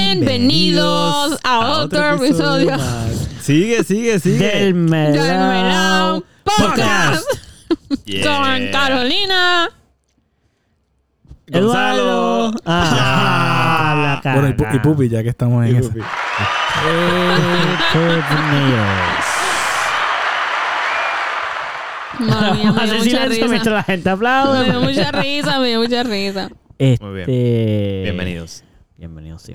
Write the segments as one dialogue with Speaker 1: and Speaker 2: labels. Speaker 1: Bienvenidos a otro episodio
Speaker 2: más. Sigue, sigue, sigue.
Speaker 3: Del melao.
Speaker 1: del Melao Podcast
Speaker 2: Yeah.
Speaker 1: con Carolina.
Speaker 2: Gonzalo.
Speaker 3: Eduardo. Ah, la cara.
Speaker 4: Bueno, y, Pu- y Pupi, ya que estamos en eso.
Speaker 1: Madre mía, me
Speaker 3: Vamos
Speaker 1: dio
Speaker 3: a hacer
Speaker 1: mucha
Speaker 3: silencio mientras
Speaker 1: risa.
Speaker 3: la gente
Speaker 1: Me dio
Speaker 3: aplaude.
Speaker 1: mucha risa, me dio mucha risa.
Speaker 3: Este...
Speaker 2: Muy bien. Bienvenidos.
Speaker 3: Bienvenidos, sí.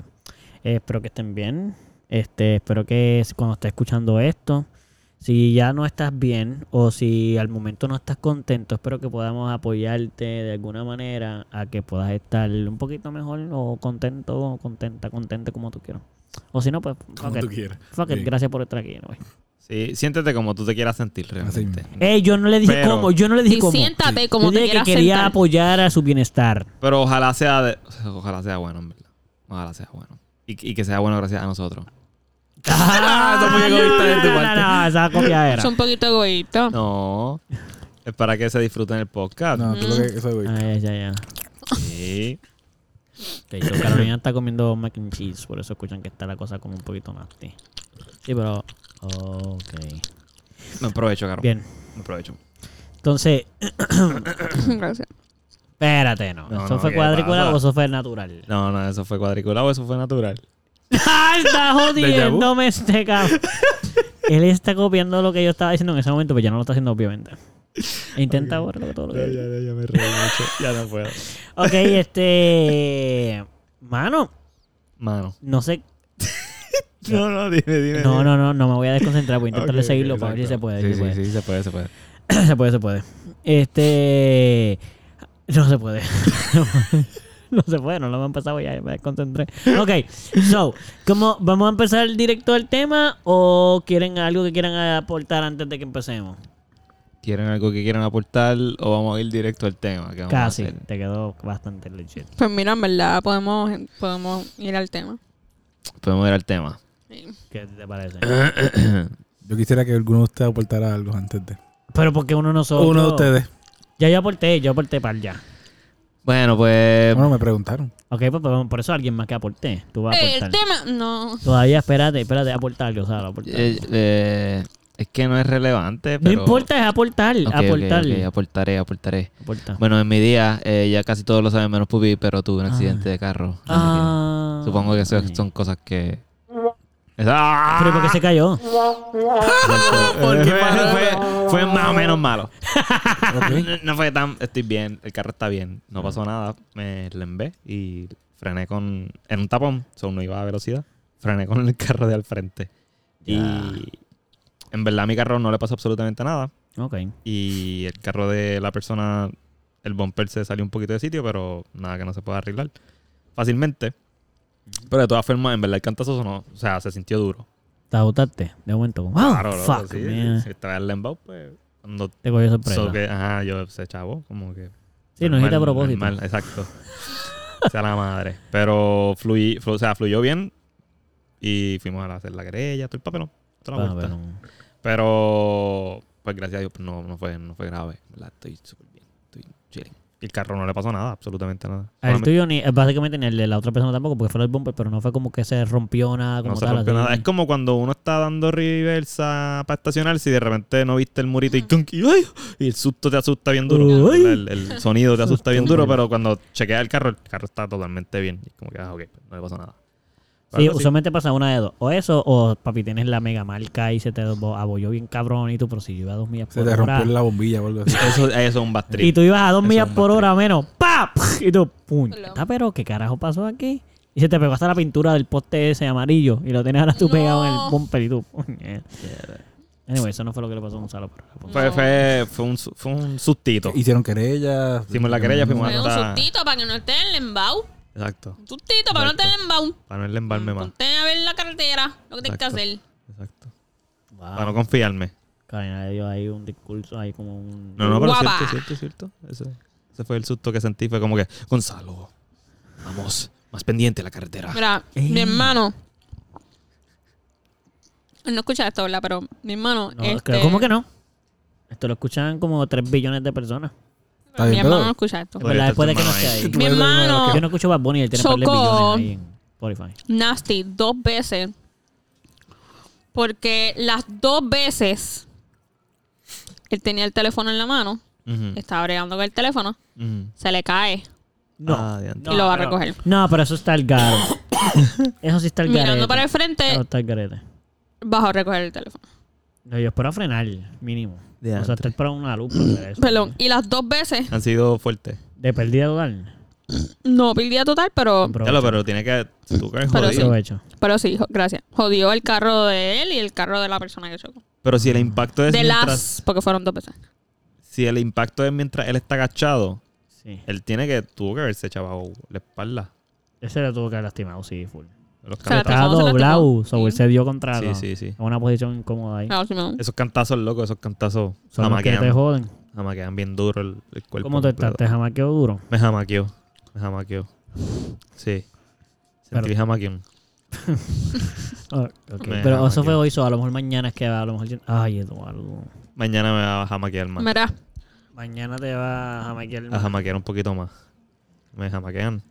Speaker 3: Eh, espero que estén bien. Este, espero que si- cuando estés escuchando esto, si ya no estás bien o si al momento no estás contento, espero que podamos apoyarte de alguna manera a que puedas estar un poquito mejor o contento o contenta, contente como tú quieras. O si no, pues
Speaker 4: Como
Speaker 3: fuck it.
Speaker 4: tú quieras.
Speaker 3: Fuck it,
Speaker 4: Sí.
Speaker 3: gracias por estar aquí. güey.
Speaker 2: Sí, siéntete como tú te quieras sentir realmente.
Speaker 1: Eh.
Speaker 3: Ey, Eh, yo no le dije
Speaker 2: Pero-
Speaker 3: cómo, yo no le dije
Speaker 1: Y
Speaker 3: cómo.
Speaker 1: siéntate
Speaker 3: Yo
Speaker 1: como te
Speaker 3: dije que
Speaker 1: quieras
Speaker 3: quería
Speaker 1: sentar.
Speaker 3: apoyar a su bienestar.
Speaker 2: Pero ojalá sea de- ojalá sea bueno, en verdad. Ojalá sea bueno. Y, y que sea bueno gracias a nosotros.
Speaker 3: Ah,
Speaker 2: eso fue egoísta de tu
Speaker 3: no, no,
Speaker 2: parte.
Speaker 3: no, esa copia era.
Speaker 1: Es un poquito egoísta.
Speaker 2: No. Es para que se disfruten el podcast.
Speaker 4: No, tú lo que eso, güey.
Speaker 3: Ay, Ah, ya, ya.
Speaker 2: Sí.
Speaker 3: Ok, so Carolina está comiendo mac and cheese, por eso escuchan que está la cosa como un poquito nasty. Sí, pero. Ok.
Speaker 2: Me aprovecho, Caro.
Speaker 3: Bien.
Speaker 2: Me aprovecho.
Speaker 3: Entonces,
Speaker 1: Gracias.
Speaker 3: espérate, no.
Speaker 2: No,
Speaker 3: ¿Eso
Speaker 2: no,
Speaker 3: fue
Speaker 2: ¿qué
Speaker 3: cuadrícula
Speaker 2: pasa?
Speaker 3: o eso fue natural?
Speaker 2: No, no, eso fue cuadriculado, eso fue natural.
Speaker 3: ¡Ah, está jodiéndome este cabrón! Él está copiando lo que yo estaba diciendo en ese momento, pero ya no lo está haciendo, obviamente. E Intenta ahora todo lo que.
Speaker 2: ya me reí mucho. ya no puedo.
Speaker 3: Ok, este. Mano,
Speaker 2: Mano.
Speaker 3: no sé.
Speaker 2: No, no, dime, dime.
Speaker 3: No, no, no, no me voy a desconcentrar. Voy a intentar
Speaker 2: Ok, ok,
Speaker 3: seguirlo para ver
Speaker 2: exacto.
Speaker 3: si se puede.
Speaker 2: Sí,
Speaker 3: si
Speaker 2: sí,
Speaker 3: puede.
Speaker 2: sí, se puede, se puede.
Speaker 3: se puede, se puede. Este. No se puede. no se puede, no lo hemos empezado ya, me desconcentré. Ok, so, ¿cómo, ¿vamos a empezar directo al tema o quieren algo que quieran aportar antes de que empecemos?
Speaker 2: ¿Quieren algo que quieran aportar o vamos a ir directo al tema? ¿Qué vamos a
Speaker 3: Casi,
Speaker 2: hacer?
Speaker 3: te quedó bastante legit.
Speaker 1: Pues mira, en verdad podemos, podemos ir al tema.
Speaker 2: Podemos ir al tema.
Speaker 1: Sí.
Speaker 3: ¿Qué te parece?
Speaker 4: Yo quisiera que alguno de ustedes aportara algo antes de.
Speaker 3: Pero porque uno no solo.
Speaker 4: Uno de ustedes.
Speaker 3: Ya yo aporté, yo aporté para allá.
Speaker 2: Bueno,
Speaker 3: Eh,
Speaker 2: pues.
Speaker 4: Bueno, me preguntaron.
Speaker 3: Ok, pues, pues, por eso alguien más que aporté. Tú vas a
Speaker 1: Eh, El
Speaker 3: aportar.
Speaker 1: tema, no.
Speaker 3: Todavía, espérate, espérate, aportar, algo, Sara, aportar.
Speaker 2: eh, eh, es que no es relevante.
Speaker 3: No
Speaker 2: Pero...
Speaker 3: importa, es aportar,
Speaker 2: Ok, ok,
Speaker 3: aportar.
Speaker 2: ok, aportaré, aportaré.
Speaker 3: Aporta.
Speaker 2: Bueno, en mi día, eh, ya casi todos lo saben, menos Pupi, pero tuve un accidente de carro.
Speaker 3: Ah.
Speaker 2: Supongo que eso
Speaker 3: Ay.
Speaker 2: son cosas que. ¡Ah!
Speaker 3: Pero ¿por qué se cayó?
Speaker 2: fue, fue- fue más o menos malo.
Speaker 3: Ah,
Speaker 2: No- No fue tan. Estoy bien, el carro está bien. No pasó nada. Me lembé y frené con. En un tapón, solo no iba a velocidad. Frené con el carro de al frente. Y. En verdad, a mi carro no le pasó absolutamente nada.
Speaker 3: Ok.
Speaker 2: Y el carro de la persona, el bumper se salió un poquito de sitio, pero nada que no se pueda arreglar fácilmente. Pero de todas formas, en verdad, el cantazo sonó. O sea, se sintió duro.
Speaker 3: Te agotaste de momento. como, Ah,
Speaker 2: Claro, loco,
Speaker 3: fuck,
Speaker 2: sí,
Speaker 3: man.
Speaker 2: Si estaba el lembao, pues. Cuando
Speaker 3: Te cogió sorpresa.
Speaker 2: So que, ajá, yo se chavo, como que.
Speaker 3: Sí, no
Speaker 2: normal,
Speaker 3: hiciste a propósito.
Speaker 2: normal, exacto. sea la madre. Pero fluí, flu- o sea, fluyó bien. Y fuimos a hacer la querella, todo el papelón. toda la
Speaker 3: Ah,
Speaker 2: vuelta.
Speaker 3: pero-
Speaker 2: Pero, pues gracias a Dios, pues, no, no, fue, no fue grave. en verdad, Estoy súper bien. Estoy chilling. Y el carro no le pasó nada, absolutamente nada.
Speaker 3: Al
Speaker 2: Solamente-
Speaker 3: tuyo ni, básicamente ni el de la otra persona tampoco, porque fue el bumper, pero no fue como que se rompió nada como
Speaker 2: no se
Speaker 3: tal.
Speaker 2: rompió
Speaker 3: así.
Speaker 2: nada. Es como cuando uno está dando reversa para estacionarse y de repente no viste el murito y, ¡tunk! y, ¡ay! y el susto te asusta bien duro.
Speaker 3: Uy.
Speaker 2: El, el sonido te asusta bien
Speaker 3: Susto.
Speaker 2: duro, pero cuando chequea el carro, el carro está totalmente bien. Y es como que, ah, ok, no le pasa nada. Pero
Speaker 3: Sí,
Speaker 2: algo así.
Speaker 3: usualmente pasa una de dos. O eso, o papi, tienes la mega marca y se te abo- abolló bien cabrón y tú, pero si yo iba a dos millas
Speaker 4: Se
Speaker 3: por
Speaker 4: te
Speaker 3: hora.
Speaker 4: rompió la bombilla o algo así.
Speaker 2: Eso, eso es un
Speaker 3: Y
Speaker 2: bastrip.
Speaker 3: tú ibas a dos
Speaker 2: Eso
Speaker 3: millas
Speaker 2: es un
Speaker 3: por
Speaker 2: bastri.
Speaker 3: hora menos. ¡Pap! Y tú, puñeta, pero ¿qué carajo pasó aquí? Y se te pegó hasta la pintura del poste ese amarillo y lo tenías ahora tú
Speaker 1: No.
Speaker 3: pegado en el bumper y tú, puñeta. Anyway, eso no fue lo que le pasó a Gonzalo. pero-
Speaker 2: Fue, fue, fue, un, su- fue un sustito.
Speaker 4: Hicieron querellas.
Speaker 2: Hicimos la querella, fuimos
Speaker 1: Fue un
Speaker 2: está-
Speaker 1: sustito para que no esté en el embau.
Speaker 2: Exacto.
Speaker 1: Un sustito para que no esté en el embau.
Speaker 2: Para no lembarme más.
Speaker 1: Ponte a ver la carretera, lo que tienes que
Speaker 2: Exacto.
Speaker 1: hacer.
Speaker 2: Exacto.
Speaker 1: Ah.
Speaker 3: Wow.
Speaker 2: Para no confiarme.
Speaker 3: Carolina le dio ahí un discurso, ahí como un...
Speaker 2: No, no, pero
Speaker 1: Guapa.
Speaker 2: cierto, cierto, cierto. Ese, ese fue el susto que sentí. Fue como que, Gonzalo, vamos, más pendiente la carretera.
Speaker 1: Mira, mi hermano. No escucha esto, ¿verdad? Pero mi hermano.
Speaker 3: No,
Speaker 1: este,
Speaker 3: creo- ¿Cómo que no? Esto lo escuchan como 3 billones de personas.
Speaker 4: Está
Speaker 1: Mi
Speaker 4: bien,
Speaker 1: hermano
Speaker 4: pero-
Speaker 1: no escucha esto.
Speaker 3: Es verdad,
Speaker 2: estar tu
Speaker 3: después de que no
Speaker 2: hermano
Speaker 3: esté
Speaker 2: ahí.
Speaker 3: ahí.
Speaker 1: Mi hermano.
Speaker 3: Yo no escucho Bad Bunny, él tiene par de
Speaker 1: Chocó.
Speaker 3: billones ahí. en- Spotify.
Speaker 1: Nasty dos veces. Porque las dos veces él tenía el teléfono en la mano,
Speaker 2: Ujú,
Speaker 1: estaba bregando con el teléfono,
Speaker 2: ujú.
Speaker 1: se le cae
Speaker 3: No.
Speaker 2: Ah, diantre.
Speaker 3: No,
Speaker 1: y lo va a
Speaker 3: pero-
Speaker 1: recoger.
Speaker 3: No, pero eso está el garo. eso sí está el garete.
Speaker 1: Mirando para el
Speaker 3: Eso
Speaker 1: frente,
Speaker 3: está el garete.
Speaker 1: bajó a recoger el teléfono.
Speaker 3: No, yo espero frenar, mínimo.
Speaker 2: Diantre.
Speaker 3: O sea, estar para una luz. para hacer eso.
Speaker 1: Perdón. Y las dos veces,
Speaker 2: Han sido fuertes.
Speaker 3: De pérdida total.
Speaker 1: no perdía total, pero,
Speaker 2: Ya lo, pero tiene que. Tú que eres
Speaker 1: Pero
Speaker 2: jodido.
Speaker 1: sí.
Speaker 3: Aprovecho.
Speaker 1: pero sí, jo- gracias. Jodió el carro de él y el carro de la persona que chocó.
Speaker 2: Pero si el impacto es
Speaker 1: De
Speaker 2: mientras,
Speaker 1: las, porque fueron dos veces. Sí
Speaker 2: si el impacto es mientras él está agachado,
Speaker 3: Sí.
Speaker 2: él tiene que tuvo que haberse echado la espalda.
Speaker 3: Ese le tuvo que haber lastimado, sí, full.
Speaker 2: Los
Speaker 1: sea,
Speaker 2: cantazos.
Speaker 1: la
Speaker 3: Estaba
Speaker 1: persona Ah, se
Speaker 3: doblado.
Speaker 1: lastimó.
Speaker 3: So, él
Speaker 1: Sí. Ah.
Speaker 3: se dio contra
Speaker 2: Sí,
Speaker 3: la-
Speaker 2: sí, sí.
Speaker 3: en una posición incómoda ahí.
Speaker 1: Claro, sí, me-
Speaker 2: Esos cantazos locos, esos cantazos
Speaker 3: Son los que te
Speaker 2: jamaquean.
Speaker 3: joden.
Speaker 2: Jamaquean bien duro el, el cuerpo.
Speaker 3: ¿Cómo te estás?
Speaker 2: completo.
Speaker 3: ¿Te jamaqueo duro?
Speaker 2: Me jamaqueó. Me jamaqueó. Sí. Sentí
Speaker 3: Pero-
Speaker 2: jamaqueón.
Speaker 3: Ah, ok.
Speaker 2: Me
Speaker 3: Pero eso
Speaker 2: jamaqueo.
Speaker 3: fue hoy, so, a lo mejor mañana es que va, a lo mejor... Ay, Eduardo.
Speaker 2: Mañana me va a jamaquear más.
Speaker 1: Mira,
Speaker 3: Mañana te va a jamaquear.
Speaker 2: A jamaquear un poquito más. Me jamaquean.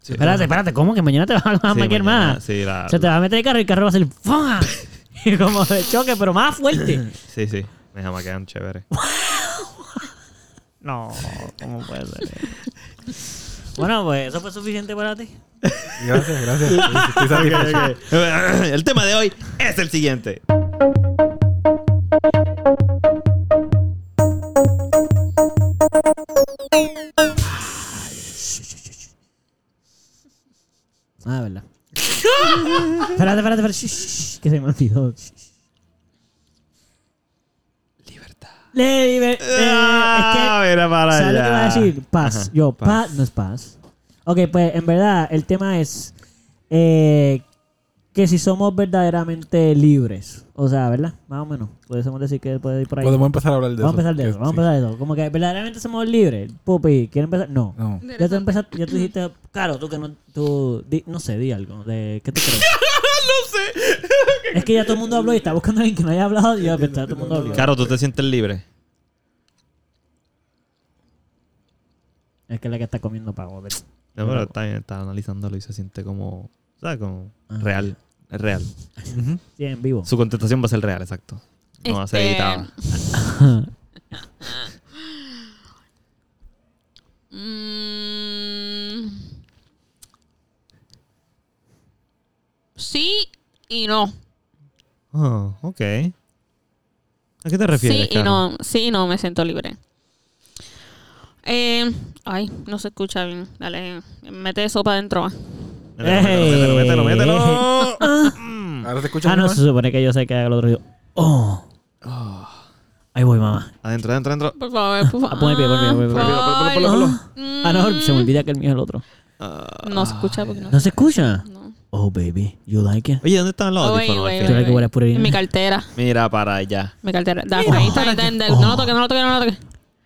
Speaker 2: Sí.
Speaker 3: Espérate, espérate, ¿cómo que mañana te vas a
Speaker 2: Sí,
Speaker 3: jamaquear
Speaker 2: mañana,
Speaker 3: más?
Speaker 2: Sí, la-
Speaker 3: Se te va a meter el carro y el carro va a hacer ¡fua! Y como de choque, pero más fuerte.
Speaker 2: sí, sí. Me jamaquean chévere.
Speaker 3: No, ¿cómo puede ser? Bueno, pues eso fue suficiente para ti.
Speaker 4: Gracias, gracias. Estoy satisfecho.
Speaker 2: El tema de hoy es el siguiente.
Speaker 3: Eh, Ah, verdad. espérate, espérate, espérate. Shh, shh, shh, que se me olvidó. Libertad. Liber eh,
Speaker 2: Ah, mira para
Speaker 3: ¿Sabes lo que iba a
Speaker 2: allá.
Speaker 3: decir? Paz.
Speaker 2: Ajá,
Speaker 3: Yo,
Speaker 2: paz.
Speaker 3: paz. no es paz. Ok, pues en verdad el tema es eh, que si somos verdaderamente libres. O sea, ¿verdad? Más o menos. Podemos decir que puede ir por ahí.
Speaker 4: Podemos empezar a hablar de
Speaker 3: vamos a
Speaker 4: eso. Eh,
Speaker 3: empezar de eso. Vamos
Speaker 4: Sí.
Speaker 3: a empezar de eso. Como que verdaderamente somos libres. Pupi, ¿quieres empezar? No.
Speaker 4: No.
Speaker 3: Ya tú empezaste, ya tú dijiste, claro, tú que no, tú, di- no sé, di algo, de, ¿qué tú crees? no sé. es que ya todo el mundo habló y está buscando a alguien que no haya hablado y ya pues, está todo el mundo habló.
Speaker 2: Caro, ¿tú te sientes libre?
Speaker 3: Es que es la que está comiendo pavo. ¿verdad?
Speaker 2: No, pero está bien, está analizándolo y se siente como, ¿sabes? Como
Speaker 3: Ah.
Speaker 2: real. Es real.
Speaker 3: Sí, en vivo.
Speaker 2: Su contestación va a ser real, exacto. No va a ser
Speaker 1: Este-
Speaker 2: editada.
Speaker 1: Mm. Sí y no.
Speaker 2: Oh, ok. ¿A qué te refieres?
Speaker 1: sí y
Speaker 2: Caro?
Speaker 1: no. Sí y no, me siento libre. Eh, ay, no se escucha bien. Dale, mete eso para adentro.
Speaker 2: Mételo, mételo, mételo,
Speaker 3: Ey.
Speaker 2: mételo. Mm.
Speaker 4: Ahora te escuchas.
Speaker 3: Ah, no,
Speaker 4: mejor?
Speaker 3: se supone que yo sé que haga el otro día. Oh. Ahí voy, mamá.
Speaker 2: Adentro, adentro, adentro.
Speaker 1: Por favor, por
Speaker 3: Ah,
Speaker 1: favor.
Speaker 3: pon el pie, pon el pie, pon el pie.
Speaker 1: Por
Speaker 4: Ponlo, ponlo, ponlo.
Speaker 3: Ah, no, se me olvida que el mío es el otro.
Speaker 1: favor. No se escucha porque no.
Speaker 3: ¿No se escucha?
Speaker 1: No.
Speaker 3: Oh, baby, you like it?
Speaker 2: Oye, ¿dónde están los
Speaker 1: Oh, wait,
Speaker 2: audífonos? al
Speaker 1: wait,
Speaker 2: final?
Speaker 3: Tú eres
Speaker 1: wait,
Speaker 3: que hueles
Speaker 1: wait.
Speaker 3: pura
Speaker 1: En
Speaker 3: orina.
Speaker 1: Mi cartera.
Speaker 2: Mira para allá.
Speaker 1: Mi cartera. Da, ahí está, ahí está, ahí está. No lo toque, no lo toque, no lo toque.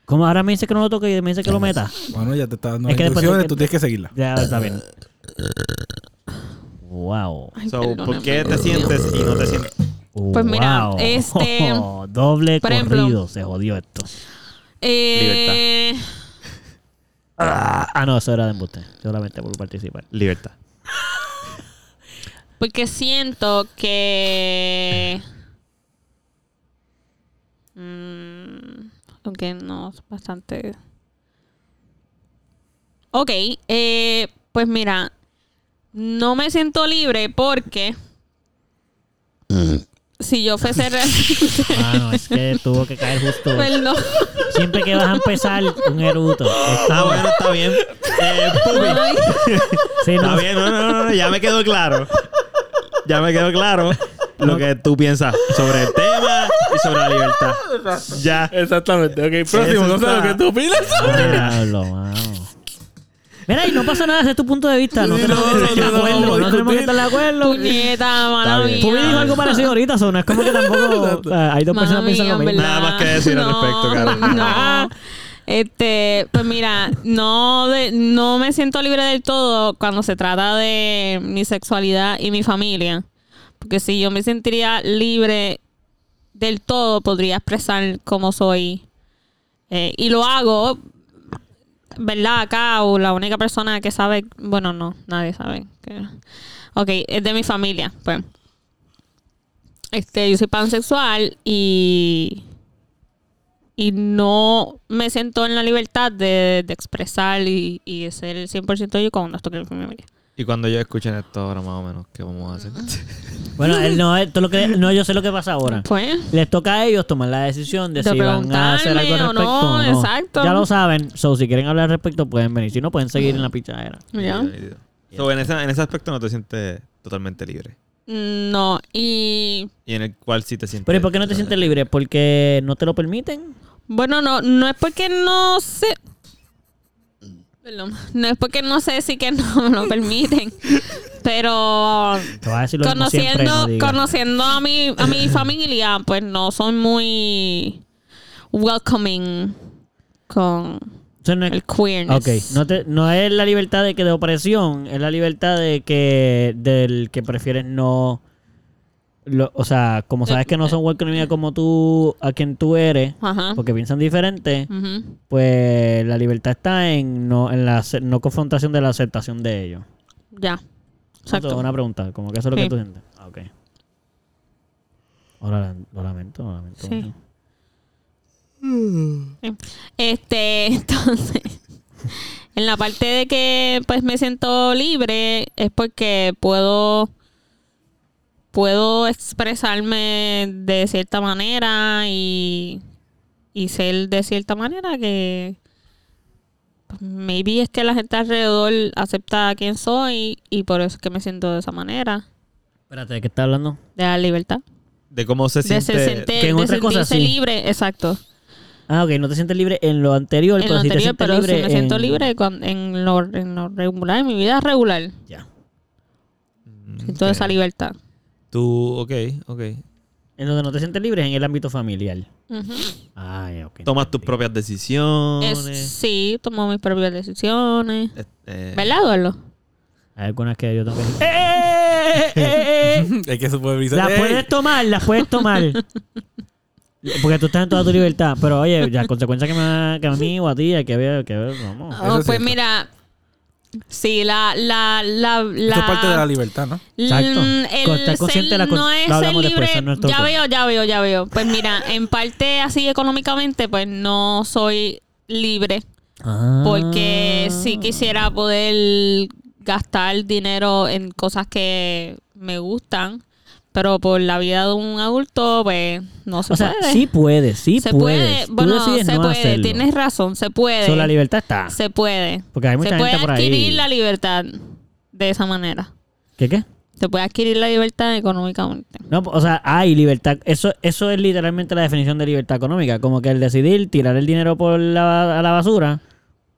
Speaker 3: Como ahora me dice que no lo toque y me dice que lo meta.
Speaker 4: Bueno, ya te está dando
Speaker 3: Es que después de
Speaker 4: instrucciones,
Speaker 3: que-
Speaker 4: tú tienes que seguirla.
Speaker 3: Ya, está bien. Wow.
Speaker 1: Ay,
Speaker 2: So, ¿Por
Speaker 1: perdóname.
Speaker 2: qué te sientes y no te sientes?
Speaker 1: Pues mira,
Speaker 3: Wow.
Speaker 1: este-
Speaker 3: doble
Speaker 1: por
Speaker 3: corrido,
Speaker 1: ejemplo-
Speaker 3: se jodió esto.
Speaker 1: Eh,
Speaker 3: Ah, ah, no, eso era de embuste. Solamente por participar.
Speaker 2: Libertad.
Speaker 1: Porque siento que. Mm, aunque no, es bastante. Ok, eh, pues mira, no me siento libre porque. Si yo fuese realmente. pues
Speaker 3: Ah, no, es que tuvo que caer justo.
Speaker 1: Perdón.
Speaker 3: Siempre que vas a empezar un eruto.
Speaker 2: Ah,
Speaker 3: Está
Speaker 2: bueno, está bien. Eh, Pupi.
Speaker 1: Ay,
Speaker 3: Sí, no,
Speaker 2: Está bien, no, no, no, no, ya me quedó claro. Ya me quedó claro lo que tú piensas sobre el tema y sobre la libertad. Ya.
Speaker 4: Exactamente. Ok,
Speaker 2: próximo, no sé lo que tú
Speaker 4: opinas.
Speaker 3: Diablo, mano. Mira, y no pasa nada, ese es tu punto de vista. No
Speaker 4: Sí,
Speaker 3: tenemos
Speaker 4: no,
Speaker 3: que estar de
Speaker 4: no, no,
Speaker 3: acuerdo.
Speaker 4: no,
Speaker 3: No,
Speaker 4: no,
Speaker 3: tenemos que
Speaker 4: discutir.
Speaker 3: estar de acuerdo.
Speaker 1: puñeta, mala
Speaker 2: bien.
Speaker 1: mía.
Speaker 3: Pupi dijo algo parecido ahorita, so, no es como que tampoco. ah, hay dos
Speaker 1: Mala
Speaker 3: personas que piensan lo
Speaker 1: mía, en verdad.
Speaker 3: mismo.
Speaker 2: Nada más que decir al respecto, Carolina.
Speaker 1: No. Este, pues mira, no, de- no me siento libre del todo cuando se trata de mi sexualidad y mi familia. Porque si yo me sentiría libre del todo, podría expresar cómo soy. Eh, y lo hago ¿verdad? Acá, o la única persona que sabe, bueno, no, nadie sabe. Que... Ok, es de mi familia, pues. Este, yo soy pansexual y. Y no me siento en la libertad de, de expresar y, y de ser el 100% yo con esto que mi familia.
Speaker 2: Y cuando yo escuchen esto ahora más o menos, ¿qué vamos a hacer?
Speaker 3: Bueno, él no, él- tú lo que, no, yo sé lo que pasa ahora.
Speaker 1: Pues.
Speaker 3: Les toca a ellos tomar la decisión de,
Speaker 1: De
Speaker 3: si van a hacer algo al
Speaker 1: preguntarme o
Speaker 3: respecto.
Speaker 1: no,
Speaker 3: o
Speaker 1: exacto.
Speaker 3: Ya lo saben. So, si quieren hablar al respecto, pueden venir. Si no, pueden seguir en la pichadera.
Speaker 1: ¿Ya?
Speaker 2: So, en, esa- en ese aspecto no te sientes totalmente libre.
Speaker 1: No, y
Speaker 2: Y en el cual sí te sientes.
Speaker 3: Pero ¿y por qué no te sientes libre? ¿Porque no te lo permiten?
Speaker 1: Bueno, no, no es porque no sé. Perdón. No es porque no sé si que no me lo permiten. Pero
Speaker 3: Te vas a decir lo mismo siempre.
Speaker 1: conociendo,
Speaker 3: no digas.
Speaker 1: conociendo a mi, a mi familia, pues no son muy welcoming con
Speaker 3: Eso no es-
Speaker 1: el queerness.
Speaker 3: Ok, no, te- no es la libertad de que de opresión, es la libertad de que del que prefieres no... lo- o sea, como sabes que no son welcoming como tú, a quien tú eres,
Speaker 1: Ajá.
Speaker 3: porque piensan diferente,
Speaker 1: Ujú.
Speaker 3: pues la libertad está en no en la ace- no confrontación de la aceptación de ellos.
Speaker 1: Ya.
Speaker 3: Exacto.
Speaker 1: Exacto.
Speaker 3: Una pregunta, como que eso es lo
Speaker 1: Sí.
Speaker 3: que tú sientes. Ah, ok. Ahora lo lamento, lo lamento.
Speaker 1: Sí.
Speaker 3: mucho.
Speaker 1: Este, entonces, en la parte de que pues me siento libre es porque puedo puedo expresarme de cierta manera y, y ser de cierta manera que pues, maybe es que la gente alrededor acepta quién soy y por eso es que me siento de esa manera,
Speaker 3: Espérate, ¿de qué estás hablando?
Speaker 1: de la libertad,
Speaker 2: De cómo se
Speaker 1: de,
Speaker 2: siente.
Speaker 1: se siente-
Speaker 3: que en
Speaker 1: de
Speaker 3: otras cosas
Speaker 1: sentirse
Speaker 3: sí.
Speaker 1: libre, exacto.
Speaker 3: Ah, ok, no te sientes libre en lo anterior,
Speaker 1: en
Speaker 3: pero
Speaker 1: lo
Speaker 3: sí
Speaker 1: anterior,
Speaker 3: te
Speaker 1: pero
Speaker 3: sientes libre
Speaker 1: sí me siento
Speaker 3: en-
Speaker 1: libre cuan- en lo, en lo regular, en mi vida regular.
Speaker 3: Ya.
Speaker 1: Siento
Speaker 2: Ok.
Speaker 1: esa libertad. En
Speaker 2: Tú, ok, ok.
Speaker 3: En donde no te sientes libre es en el ámbito familiar. Ay, ok.
Speaker 2: Tomas tus
Speaker 3: entendí.
Speaker 2: propias decisiones.
Speaker 1: Es- sí, tomo mis propias decisiones.
Speaker 2: eh, eh,
Speaker 1: ¿Verdad, Eduardo?
Speaker 3: Hay algunas que yo tengo
Speaker 1: eh,
Speaker 3: que...
Speaker 4: ¡Eh, eh, eh! Hay que supervisar.
Speaker 3: Las
Speaker 4: ¡Ey!
Speaker 3: puedes tomar, las puedes tomar. Porque tú estás en toda tu libertad. Pero oye, las consecuencias que, me, que a mí o a ti, hay que ver, que ver, vamos.
Speaker 1: Oh,
Speaker 4: es
Speaker 1: pues
Speaker 4: cierto.
Speaker 1: mira, sí, la... la, la, la
Speaker 4: Esto es parte de la libertad, ¿no?
Speaker 3: Exacto.
Speaker 1: Mm,
Speaker 3: Con estar
Speaker 1: El
Speaker 3: consciente de la
Speaker 1: ser,
Speaker 3: con-
Speaker 1: no
Speaker 3: lo
Speaker 1: es ser
Speaker 3: hablamos después,
Speaker 1: libre.
Speaker 3: eso es nuestro
Speaker 1: ya
Speaker 3: tema.
Speaker 1: veo, ya veo, ya veo. Pues mira, en parte así económicamente, pues no soy libre.
Speaker 3: Ah.
Speaker 1: Porque sí quisiera poder gastar dinero en cosas que me gustan, pero por la vida de un adulto, pues no se
Speaker 3: O sea,
Speaker 1: puede.
Speaker 3: sí puedes, sí
Speaker 1: se puede.
Speaker 3: puedes. Tú
Speaker 1: Bueno,
Speaker 3: decides
Speaker 1: se
Speaker 3: no
Speaker 1: puede.
Speaker 3: hacerlo.
Speaker 1: Tienes razón, se puede.
Speaker 3: So, la libertad está.
Speaker 1: Se puede.
Speaker 3: Porque hay mucha
Speaker 1: se puede
Speaker 3: gente por ahí.
Speaker 1: adquirir la libertad de esa manera.
Speaker 3: ¿Qué qué?
Speaker 1: Se puede adquirir la libertad económicamente.
Speaker 3: No, o sea, hay libertad. Eso, eso es literalmente la definición de libertad económica. Como que el decidir tirar el dinero por la, a la basura.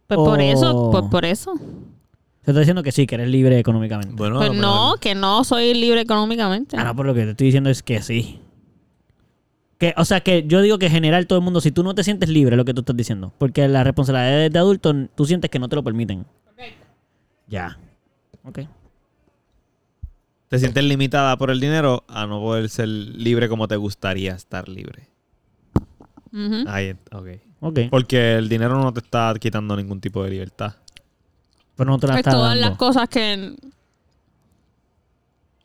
Speaker 1: Pues por eso,
Speaker 3: Oh.
Speaker 1: pues por eso.
Speaker 3: Se está diciendo que sí, que eres libre económicamente.
Speaker 2: Bueno,
Speaker 1: pues
Speaker 2: pero-
Speaker 1: no, que no soy libre económicamente.
Speaker 3: Ah, no, por lo que te estoy diciendo es que sí. Que, o sea, que yo digo que en general todo el mundo, si tú no te sientes libre, lo que tú estás diciendo. Porque las responsabilidades de adulto, n- tú sientes que no te lo permiten. Ya. Ok.
Speaker 2: Te sientes limitada por el dinero a no poder ser libre como te gustaría estar libre.
Speaker 1: Ujú.
Speaker 2: Ahí, ent- ok.
Speaker 3: Ok.
Speaker 2: Porque el dinero no te está quitando ningún tipo de libertad.
Speaker 3: Pero no te la
Speaker 1: Pues
Speaker 3: estás
Speaker 1: todas
Speaker 3: dando.
Speaker 1: las cosas que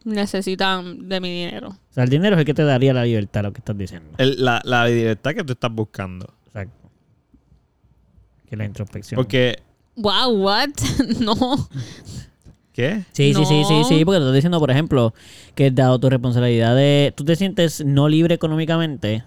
Speaker 1: necesitan de mi dinero.
Speaker 3: O sea, el dinero es el que te daría la libertad, lo que estás diciendo.
Speaker 2: El- la, la libertad que tú estás buscando.
Speaker 3: Exacto. Que la introspección.
Speaker 2: Porque,
Speaker 1: Wow, what? no.
Speaker 2: ¿qué?
Speaker 3: Sí, sí, sí, sí,
Speaker 1: No.
Speaker 3: sí, porque te estoy diciendo, por ejemplo, que dado tu responsabilidad de... Tú te sientes no libre económicamente,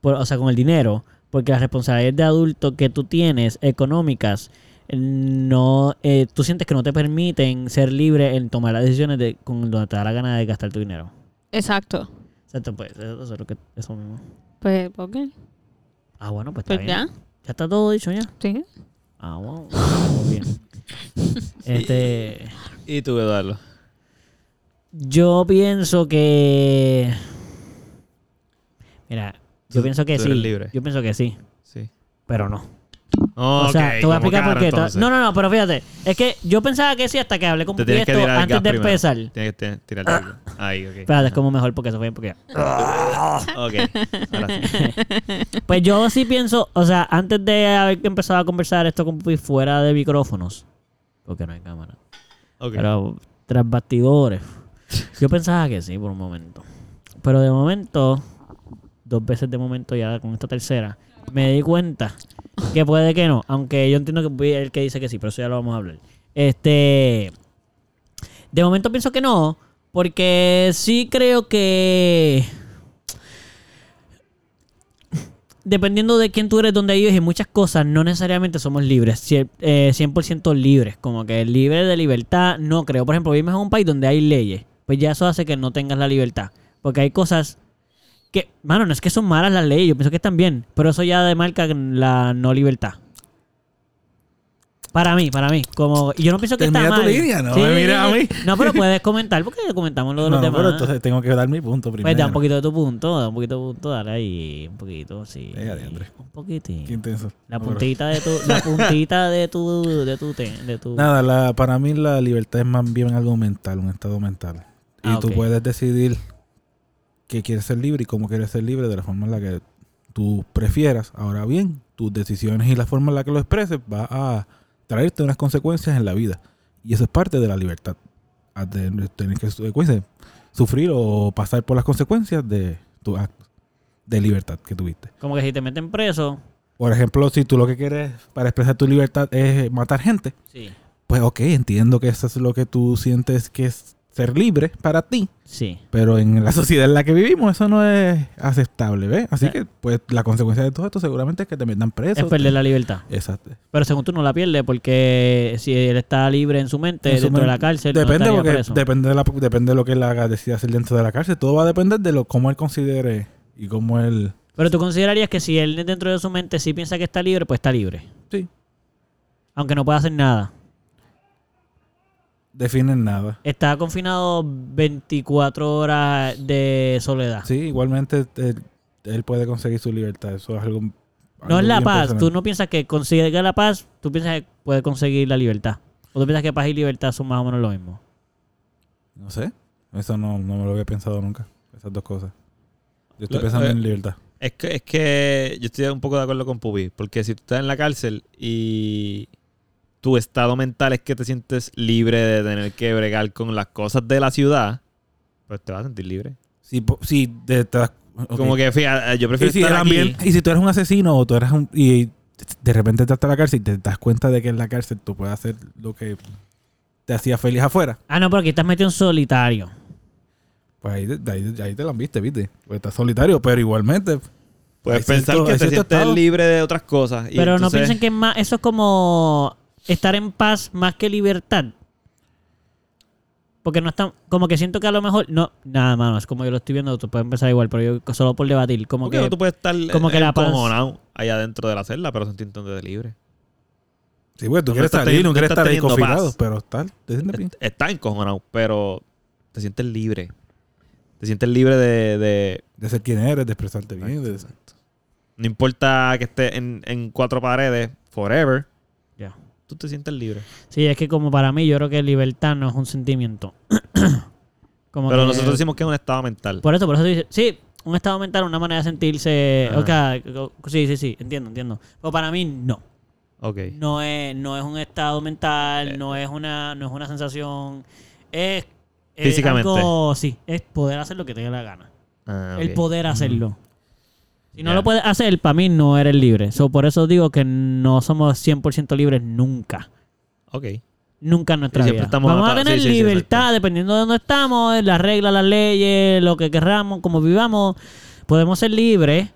Speaker 3: por- o sea, con el dinero, porque las responsabilidades de adulto que tú tienes económicas, no, eh, tú sientes que no te permiten ser libre en tomar las decisiones de, con donde te da la gana de gastar tu dinero.
Speaker 1: Exacto.
Speaker 3: Exacto, pues eso es lo que... Eso mismo.
Speaker 1: Pues, ok.
Speaker 3: Ah, bueno, pues está
Speaker 1: Pues
Speaker 3: bien.
Speaker 1: ya.
Speaker 3: Ya está todo dicho ya.
Speaker 1: Sí.
Speaker 3: Ah, wow. Muy bien. Este...
Speaker 2: Y tú, Eduardo.
Speaker 3: Yo pienso que. Mira, yo
Speaker 2: Tú-
Speaker 3: pienso que
Speaker 2: tú
Speaker 3: sí.
Speaker 2: eres libre.
Speaker 3: Yo pienso que sí,
Speaker 2: Sí.
Speaker 3: pero no.
Speaker 2: Ok,
Speaker 3: o sea, te voy a
Speaker 2: como
Speaker 3: explicar por
Speaker 2: caro,
Speaker 3: qué.
Speaker 2: entonces.
Speaker 3: No, no, no, pero fíjate. Es que yo pensaba que sí hasta que hablé con
Speaker 2: Te tienes
Speaker 3: Piesto
Speaker 2: que tirar el
Speaker 3: antes
Speaker 2: gas
Speaker 3: de
Speaker 2: primero.
Speaker 3: empezar. Ah.
Speaker 2: Tienes que te- tirar el gas. Ahí, ok.
Speaker 3: Espérate, es como mejor porque eso fue porque.
Speaker 2: Ok. Ahora sí.
Speaker 3: Pues yo sí pienso, o sea, antes de haber empezado a conversar esto con Pupi fuera de micrófonos, porque no hay cámara,
Speaker 2: Ok.
Speaker 3: pero tras bastidores, yo pensaba que sí por un momento. Pero de momento, dos veces de momento ya con esta tercera, me di cuenta que puede que no, aunque yo entiendo que Pupi es el que dice que sí, pero eso ya lo vamos a hablar. Este. De momento pienso que no, porque sí creo que. Dependiendo de quién tú eres, dónde vives y muchas cosas, no necesariamente somos libres, cie- eh, 100% libres. Como que libre de libertad, no creo. Por ejemplo, vivimos en un país donde hay leyes. Pues ya eso hace que no tengas la libertad. Porque hay cosas que, mano, no es que son malas las leyes, yo pienso que están bien. Pero eso ya demarca la no libertad. Para mí, para mí. Como, y yo no pienso que está
Speaker 4: Termina tu
Speaker 3: mal.
Speaker 4: línea, no me mires a mí.
Speaker 3: No, pero puedes comentar porque comentamos lo de
Speaker 4: No,
Speaker 3: los
Speaker 4: no,
Speaker 3: demás.
Speaker 4: pero entonces tengo que dar mi punto primero.
Speaker 3: Pues da un poquito de tu punto, da un poquito de punto, dale ahí, un poquito, sí.
Speaker 4: Venga, diantre.
Speaker 3: Un
Speaker 4: Qué
Speaker 3: poquitín.
Speaker 4: intenso.
Speaker 3: La
Speaker 4: No, pero-
Speaker 3: puntita de tu, la puntita de tu, de tu, te- de tu.
Speaker 4: Nada, la, para mí la libertad es más bien algo mental, un estado mental. Y
Speaker 3: Ah,
Speaker 4: tú
Speaker 3: ok.
Speaker 4: puedes decidir que quieres ser libre y cómo quieres ser libre de la forma en la que tú prefieras. Ahora bien, tus decisiones y la forma en la que lo expreses va a traerte unas consecuencias en la vida. Y eso es parte de la libertad. A tener, tener que su- ¿cómo dice? sufrir o pasar por las consecuencias de tus actos de libertad que tuviste.
Speaker 3: Como que si te meten preso,
Speaker 4: Por ejemplo, si tú lo que quieres para expresar tu libertad es matar gente,
Speaker 3: sí.
Speaker 4: pues ok, entiendo que eso es lo que tú sientes que es ser libre para ti,
Speaker 3: Sí.
Speaker 4: pero en la sociedad en la que vivimos eso no es aceptable, ¿ves? Así que pues la consecuencia de todo esto seguramente es que te metan preso.
Speaker 3: Eh. Es perder la libertad.
Speaker 4: Exacto.
Speaker 3: Pero según tú no la pierdes porque si él está libre en su mente,
Speaker 4: En su
Speaker 3: dentro de la
Speaker 4: mente.
Speaker 3: cárcel, no
Speaker 4: Depende,
Speaker 3: estaría
Speaker 4: porque
Speaker 3: preso.
Speaker 4: depende, de la- depende de lo que él haga, decida hacer dentro de la cárcel. Todo va a depender de lo cómo él considere y cómo él...
Speaker 3: Pero tú considerarías que si él dentro de su mente sí piensa que está libre, pues está libre.
Speaker 4: Sí.
Speaker 3: Aunque no pueda hacer nada.
Speaker 4: Definen nada.
Speaker 3: Está confinado 24 horas de soledad.
Speaker 4: Sí, igualmente él, él puede conseguir su libertad. Eso es algo...
Speaker 3: No
Speaker 4: algo
Speaker 3: es la
Speaker 4: bien
Speaker 3: paz.
Speaker 4: personal.
Speaker 3: Tú no piensas que consiga la paz, tú piensas que puede conseguir la libertad. O tú piensas que paz y libertad son más o menos lo mismo.
Speaker 4: No sé. Eso no, no me lo había pensado nunca. Esas dos cosas. Yo estoy
Speaker 2: Lo-
Speaker 4: pensando
Speaker 2: eh,
Speaker 4: en libertad.
Speaker 2: Es que, es que yo estoy un poco de acuerdo con Pupi, porque si tú estás en la cárcel y tu estado mental es que te sientes libre de tener que bregar con las cosas de la ciudad, pues te vas a sentir libre.
Speaker 4: Si, po- si de- te das- ok.
Speaker 2: Como que, fíjate, eh, yo prefiero
Speaker 4: y si, el
Speaker 2: estar aquí.
Speaker 4: ambiente- y si tú eres un asesino o tú eres un... Y de repente te estás en la cárcel y te das cuenta de que en la cárcel tú puedes hacer lo que te hacía feliz afuera.
Speaker 3: Ah, no, pero aquí estás metido en solitario.
Speaker 4: Pues ahí, de ahí, de ahí te la viste, ¿viste? Pues estás solitario, pero igualmente...
Speaker 2: Puedes
Speaker 4: Hay
Speaker 2: pensar
Speaker 4: cierto-
Speaker 2: que
Speaker 4: hay
Speaker 2: te
Speaker 4: cierto
Speaker 2: sientes
Speaker 4: estado.
Speaker 2: libre de otras cosas. y
Speaker 3: Pero no
Speaker 2: entonces-
Speaker 3: piensen que es más, eso es como estar en paz más que libertad. Porque no están, como que siento que a lo mejor, no, nada, mano, es como yo lo estoy viendo, tú puedes empezar igual, pero yo solo por debatir, como
Speaker 2: Porque
Speaker 3: que,
Speaker 2: no tú puedes estar
Speaker 3: como que la paz-
Speaker 2: encojonado allá dentro de la celda, pero sentirte libre.
Speaker 4: Sí, bueno, tú
Speaker 2: No
Speaker 4: quieres
Speaker 2: estás
Speaker 4: salir,
Speaker 2: teniendo-
Speaker 4: no quieres
Speaker 2: no estás
Speaker 4: estar ahí
Speaker 2: teniendo
Speaker 4: confinado,
Speaker 2: paz.
Speaker 4: pero tal, te sientes bien.
Speaker 2: Estás encojonado, pero te sientes libre. Te sientes libre de- de
Speaker 4: De ser quien eres, de expresarte bien. de-
Speaker 2: No importa que esté en, en cuatro paredes, forever,
Speaker 3: Ya.
Speaker 2: tú te sientes libre.
Speaker 3: sí, es que como para mí, yo creo que libertad no es un sentimiento. Como
Speaker 2: Pero
Speaker 3: que-
Speaker 2: nosotros decimos que es un estado mental.
Speaker 3: Por eso, por eso dice, sí, un estado mental, una manera de sentirse,
Speaker 2: Ajá.
Speaker 3: o sea, co- sí, sí, sí, entiendo, entiendo. Pero para mí no.
Speaker 2: Ok.
Speaker 3: No es no es un estado
Speaker 2: Eh.
Speaker 3: mental, no es una no es una sensación es es
Speaker 2: Físicamente.
Speaker 3: algo- sí, es poder hacer lo que te dé la gana.
Speaker 2: Ah, ok.
Speaker 3: El poder hacerlo. Si no
Speaker 2: Ya.
Speaker 3: lo puedes hacer, para mí no eres libre. So, por eso digo que no somos 100% libres nunca.
Speaker 2: Ok.
Speaker 3: Nunca en nuestra
Speaker 2: Sí, siempre
Speaker 3: vida.
Speaker 2: estamos
Speaker 3: Vamos a
Speaker 2: atados.
Speaker 3: tener
Speaker 2: Sí, sí, sí,
Speaker 3: libertad dependiendo de dónde estamos, las reglas, las leyes, lo que querramos, como vivamos. Podemos ser libres,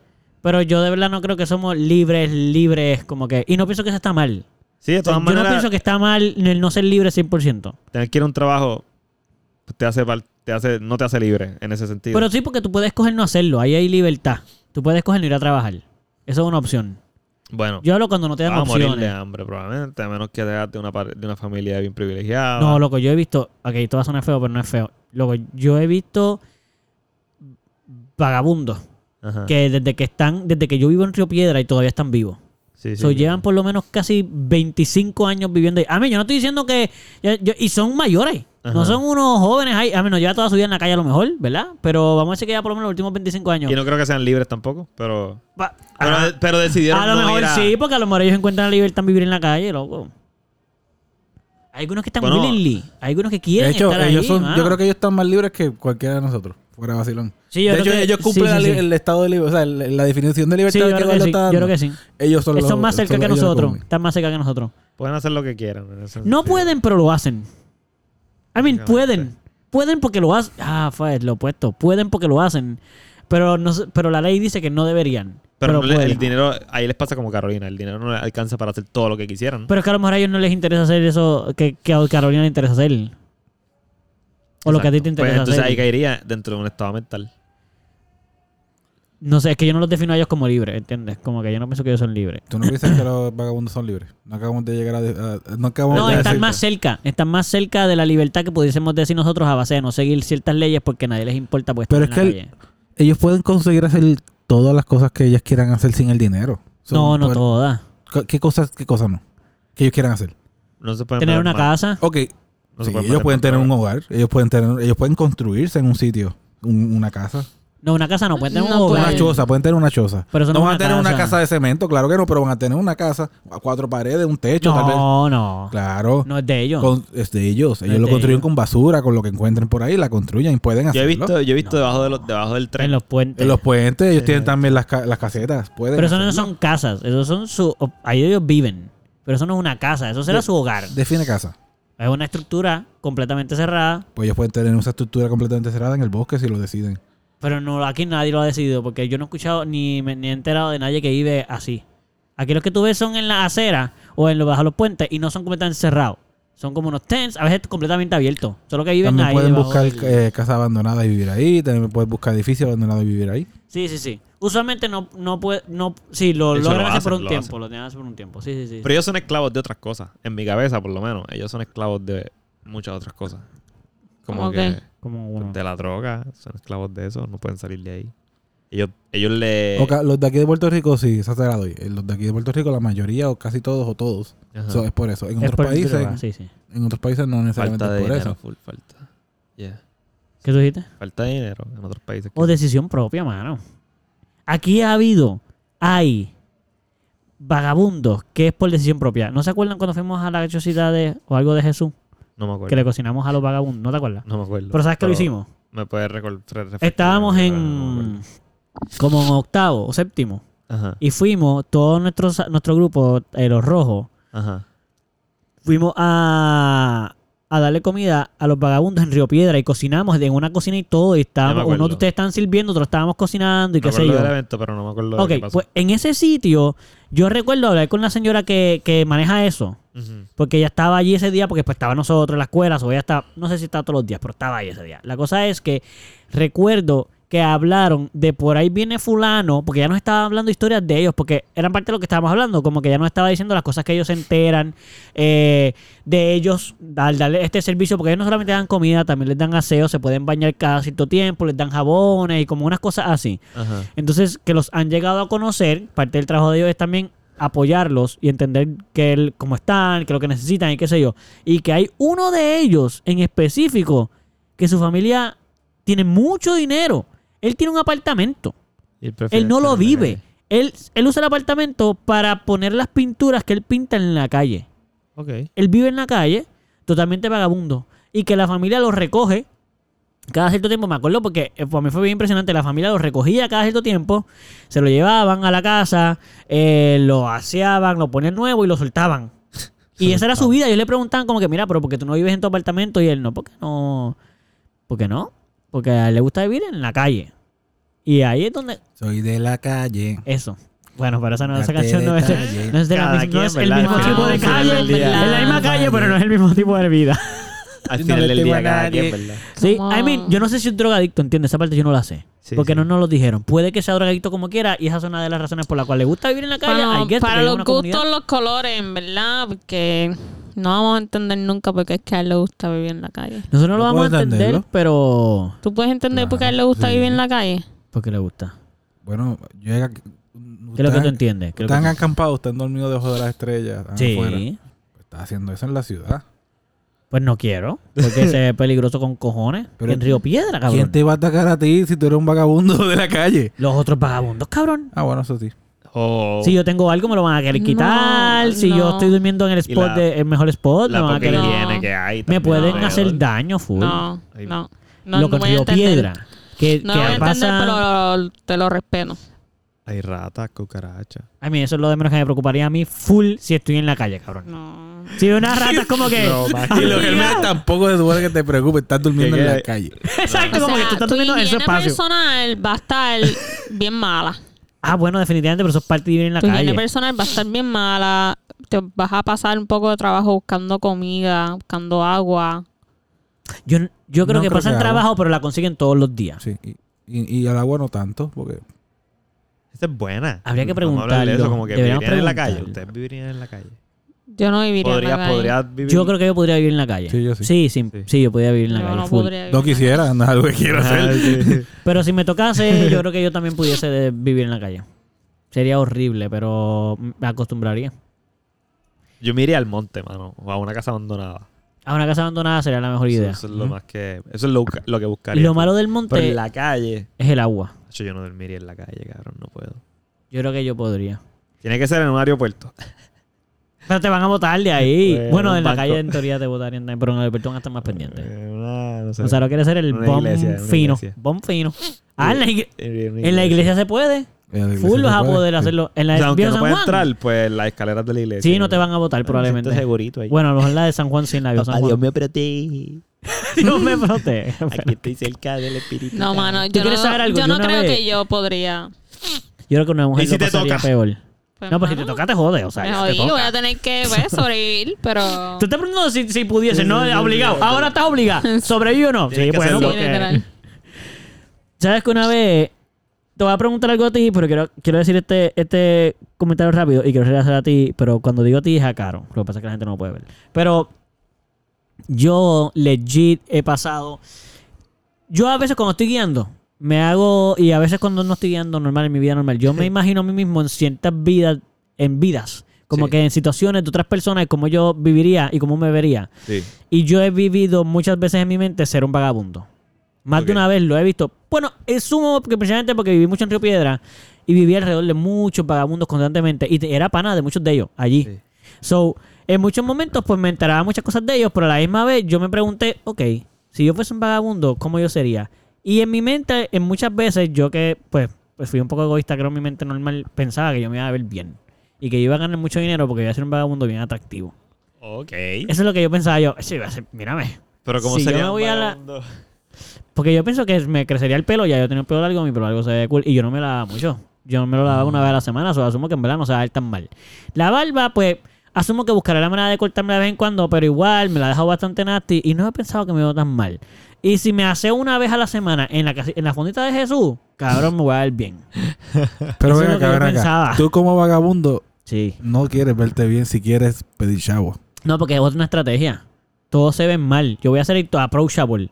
Speaker 3: pero yo de verdad no creo que somos libres, libres, como que. Y no pienso que eso está mal.
Speaker 2: Sí, de
Speaker 3: O sea,
Speaker 2: todas
Speaker 3: yo no
Speaker 2: maneras,
Speaker 3: pienso que está mal el no ser libre 100%.
Speaker 2: tener que ir a un trabajo pues, te hace, val- te hace, no te hace libre en ese sentido.
Speaker 3: Pero sí, porque tú puedes escoger no hacerlo. Ahí hay libertad. Tú puedes escoger no ir a trabajar. Eso es una opción.
Speaker 2: bueno,
Speaker 3: Yo hablo cuando no te dan
Speaker 2: vas a morir de
Speaker 3: opciones.
Speaker 2: hambre probablemente, a menos que seas de una, par- de una familia bien privilegiada.
Speaker 3: No, loco, yo he visto. Ok, esto va a sonar feo, pero no es feo. Loco, yo he visto vagabundos
Speaker 2: Ajá.
Speaker 3: que desde que están, desde que yo vivo en Río Piedra y todavía están vivos.
Speaker 2: Sí, sí,
Speaker 3: so,
Speaker 2: sí.
Speaker 3: llevan Ah, por lo menos casi 25 años viviendo ahí. A mí, yo no estoy diciendo que. yo- yo- y son mayores. No son unos jóvenes ahí, Ah, a menos ya toda su vida en la calle a lo mejor, ¿verdad? Pero vamos a decir que ya por lo menos los últimos 25 años.
Speaker 2: Y no creo que sean libres tampoco, pero.
Speaker 3: Pa-
Speaker 2: Pero,
Speaker 3: Ah,
Speaker 2: pero decidieron.
Speaker 3: a lo
Speaker 2: no
Speaker 3: mejor
Speaker 2: ir a-
Speaker 3: sí, porque a lo mejor ellos encuentran la libertad en vivir en la calle, loco. Hay algunos que están
Speaker 2: Bueno,
Speaker 3: willingly, hay algunos que
Speaker 4: De
Speaker 3: quieren
Speaker 4: hecho,
Speaker 3: estar
Speaker 4: ellos
Speaker 3: ahí,
Speaker 4: son,
Speaker 3: mano.
Speaker 4: yo creo que ellos están más libres que cualquiera de nosotros, fuera de vacilón.
Speaker 3: Sí, yo
Speaker 4: de
Speaker 3: creo
Speaker 4: hecho,
Speaker 3: que-
Speaker 4: ellos
Speaker 3: sí,
Speaker 4: cumplen
Speaker 3: sí,
Speaker 4: la, li-
Speaker 3: sí.
Speaker 4: el estado de libertad, o sea, el- la definición de
Speaker 3: Sí,
Speaker 4: libertad
Speaker 3: yo
Speaker 4: que
Speaker 3: creo que
Speaker 4: Eduardo
Speaker 3: sí,
Speaker 4: está
Speaker 3: yo
Speaker 4: dando.
Speaker 3: creo que sí.
Speaker 4: Ellos son, los-
Speaker 3: Son más cerca
Speaker 4: son-
Speaker 3: que
Speaker 4: ellos los
Speaker 3: nosotros,
Speaker 4: comen.
Speaker 3: están más cerca que nosotros.
Speaker 2: Pueden hacer lo que quieran. en ese
Speaker 3: No
Speaker 2: sentido.
Speaker 3: pueden, pero lo hacen. I mean,
Speaker 2: Básicamente.
Speaker 3: pueden. Pueden porque lo hacen. Ah, fue lo opuesto. Pueden porque lo hacen. Pero, no, se- pero la ley dice que no deberían.
Speaker 2: Pero,
Speaker 3: Pero,
Speaker 2: no le- el
Speaker 3: pueden.
Speaker 2: dinero, ahí les pasa como Carolina, el dinero no les alcanza para hacer todo lo que quisieran.
Speaker 3: Pero es que a lo mejor a ellos no les interesa hacer eso que, que a Carolina le interesa hacer. O lo que a ti
Speaker 2: Exacto.
Speaker 3: te interesa
Speaker 2: Pues entonces
Speaker 3: hacer.
Speaker 2: ahí caería dentro de un estado mental.
Speaker 3: No sé, es que yo no los defino a ellos como libres, ¿entiendes? Como que yo no pienso que ellos son libres.
Speaker 4: Tú no piensas que los vagabundos son libres. No acabamos de llegar a. a- no acabamos
Speaker 3: No,
Speaker 4: de
Speaker 3: están
Speaker 4: decir-
Speaker 3: más cerca. Están más cerca de la libertad que pudiésemos decir nosotros a base de no seguir ciertas leyes porque a nadie les importa pues
Speaker 4: Pero
Speaker 3: estar
Speaker 4: es
Speaker 3: en
Speaker 4: que
Speaker 3: la
Speaker 4: el-
Speaker 3: calle.
Speaker 4: Ellos pueden conseguir hacer todas las cosas que ellas quieran hacer sin el dinero. Son-
Speaker 3: no, no
Speaker 4: pues,
Speaker 3: todas.
Speaker 4: ¿qué- ¿Qué cosas, qué cosas no? Que ellos quieran hacer.
Speaker 2: No se pueden
Speaker 3: Tener
Speaker 2: meter
Speaker 3: una
Speaker 2: mal.
Speaker 3: casa.
Speaker 4: Ok,
Speaker 2: No se
Speaker 4: sí,
Speaker 2: pueden
Speaker 4: ellos
Speaker 2: meter
Speaker 4: pueden
Speaker 2: mal.
Speaker 4: tener un hogar, ellos pueden tener, ellos pueden construirse en un sitio, un- una casa,
Speaker 3: No, una casa no puede tener un
Speaker 1: No
Speaker 3: hogar.
Speaker 4: pues, una
Speaker 1: Pueden.
Speaker 4: choza, pueden tener una choza.
Speaker 3: Pero eso no es
Speaker 4: no van a
Speaker 3: una
Speaker 4: tener una
Speaker 3: casa.
Speaker 4: casa de cemento, claro que no, pero van a tener una casa a cuatro paredes, un techo, tal vez.
Speaker 3: No, no.
Speaker 4: Claro.
Speaker 3: No es de ellos.
Speaker 4: Con- es de ellos,
Speaker 3: No
Speaker 4: ellos
Speaker 3: es
Speaker 4: lo
Speaker 3: de
Speaker 4: construyen
Speaker 3: ellos.
Speaker 4: con basura, con lo que encuentren por ahí, la construyen y pueden
Speaker 2: Yo he
Speaker 4: hacerlo.
Speaker 2: visto, yo he visto
Speaker 3: No.
Speaker 2: debajo, de los, debajo del tren.
Speaker 3: En los puentes.
Speaker 4: En los puentes ellos
Speaker 2: Sí,
Speaker 4: tienen
Speaker 2: no.
Speaker 4: también las, ca- las casetas, pueden.
Speaker 3: Pero eso no
Speaker 4: hacerlo.
Speaker 3: son casas. Eso son su... Ahí ellos viven. Pero eso no es una casa. Eso será
Speaker 4: De-
Speaker 3: su hogar.
Speaker 4: Define casa.
Speaker 3: Es una estructura completamente cerrada.
Speaker 4: Pues ellos pueden tener una estructura completamente cerrada en el bosque si lo deciden.
Speaker 3: Pero no, aquí nadie lo ha decidido. Porque yo no he escuchado ni me ni he enterado de nadie que vive así. Aquí los que tú ves son en la acera o en los bajo los puentes y no son completamente cerrados. Son como unos tents, a veces completamente abiertos. Solo que viven
Speaker 4: También
Speaker 3: ahí.
Speaker 4: pueden
Speaker 3: debajo
Speaker 4: buscar
Speaker 3: del-
Speaker 4: eh, casas abandonadas y vivir ahí. También pueden buscar edificios abandonados y vivir ahí.
Speaker 3: Sí, sí, sí. Usualmente no, no puede, no, sí, lo
Speaker 2: Eso lo
Speaker 3: logran hacer
Speaker 2: hacen,
Speaker 3: por un
Speaker 2: lo
Speaker 3: tiempo,
Speaker 2: hacen.
Speaker 3: lo tienen que hacer por un tiempo. Sí, sí, sí.
Speaker 2: Pero ellos son esclavos de otras cosas. En mi cabeza, por lo menos. Ellos son esclavos de muchas otras cosas. Como
Speaker 1: Ok.
Speaker 2: que
Speaker 3: como uno.
Speaker 2: de la droga, son esclavos de eso, no pueden salir de ahí. Ellos, ellos le.
Speaker 4: Ok, los de aquí de Puerto Rico, sí, esa te la doy. Eh, Los de aquí de Puerto Rico, la mayoría o casi todos o todos.
Speaker 2: Ajá.
Speaker 4: So, es por eso. En
Speaker 3: Es
Speaker 4: otros
Speaker 3: por
Speaker 4: países,
Speaker 3: droga, Sí, sí.
Speaker 4: en otros países no necesariamente
Speaker 2: falta de
Speaker 4: es por
Speaker 2: dinero,
Speaker 4: eso.
Speaker 2: full falta. Yeah.
Speaker 3: ¿Qué tú dijiste?
Speaker 2: Falta de dinero en otros países. que-
Speaker 3: O decisión propia, mano. Aquí ha habido, hay vagabundos que es por decisión propia. ¿No se acuerdan cuando fuimos a la chocita de o algo de Jesús?
Speaker 2: no me
Speaker 3: Que
Speaker 2: acuerdo.
Speaker 3: le cocinamos a los vagabundos, ¿no te acuerdas?
Speaker 2: No me acuerdo.
Speaker 3: Pero ¿sabes qué lo hicimos?
Speaker 2: Me puede recordar.
Speaker 3: Estábamos en como en octavo o séptimo.
Speaker 2: Ajá.
Speaker 3: Y fuimos, todo nuestro, nuestro grupo, eh, los rojos,
Speaker 2: Ajá.
Speaker 3: fuimos a, a darle comida a los vagabundos en Río Piedra y cocinamos en una cocina y todo. Y estábamos,
Speaker 2: acuerdo.
Speaker 3: uno de ustedes estaban sirviendo, otros estábamos cocinando y
Speaker 2: Me
Speaker 3: qué sé
Speaker 2: acuerdo
Speaker 3: yo.
Speaker 2: del evento, pero no me acuerdo de
Speaker 3: Ok,
Speaker 2: qué pasó.
Speaker 3: pues en ese sitio, yo recuerdo hablar con la señora que, que maneja eso.
Speaker 2: Ujú.
Speaker 3: Porque ella estaba allí ese día, porque pues estaba nosotros en la escuela, o ella estaba, no sé si estaba todos los días, pero estaba ahí ese día. La cosa es que recuerdo que hablaron de por ahí viene fulano, porque ya nos estaba hablando historias de ellos, porque eran parte de lo que estábamos hablando, como que ya nos estaba diciendo las cosas que ellos se enteran, eh, de ellos al darle este servicio, porque ellos no solamente dan comida, también les dan aseo, se pueden bañar cada cierto tiempo, les dan jabones y como unas cosas así.
Speaker 2: Ajá.
Speaker 3: Entonces, que los han llegado a conocer, parte del trabajo de ellos es también apoyarlos y entender que el- cómo están, que lo que necesitan y qué sé yo. Y que hay uno de ellos en específico que su familia tiene mucho dinero. Él tiene un apartamento.
Speaker 2: Y prefiere
Speaker 3: Él no lo
Speaker 2: estar en la
Speaker 3: vive.
Speaker 2: calle.
Speaker 3: Él, él usa el apartamento para poner las pinturas que él pinta en la calle.
Speaker 2: Ok.
Speaker 3: Él vive en la calle, totalmente vagabundo. Y que la familia lo recoge cada cierto tiempo. Me acuerdo porque eh, para mí fue bien impresionante. La familia lo recogía cada cierto tiempo, se lo llevaban a la casa, eh, lo aseaban, lo ponían nuevo y lo soltaban. Y esa era su vida. Yo le preguntaban como que, mira, pero porque tú no vives en tu apartamento? Y él, no, porque no? ¿Por qué no? Porque a él le gusta vivir en la calle. Y ahí es donde...
Speaker 4: Soy de la calle.
Speaker 3: Eso. Bueno, pero esa, no, esa
Speaker 4: Date
Speaker 3: canción no es,
Speaker 4: detalle.
Speaker 3: no es de la
Speaker 2: Cada
Speaker 3: misma- no
Speaker 2: quien,
Speaker 3: es el
Speaker 2: ¿verdad?
Speaker 3: mismo
Speaker 2: Al
Speaker 3: tipo de
Speaker 2: final
Speaker 3: calle.
Speaker 2: del día.
Speaker 3: Es la misma calle, pero no es el mismo tipo de vida.
Speaker 2: Al
Speaker 4: Yo no
Speaker 2: final
Speaker 4: le
Speaker 2: del
Speaker 4: temo
Speaker 2: día,
Speaker 4: a
Speaker 2: cada
Speaker 4: nadie.
Speaker 2: quien, ¿verdad?
Speaker 3: Sí,
Speaker 1: Como-
Speaker 3: I mean, yo no sé si es drogadicto, ¿entiendes? Esa parte yo no la sé.
Speaker 2: Sí,
Speaker 3: porque
Speaker 2: sí.
Speaker 3: no nos lo dijeron. Puede que sea drogadicto como quiera y esa es una de las razones por la cual le gusta vivir en la calle.
Speaker 1: Bueno,
Speaker 3: I guess, porque
Speaker 1: para
Speaker 3: hay
Speaker 1: los
Speaker 3: una
Speaker 1: gustos,
Speaker 3: comunidad.
Speaker 1: los colores, en verdad, porque no vamos a entender nunca porque es que a él le gusta vivir en la calle.
Speaker 3: Nosotros no lo
Speaker 4: No
Speaker 3: vamos a
Speaker 4: puedo
Speaker 3: entender,
Speaker 4: entenderlo.
Speaker 3: pero...
Speaker 1: ¿Tú puedes entender por qué a él le
Speaker 4: Claro,
Speaker 1: gusta
Speaker 4: sí.
Speaker 1: vivir en la calle?
Speaker 3: Porque le gusta.
Speaker 4: Bueno, yo mm, llega.
Speaker 3: ¿Qué es lo que tú entiendes? ¿Qué es lo
Speaker 4: Están
Speaker 3: que tú-
Speaker 4: Ah, acampados, están dormidos debajo de las estrellas. Pues,
Speaker 3: Sí.
Speaker 4: afuera. Estás haciendo eso en la ciudad.
Speaker 3: Pues no quiero, porque ese es peligroso con cojones.
Speaker 4: Pero-
Speaker 3: en Río Piedra, cabrón.
Speaker 4: ¿Quién te va a atacar a ti si tú eres un vagabundo de la calle?
Speaker 3: Los otros vagabundos, cabrón.
Speaker 4: Ah, bueno, eso sí.
Speaker 2: O
Speaker 3: Si yo tengo algo, me lo van a querer
Speaker 1: No,
Speaker 3: quitar. si
Speaker 1: no.
Speaker 3: yo estoy durmiendo en el
Speaker 2: Y
Speaker 3: spot,
Speaker 2: la-
Speaker 3: de, el mejor spot, me
Speaker 2: la
Speaker 3: van a
Speaker 2: poca
Speaker 3: querer.
Speaker 1: querer-
Speaker 2: higiene
Speaker 1: No.
Speaker 2: que hay.
Speaker 3: Me
Speaker 2: también
Speaker 3: pueden
Speaker 2: alrededor.
Speaker 3: hacer daño, full.
Speaker 1: No,
Speaker 2: Ay,
Speaker 1: no. No,
Speaker 3: lo
Speaker 1: no
Speaker 3: que
Speaker 1: voy a
Speaker 3: Río
Speaker 1: entender.
Speaker 3: Piedra. Que,
Speaker 1: No
Speaker 3: que
Speaker 1: voy a entender,
Speaker 3: pasa-
Speaker 1: pero te lo respeto.
Speaker 2: Hay ratas, cucarachas.
Speaker 3: A mí eso es lo de menos que me preocuparía a mí full si estoy en la calle, cabrón.
Speaker 1: No.
Speaker 3: Si veo una rata es como que...
Speaker 2: No,
Speaker 4: Y los gérmenes tampoco se supone que te preocupes, estás durmiendo en la
Speaker 2: Que-
Speaker 4: calle.
Speaker 3: Exacto,
Speaker 1: O
Speaker 3: como que
Speaker 1: sea,
Speaker 3: tú estás
Speaker 1: tu
Speaker 3: durmiendo en su
Speaker 1: higiene
Speaker 3: espacio.
Speaker 1: personal va a estar bien mala.
Speaker 3: Ah, bueno, definitivamente, pero eso es parte de vivir en la
Speaker 1: tu higiene
Speaker 3: calle.
Speaker 1: personal va a estar bien mala. Te vas a pasar un poco de trabajo buscando comida, buscando agua.
Speaker 3: Yo, yo creo
Speaker 4: No
Speaker 3: que
Speaker 4: creo
Speaker 3: pasan
Speaker 4: que hago.
Speaker 3: trabajo, pero la consiguen todos los días.
Speaker 4: Sí, y, y, y al agua no tanto, porque
Speaker 2: Esa es buena.
Speaker 3: Habría que
Speaker 2: Vamos a hablar de
Speaker 3: preguntarlo.
Speaker 2: Eso, como que
Speaker 3: Deberíamos
Speaker 2: vivirían en la calle.
Speaker 3: preguntarlo.
Speaker 2: Ustedes vivirían en la calle.
Speaker 1: Yo no viviría en la
Speaker 2: Podrías,
Speaker 1: calle.
Speaker 2: podrías vivir.
Speaker 3: Yo creo que yo podría vivir en la calle.
Speaker 4: Sí, yo sí.
Speaker 3: Sí, sí,
Speaker 2: Sí.
Speaker 3: sí, yo podría vivir en la
Speaker 1: Yo
Speaker 3: calle.
Speaker 1: no
Speaker 3: full.
Speaker 1: podría vivir
Speaker 4: no
Speaker 1: en la
Speaker 4: quisiera, no es algo que
Speaker 3: Ah,
Speaker 4: quiero
Speaker 2: Ajá,
Speaker 4: hacer.
Speaker 2: sí.
Speaker 3: Pero si me tocase, yo creo que yo también pudiese de- vivir en la calle. Sería horrible, pero me acostumbraría.
Speaker 2: Yo me iría al monte, mano. O a una casa abandonada.
Speaker 3: A una casa abandonada sería la mejor
Speaker 2: Eso,
Speaker 3: idea.
Speaker 2: eso es lo más que. Eso es lo, busca- lo que buscaría.
Speaker 3: Lo malo del monte
Speaker 2: Pero en la calle.
Speaker 3: es el agua.
Speaker 2: Nacho, Yo no dormiría en la calle, cabrón. No puedo.
Speaker 3: Yo creo que yo podría.
Speaker 2: Tiene que ser en un aeropuerto.
Speaker 3: Pero te van a botar de ahí.
Speaker 2: Bueno,
Speaker 3: bueno, en la
Speaker 2: banco.
Speaker 3: calle en teoría te votarían, también, pero en el aeropuerto van a estar más pendientes.
Speaker 2: Eh, una- no sé.
Speaker 3: O sea, lo quiere ser el
Speaker 2: Una
Speaker 3: bomb
Speaker 2: iglesia, una
Speaker 3: fino.
Speaker 2: iglesia.
Speaker 3: Bomb fino. Ah, en la, igle-
Speaker 2: Eh, una
Speaker 3: en la iglesia se puede.
Speaker 4: En la iglesia
Speaker 3: Full
Speaker 4: se
Speaker 3: vas a
Speaker 4: puede,
Speaker 3: poder
Speaker 4: sí.
Speaker 3: hacerlo. En la
Speaker 2: O sea, aunque
Speaker 3: de
Speaker 2: no
Speaker 3: San
Speaker 2: pueda
Speaker 3: Juan.
Speaker 2: entrar, pues las escaleras de la iglesia.
Speaker 3: Sí, no te van a votar probablemente.
Speaker 2: Me siento segurito ahí.
Speaker 3: Bueno, a lo mejor la de San Juan sí en la de San Juan.
Speaker 2: me protege.
Speaker 3: Dios me protege. Pero
Speaker 2: estoy cerca del espíritu.
Speaker 1: No, mano, yo no,
Speaker 3: quieres saber algo?
Speaker 1: yo
Speaker 3: Yo
Speaker 1: no
Speaker 3: una
Speaker 1: creo
Speaker 3: vez-
Speaker 1: que yo podría.
Speaker 3: Yo creo que una mujer
Speaker 2: ¿Y si
Speaker 3: lo
Speaker 2: te
Speaker 3: pasaría
Speaker 2: toca?
Speaker 3: peor.
Speaker 1: Pues,
Speaker 3: No, pues si te
Speaker 1: mano,
Speaker 3: toca te jode, o sea,
Speaker 1: Me
Speaker 3: ya te
Speaker 1: jodí, voy
Speaker 3: toca.
Speaker 1: a tener que pues, sobrevivir, pero.
Speaker 3: Te estás preguntando si, si pudiese, no, obligado. Ahora estás obligado. ¿Sobrevive o no?
Speaker 2: Tienes
Speaker 3: Sí,
Speaker 2: que
Speaker 3: bueno,
Speaker 2: hacerlo.
Speaker 1: Sí, literal.
Speaker 3: porque... Sabes que una vez te voy a preguntar algo a ti, pero quiero, quiero decir este, este comentario rápido y quiero hacer a ti, pero cuando digo a ti es a Caro. Lo que pasa es que la gente no lo puede ver. Pero yo legit he pasado. Yo a veces cuando estoy guiando, me hago. Y a veces cuando no estoy guiando normal en mi vida normal, yo me imagino a mí mismo en ciertas vidas, en vidas. Como
Speaker 2: Sí.
Speaker 3: que en situaciones de otras personas, y cómo yo viviría y cómo me vería.
Speaker 2: Sí.
Speaker 3: Y yo he vivido muchas veces en mi mente ser un vagabundo. Más
Speaker 2: Ok.
Speaker 3: de una vez lo he visto. Bueno, es sumo que precisamente porque viví mucho en Río Piedra y viví alrededor de muchos vagabundos constantemente. Y te- era pana de muchos de ellos allí.
Speaker 2: Sí.
Speaker 3: So, en muchos momentos, pues me enteraba muchas cosas de ellos, pero a la misma vez yo me pregunté, ok, si yo fuese un vagabundo, ¿cómo yo sería? Y en mi mente, en muchas veces, yo que, pues, pues fui un poco egoísta, creo en mi mente normal, pensaba que yo me iba a ver bien. Y que yo iba a ganar mucho dinero porque iba a ser un vagabundo bien atractivo.
Speaker 2: Ok.
Speaker 3: Eso es lo que yo pensaba yo. Sí, iba a ser- mírame.
Speaker 2: Pero como
Speaker 3: Si yo
Speaker 2: sería.
Speaker 3: me
Speaker 2: un
Speaker 3: voy a la-
Speaker 2: vagabundo?
Speaker 3: Porque yo pienso que me crecería el pelo, ya yo tenía el pelo largo, mi pelo largo se ve cool. Y yo no me lavaba mucho. Yo me lo lavaba una vez a la semana, o sea, asumo que en verdad no se va a ver tan mal. La barba, pues, asumo que buscaré la manera de cortarme de vez en cuando, pero igual me la he dejado bastante nasty y no he pensado que me veo tan mal. Y si me hace una vez a la semana en la, casi- en la fondita de Jesús, cabrón, me voy a ver bien.
Speaker 4: Pero
Speaker 3: Eso
Speaker 4: ven
Speaker 3: es lo que
Speaker 4: acá,
Speaker 3: yo
Speaker 4: ven acá.
Speaker 3: pensaba.
Speaker 4: Tú como vagabundo
Speaker 3: Sí.
Speaker 4: no quieres verte bien si quieres pedir chavo.
Speaker 3: No, porque es una estrategia. Todos se ven mal. Yo voy a ser el to- approachable.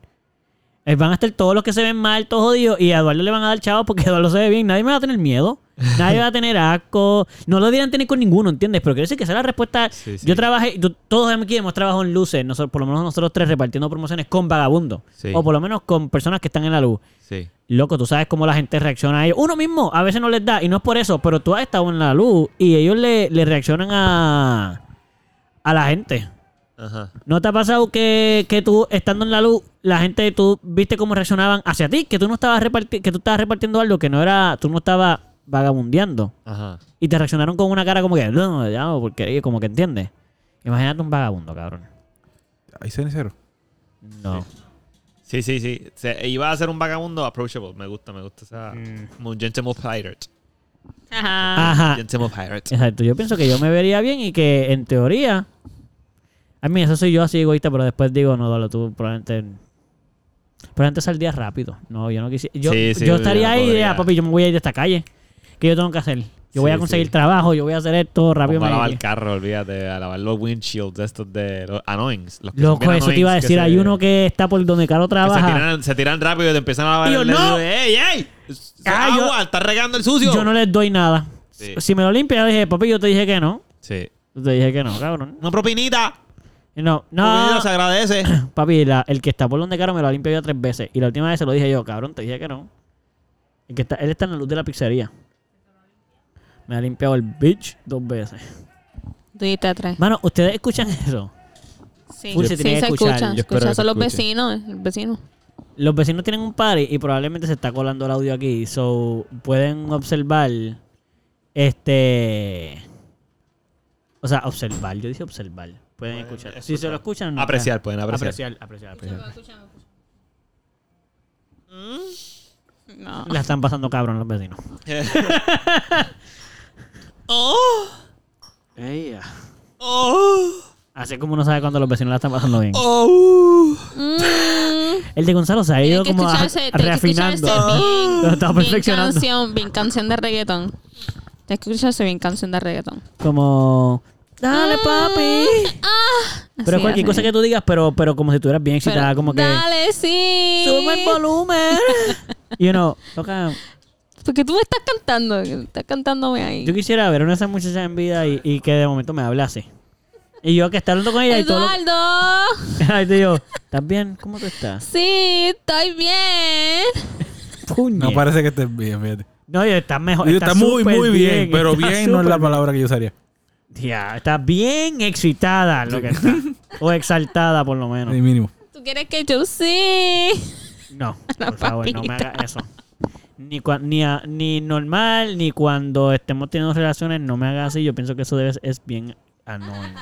Speaker 3: Eh, Van a estar todos los que se ven mal, todos jodidos, y a Eduardo le van a dar chavo porque Eduardo se ve bien. Nadie me va a tener miedo. Nadie va a tener asco. No lo dirán tener con ninguno, ¿entiendes? Pero quiero decir que esa es la respuesta.
Speaker 2: Sí, sí.
Speaker 3: Yo trabajé, yo- todos aquí hemos trabajado en luces, nosotros, por lo menos nosotros tres repartiendo promociones con vagabundos.
Speaker 2: Sí.
Speaker 3: O por lo menos con personas que están en la luz.
Speaker 2: Sí.
Speaker 3: Loco, tú sabes cómo la gente reacciona a ellos. Uno mismo a veces no les da, y no es por eso, pero tú has estado en la luz y ellos le, le reaccionan a, a la gente.
Speaker 2: Ajá.
Speaker 3: ¿No te ha pasado que, que tú, estando en la luz, la gente, tú viste cómo reaccionaban hacia ti? Que tú no estabas reparti- que tú estabas repartiendo algo que no era, tú no estabas vagabundeando.
Speaker 2: Ajá.
Speaker 3: Y te reaccionaron con una cara como que, no, ya, no, porque como que entiendes. Imagínate un vagabundo, cabrón.
Speaker 4: Ahí cenicero.
Speaker 3: No.
Speaker 2: Sí, sí, sí. Se- iba a ser un vagabundo approachable. Me gusta, me gusta esa. Como un gentleman pirate.
Speaker 1: Ajá.
Speaker 3: Ajá.
Speaker 2: Gentleman pirate.
Speaker 3: Exacto. Yo pienso que yo me vería bien y que en teoría. A mí, eso soy yo así egoísta, pero después digo, no, Dolo, tú probablemente. Probablemente saldrías rápido. No, yo no quisiera. Yo,
Speaker 2: Sí, sí,
Speaker 3: yo
Speaker 2: yo
Speaker 3: estaría
Speaker 2: no
Speaker 3: ahí, de,
Speaker 2: podría.
Speaker 3: "Ah, papi, yo me voy a ir de esta calle. ¿Qué yo tengo que hacer? Yo voy
Speaker 2: Sí,
Speaker 3: a conseguir
Speaker 2: sí.
Speaker 3: trabajo, yo voy a hacer esto rápido.
Speaker 2: Vamos a
Speaker 3: me-
Speaker 2: lavar el carro, olvídate. A lavar los windshields estos de los annoyings. Los que son
Speaker 3: Loco,
Speaker 2: bien
Speaker 3: eso te iba a
Speaker 2: annoyings que
Speaker 3: decir.
Speaker 2: se-
Speaker 3: Hay uno que está por donde Caro
Speaker 2: que se
Speaker 3: trabaja.
Speaker 2: tiran, se tiran rápido y te empiezan a lavar.
Speaker 3: Y yo,
Speaker 2: el- le
Speaker 3: "No".
Speaker 2: digo, ¡Ey, ey! Es- es
Speaker 3: Ah, yo-
Speaker 2: ¡Agua! ¡Estás regando el sucio!
Speaker 3: Yo no les doy nada.
Speaker 2: Sí.
Speaker 3: Si me lo limpia, yo dije, papi, yo te dije que no.
Speaker 2: Sí.
Speaker 3: Yo te dije que no, cabrón.
Speaker 2: ¡Una propinita!
Speaker 3: No,
Speaker 2: Porque
Speaker 3: no.
Speaker 2: Dios se agradece.
Speaker 3: Papi, la- el que está por donde caro me lo ha limpiado ya tres veces. Y la última vez se lo dije yo, cabrón, te dije que no. El que está, él está en la luz de la pizzería. Me ha limpiado el bitch dos veces.
Speaker 1: Tú dijiste tres.
Speaker 3: Mano, ¿ustedes escuchan eso?
Speaker 1: Sí,
Speaker 3: Full se
Speaker 1: sí,
Speaker 3: tiene que
Speaker 1: se escucha.
Speaker 3: escuchar.
Speaker 4: Yo espero que
Speaker 1: Escucha,
Speaker 4: se
Speaker 1: son los
Speaker 4: escuche.
Speaker 1: vecinos, el vecino.
Speaker 3: Los vecinos tienen un party y probablemente se está colando el audio aquí. So, pueden observar. Este. O sea, observar. Yo dije observar. Pueden escuchar. Si se lo escuchan, no.
Speaker 2: Apreciar, pueden apreciar.
Speaker 3: Apreciar, apreciar, apreciar.
Speaker 1: No.
Speaker 3: La están pasando cabrón los vecinos.
Speaker 2: Oh,
Speaker 3: Ella.
Speaker 2: oh,
Speaker 3: Así como uno sabe cuando los vecinos la están pasando bien.
Speaker 2: oh.
Speaker 1: Mm,
Speaker 3: El de Gonzalo se ha ido
Speaker 1: tiene que
Speaker 3: como a-
Speaker 1: escucharse, tiene que
Speaker 3: reafinando.
Speaker 1: escucharse bien-
Speaker 3: Lo está
Speaker 1: bien
Speaker 3: perfeccionando.
Speaker 1: canción, bien canción de reggaetón. Tiene que escucharse bien canción de reggaetón.
Speaker 3: Como.
Speaker 1: Ah.
Speaker 3: Dale, papi. Pero
Speaker 1: Así,
Speaker 3: cualquier
Speaker 1: así.
Speaker 3: cosa que tú digas, pero, pero como si estuvieras bien
Speaker 1: Pero,
Speaker 3: excitada, como que.
Speaker 1: Dale, sí.
Speaker 3: Sube el volumen. you know, toca.
Speaker 1: Porque tú me estás cantando, estás cantándome ahí.
Speaker 3: Yo quisiera ver a una de esas muchachas en vida y, y que de momento me hablase. Y yo que está hablando con ella y todo. lo-
Speaker 1: Eduardo,
Speaker 3: Ay, te digo, ¿estás bien? ¿Cómo tú estás?
Speaker 1: sí, estoy bien.
Speaker 3: Puñe.
Speaker 4: No parece que estés bien, fíjate.
Speaker 3: No, yo, estás mejor.
Speaker 4: Está, muy,
Speaker 3: súper
Speaker 4: muy bien, pero
Speaker 3: estás
Speaker 4: bien no es la
Speaker 3: súper
Speaker 4: palabra que yo usaría.
Speaker 3: bien. Ya, estás bien excitada lo que está. o exaltada, por lo menos.
Speaker 4: Ni mínimo.
Speaker 1: ¿Tú quieres que yo sí?
Speaker 3: No,
Speaker 1: La
Speaker 3: por favor, no me
Speaker 1: papita.
Speaker 3: hagas eso. Ni, cua- ni, a- ni normal, ni cuando estemos teniendo relaciones, no me hagas así. Yo pienso que eso debe, es bien annoying.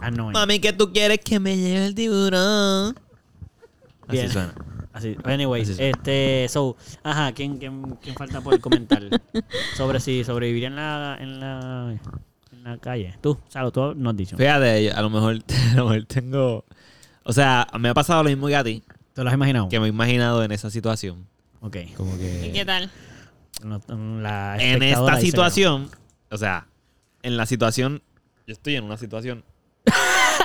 Speaker 3: Annoying.
Speaker 2: Mami, que tú quieres que me lleve el tiburón.
Speaker 3: Bien.
Speaker 2: Así suena.
Speaker 3: Así, anyways,
Speaker 2: Así son.
Speaker 3: este, so, ajá, ¿quién, quién, quién falta por comentar? sobre si sobreviviría en la, en la, en la calle. Tú, Salo, tú no has dicho.
Speaker 2: Fíjate, a lo mejor, a lo mejor tengo. O sea, me ha pasado lo mismo que a ti,
Speaker 3: ¿Te lo has imaginado?
Speaker 2: que me he imaginado en esa situación.
Speaker 3: Ok.
Speaker 2: Como
Speaker 1: ¿Y
Speaker 2: que.
Speaker 1: qué tal?
Speaker 3: No, este la
Speaker 2: En
Speaker 3: espectadora
Speaker 2: esta
Speaker 3: dice que no.
Speaker 2: situación, o sea, en la situación, yo estoy en una situación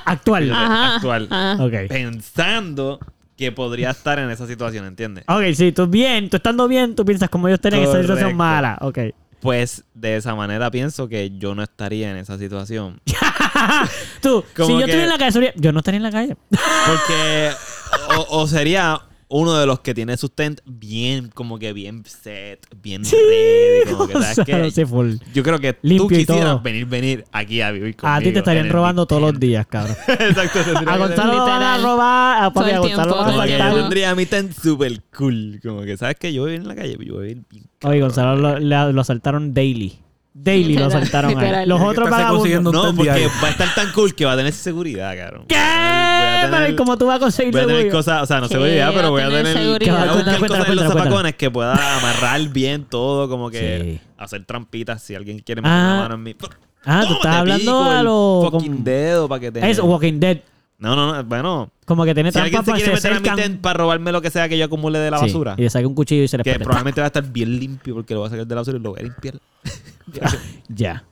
Speaker 3: Actual.
Speaker 1: Ajá,
Speaker 2: actual,
Speaker 1: ajá.
Speaker 3: Ok.
Speaker 2: pensando que podría estar en esa situación, ¿entiendes?
Speaker 3: Ok, sí, tú bien, tú estando bien, tú piensas como yo estoy en esa situación
Speaker 2: Correcto.
Speaker 3: mala. Ok.
Speaker 2: Pues de esa manera pienso que yo no estaría en esa situación.
Speaker 3: Tú, si
Speaker 2: Como
Speaker 3: yo
Speaker 2: que-
Speaker 3: estoy en la calle, sería- yo no estaría en la calle.
Speaker 2: Porque o, o sería uno de los que tiene su tent bien, como que bien set, bien ready, como que, ¿sabes qué?
Speaker 3: Gonzalo, sí, full.
Speaker 2: Yo creo que tú
Speaker 3: Limpio y
Speaker 2: quisieras
Speaker 3: todo.
Speaker 2: venir, venir aquí a vivir conmigo.
Speaker 3: A ti te
Speaker 2: en
Speaker 3: estarían
Speaker 2: el
Speaker 3: robando todos los
Speaker 2: tent.
Speaker 3: días, cabrón.
Speaker 2: Exacto. tendría
Speaker 3: A
Speaker 2: que
Speaker 3: Gonzalo lo van a
Speaker 1: Literal.
Speaker 3: robar, a, papi,
Speaker 1: Todo
Speaker 3: a
Speaker 1: el
Speaker 3: Gonzalo lo
Speaker 1: tiempo,
Speaker 3: van a
Speaker 1: todo
Speaker 2: Como
Speaker 1: el
Speaker 2: que
Speaker 1: tiempo.
Speaker 2: yo
Speaker 3: asaltar.
Speaker 2: tendría mi tent super cool. Como que sabes que yo voy a vivir en la calle, yo voy a vivir bien.
Speaker 3: Oye, Gonzalo lo, la- lo asaltaron daily. Daily lo
Speaker 1: Literal,
Speaker 3: asaltaron a él.
Speaker 1: literal.
Speaker 3: Los
Speaker 4: Tiene que
Speaker 3: otros
Speaker 4: estarse consiguiendo
Speaker 3: vagabundos.
Speaker 2: No,
Speaker 4: un tent
Speaker 2: porque
Speaker 4: diario.
Speaker 2: va a estar tan cool que va a tener seguridad, cabrón.
Speaker 3: ¿Qué?
Speaker 2: Voy a tener-
Speaker 3: Pero, ¿y ¿Cómo tú vas a conseguir
Speaker 2: Voy a tener
Speaker 3: seguro?
Speaker 2: cosas, o sea, no
Speaker 1: Sí,
Speaker 2: se voy a llevar,
Speaker 1: va a
Speaker 2: pero voy a
Speaker 1: tener
Speaker 2: tener
Speaker 1: seguridad.
Speaker 2: voy a buscar cosas
Speaker 3: Cuéntala, cuéntala,
Speaker 2: en los
Speaker 3: cuéntala.
Speaker 2: zapacones que pueda amarrar bien todo, como que
Speaker 3: Sí.
Speaker 2: hacer trampitas si alguien quiere meter
Speaker 3: Ah.
Speaker 2: la mano en mí.
Speaker 3: Ah, tú
Speaker 2: Tómate,
Speaker 3: estás hablando
Speaker 2: pico,
Speaker 3: a
Speaker 2: el
Speaker 3: los...
Speaker 2: fucking dedo para que te
Speaker 3: Es Walking Dead.
Speaker 2: No, no, no, bueno,
Speaker 3: Como que tiene
Speaker 2: si alguien
Speaker 3: trampas
Speaker 2: se
Speaker 3: para
Speaker 2: quiere
Speaker 3: se
Speaker 2: meter a mi
Speaker 3: acercan.
Speaker 2: tent para robarme lo que sea que yo acumule de la
Speaker 3: Sí,
Speaker 2: basura,
Speaker 3: Y le saca un cuchillo y se le
Speaker 2: que
Speaker 3: pone.
Speaker 2: probablemente va a estar bien limpio porque lo voy a sacar de la basura y lo voy a limpiar.
Speaker 3: Ya.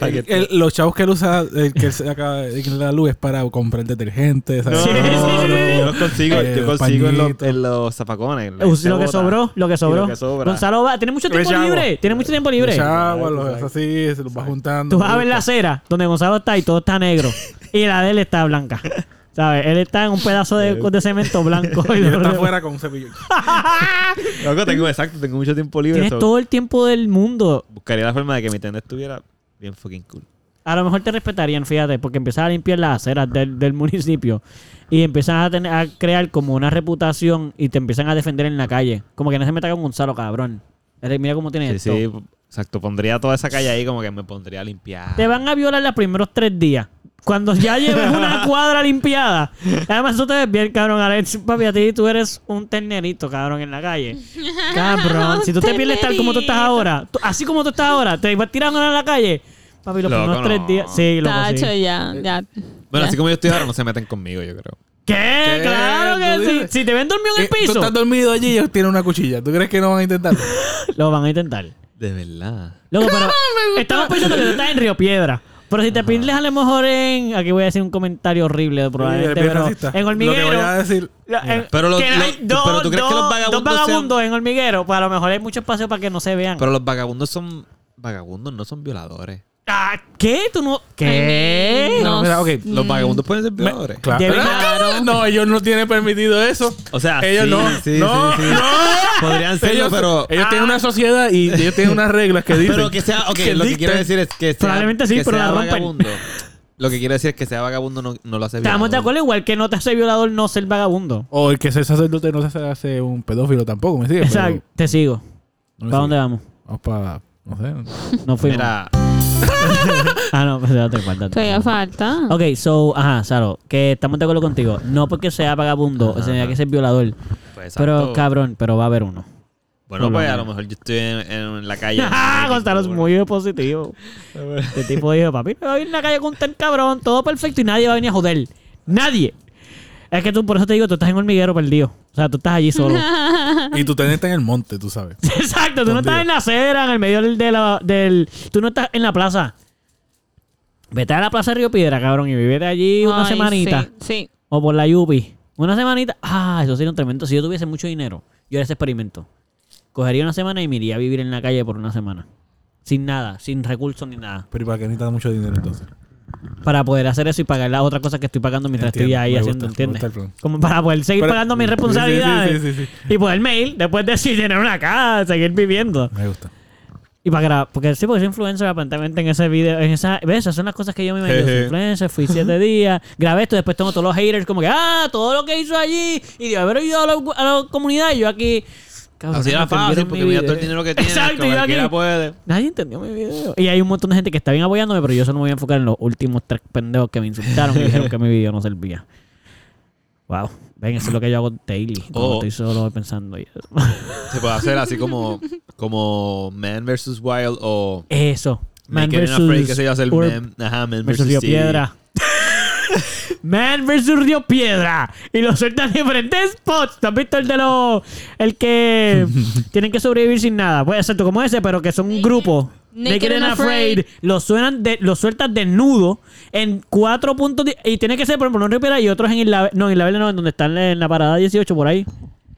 Speaker 2: Para que
Speaker 4: El-
Speaker 3: eh,
Speaker 4: el- los chavos que él usa, el que él saca en la luz es para comprar detergente. ¿sabes?
Speaker 2: No,
Speaker 3: Sí, sí, sí,
Speaker 2: no,
Speaker 3: sí. Eh,
Speaker 2: yo los consigo,
Speaker 4: Eh,
Speaker 2: yo consigo en los,
Speaker 4: pañitos.
Speaker 2: en los zapacones. en la
Speaker 3: Lo
Speaker 2: cebota.
Speaker 3: que sobró, lo que sobró.
Speaker 2: lo que sobra.
Speaker 3: Gonzalo va, tiene mucho
Speaker 4: Yo me
Speaker 3: tiempo
Speaker 4: llamo.
Speaker 3: libre, tiene mucho tiempo libre.
Speaker 4: Los chavos, los hace así, se los va juntando.
Speaker 3: Tú vas a ver la acera donde Gonzalo está y todo está negro. y la de él está blanca. ¿Sabes? Él está en un pedazo de, de cemento blanco.
Speaker 4: Y
Speaker 3: y
Speaker 4: él
Speaker 3: lo-
Speaker 4: está afuera con un cepillo.
Speaker 2: Loco, tengo, exacto, tengo mucho tiempo libre.
Speaker 3: Tienes
Speaker 2: so-
Speaker 3: todo el tiempo del mundo.
Speaker 2: Buscaría la forma de que mi tienda estuviera bien fucking cool.
Speaker 3: A lo mejor te respetarían, fíjate, porque empiezas a limpiar las aceras del, del municipio y empiezas a, tener, a crear como una reputación y te empiezan a defender en la calle. Como que no se meta con Gonzalo, cabrón. Eres- Mira cómo tiene
Speaker 2: Sí,
Speaker 3: esto.
Speaker 2: sí, exacto. Pondría toda esa calle ahí como que me pondría a limpiar.
Speaker 3: Te van a violar los primeros tres días. Cuando ya lleves una cuadra limpiada. Además, tú te ves bien, cabrón. Alex, papi, a ti tú eres un ternerito, cabrón, en la calle. Cabrón, si tú te pierdes tal como tú estás ahora, tú- así como tú estás ahora, te vas tirando en la calle. Papi, los
Speaker 2: Loco,
Speaker 3: primeros tres
Speaker 2: no.
Speaker 3: días. Sí, loco, sí.
Speaker 1: Tacho, ya, ya.
Speaker 2: Bueno,
Speaker 1: ya.
Speaker 2: así como yo estoy ahora, no se meten conmigo, yo creo.
Speaker 3: ¿Qué?
Speaker 4: ¿Qué?
Speaker 3: Claro que
Speaker 4: ¿Tú
Speaker 3: sí.
Speaker 4: dices?
Speaker 3: Si te ven dormido en el
Speaker 4: Eh, Tú
Speaker 3: piso,
Speaker 4: estás dormido allí y ellos tienen una cuchilla. ¿Tú crees que no van a intentarlo?
Speaker 3: lo van a intentar.
Speaker 2: De verdad.
Speaker 3: Loco, pero estamos pensando que tú estás en Río Piedra. Pero si te pierdes a lo mejor en... Aquí voy a decir un comentario horrible, probablemente,
Speaker 4: Y el
Speaker 3: pero...
Speaker 4: racista.
Speaker 3: En
Speaker 4: Lo que voy
Speaker 3: Hormiguero...
Speaker 4: a decir.
Speaker 3: La- en-
Speaker 2: Pero los-
Speaker 3: que
Speaker 2: los-
Speaker 3: hay dos-
Speaker 2: pero tú crees que
Speaker 3: dos-
Speaker 2: los vagabundos
Speaker 3: dos vagabundos en hormiguero, pues a lo mejor hay mucho espacio para que no se vean.
Speaker 2: Pero los vagabundos son vagabundos, no son violadores.
Speaker 3: Ah, ¿Qué? ¿Tú no?
Speaker 1: Ay,
Speaker 3: ¿Qué?
Speaker 1: No,
Speaker 2: No, mira, ok. Los
Speaker 1: mm.
Speaker 2: vagabundos pueden ser violadores.
Speaker 4: Claro.
Speaker 3: Debe-
Speaker 1: Claro.
Speaker 4: No, ellos no tienen permitido eso.
Speaker 2: O sea,
Speaker 4: ellos
Speaker 2: sí,
Speaker 4: no.
Speaker 2: sí,
Speaker 4: no,
Speaker 2: sí, sí.
Speaker 4: no.
Speaker 2: Podrían serlo,
Speaker 4: Ellos,
Speaker 2: pero.
Speaker 4: ellos
Speaker 2: Ah,
Speaker 4: tienen una sociedad y ellos tienen unas reglas que dicen.
Speaker 2: Pero que sea. Ok,
Speaker 4: que
Speaker 2: lo que
Speaker 4: dictan.
Speaker 2: quiero decir es que sea.
Speaker 3: Probablemente sí,
Speaker 2: que
Speaker 3: pero
Speaker 2: sea
Speaker 3: la rompen.
Speaker 2: vagabundo. Lo que quiero decir es que sea vagabundo no, no lo hace bien.
Speaker 3: Estamos de acuerdo, igual que no te hace violador no ser vagabundo.
Speaker 4: O el que ser sacerdote no se hace un pedófilo tampoco, ¿me sigues?
Speaker 3: Exacto. Te sigo.
Speaker 4: Pero, no me
Speaker 3: ¿Para dónde
Speaker 4: sigues.
Speaker 3: vamos?
Speaker 4: Vamos para... No sé.
Speaker 3: No fuimos.
Speaker 2: Mira,
Speaker 3: Ah, no, pues date cuenta.
Speaker 1: Todavía falta.
Speaker 3: Ok, so, ajá, Saro, que estamos de acuerdo contigo. No porque sea vagabundo, o
Speaker 2: Ajá,
Speaker 3: sea,
Speaker 2: ajá.
Speaker 3: que ser violador.
Speaker 2: pues,
Speaker 3: Pero,
Speaker 2: exacto.
Speaker 3: cabrón, pero va a haber uno.
Speaker 2: Bueno,
Speaker 3: Por
Speaker 2: pues
Speaker 3: lo
Speaker 2: a lo mejor yo estoy en, en la calle.
Speaker 3: Ah, Gonzalo es muy positivo. Este tipo dijo, papi, me voy a ir en la calle con tal cabrón, todo perfecto y nadie va a venir a joder. Nadie. Es que tú, por eso te digo, tú estás en hormiguero perdido. O sea, tú estás allí solo.
Speaker 4: Y tu tenés está en el monte, tú sabes.
Speaker 3: Exacto, tú no estás en la acera, en el medio del, de la- del... Tú no estás en la plaza. Vete a la plaza de Río Piedra, cabrón, y vivete allí una
Speaker 1: Ay,
Speaker 3: semanita.
Speaker 1: Sí, sí.
Speaker 3: O por la Yupi. Una semanita. Ah, eso sería un tremendo. Si yo tuviese mucho dinero, yo haría ese experimento. Cogería una semana y me iría a vivir en la calle por una semana. Sin nada, sin recursos ni nada.
Speaker 4: Pero ¿y para qué necesitas mucho dinero entonces?
Speaker 3: Para poder hacer eso y pagar las otras cosas que estoy pagando mientras
Speaker 4: Entiendo,
Speaker 3: estoy ahí
Speaker 4: me
Speaker 3: haciendo,
Speaker 4: gusta, me
Speaker 3: ¿entiendes?
Speaker 4: gusta el plan.
Speaker 3: Como para poder seguir
Speaker 4: Pero-
Speaker 3: pagando mis
Speaker 4: sí, sí, sí,
Speaker 3: responsabilidades.
Speaker 4: sí, sí,
Speaker 3: Y poderme ir después de sí tener una casa, seguir viviendo.
Speaker 4: Me gusta.
Speaker 3: Y para grabar, porque sí, porque soy influencer aparentemente en ese video, en esa, ¿ves? Esas son las cosas que yo me imagino. Soy
Speaker 4: Jeje.
Speaker 3: influencer, fui siete días, grabé esto, después tengo todos los haters como que, ah, todo lo que hizo allí, y de haber ido a la, a la comunidad, y yo aquí. cabrón,
Speaker 2: Así
Speaker 3: no
Speaker 2: era fácil,
Speaker 3: entendieron
Speaker 2: porque
Speaker 3: mi
Speaker 2: mira todo el
Speaker 3: video.
Speaker 2: dinero que tiene.
Speaker 3: Exacto, yo aquí.
Speaker 2: puede.
Speaker 3: Nadie entendió mi video. Y hay un montón de gente que está bien apoyándome, pero yo solo me voy a enfocar en los últimos tres pendejos que me insultaron y dijeron que mi video no servía. Wow. Ven, eso es lo que yo hago daily. Como
Speaker 2: Oh.
Speaker 3: estoy solo pensando. y eso.
Speaker 2: Se puede hacer así como, como Man vs. Wild o
Speaker 3: Eso. Man
Speaker 2: Naked and Afraid, que
Speaker 3: versus
Speaker 2: se hace el
Speaker 3: Urb-
Speaker 2: Man, ajá, Man vs.
Speaker 3: versus Río
Speaker 2: City.
Speaker 3: Piedra. Man versus Río Piedra. Y lo sueltan en diferentes spots. ¿Te has visto el de los. El que tienen que sobrevivir sin nada? Pues exacto, como ese, pero que son un grupo.
Speaker 1: Naked and Afraid.
Speaker 3: Lo, suenan de, lo sueltan desnudo en cuatro puntos. di- Y tiene que ser, por ejemplo, en Río Piedra y otros en Isla. No, en Isla Verde no, en donde están en la parada 18 por ahí.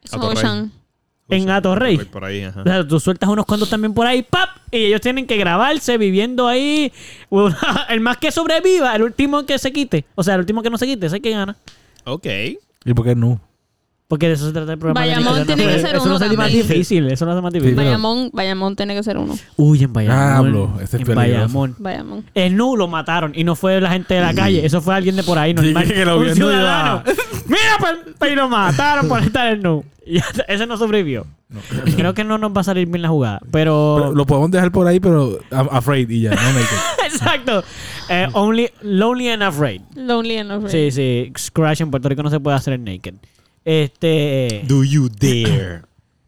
Speaker 1: Es
Speaker 2: Ah, por ahí.
Speaker 1: Ocean.
Speaker 3: En Atorrey.
Speaker 2: Pues, Por ahí, ajá.
Speaker 3: O sea, tú sueltas unos cuantos también por ahí, ¡pap! Y ellos tienen que grabarse viviendo ahí. Una- el más que sobreviva, el último que se quite. O sea, el último que no se quite, ese es el que gana.
Speaker 2: Ok.
Speaker 4: ¿Y por qué no?
Speaker 3: Porque de eso se trata el programa. de
Speaker 1: Bayamón
Speaker 3: Nicolás
Speaker 1: tiene que
Speaker 3: Rafael.
Speaker 1: ser
Speaker 3: Eso
Speaker 1: uno
Speaker 3: no hace más
Speaker 1: también.
Speaker 3: difícil. Eso no hace más difícil.
Speaker 1: Bayamón, Bayamón tiene que ser uno.
Speaker 3: Uy, en Bayamón.
Speaker 4: Diablo, ese es
Speaker 3: en
Speaker 4: peligroso.
Speaker 3: Bayamón.
Speaker 1: Bayamón.
Speaker 3: El nu lo mataron y no fue la gente de la calle, eso fue alguien de por ahí normal.
Speaker 4: Dije que lo
Speaker 3: Un
Speaker 4: vi en
Speaker 3: ciudadano.
Speaker 4: duda.
Speaker 3: Mira, pues, pues, y lo mataron por estar en nu. Y ese no sobrevivió. Creo que no nos va a salir bien la jugada, Oh.
Speaker 4: Pero lo podemos dejar por ahí, pero a- afraid y ya, no naked.
Speaker 3: Exacto. Eh, only, lonely and afraid.
Speaker 1: Lonely and Afraid.
Speaker 3: Sí, sí. Scratch en Puerto Rico no se puede hacer en naked. Este.
Speaker 2: Do you dare?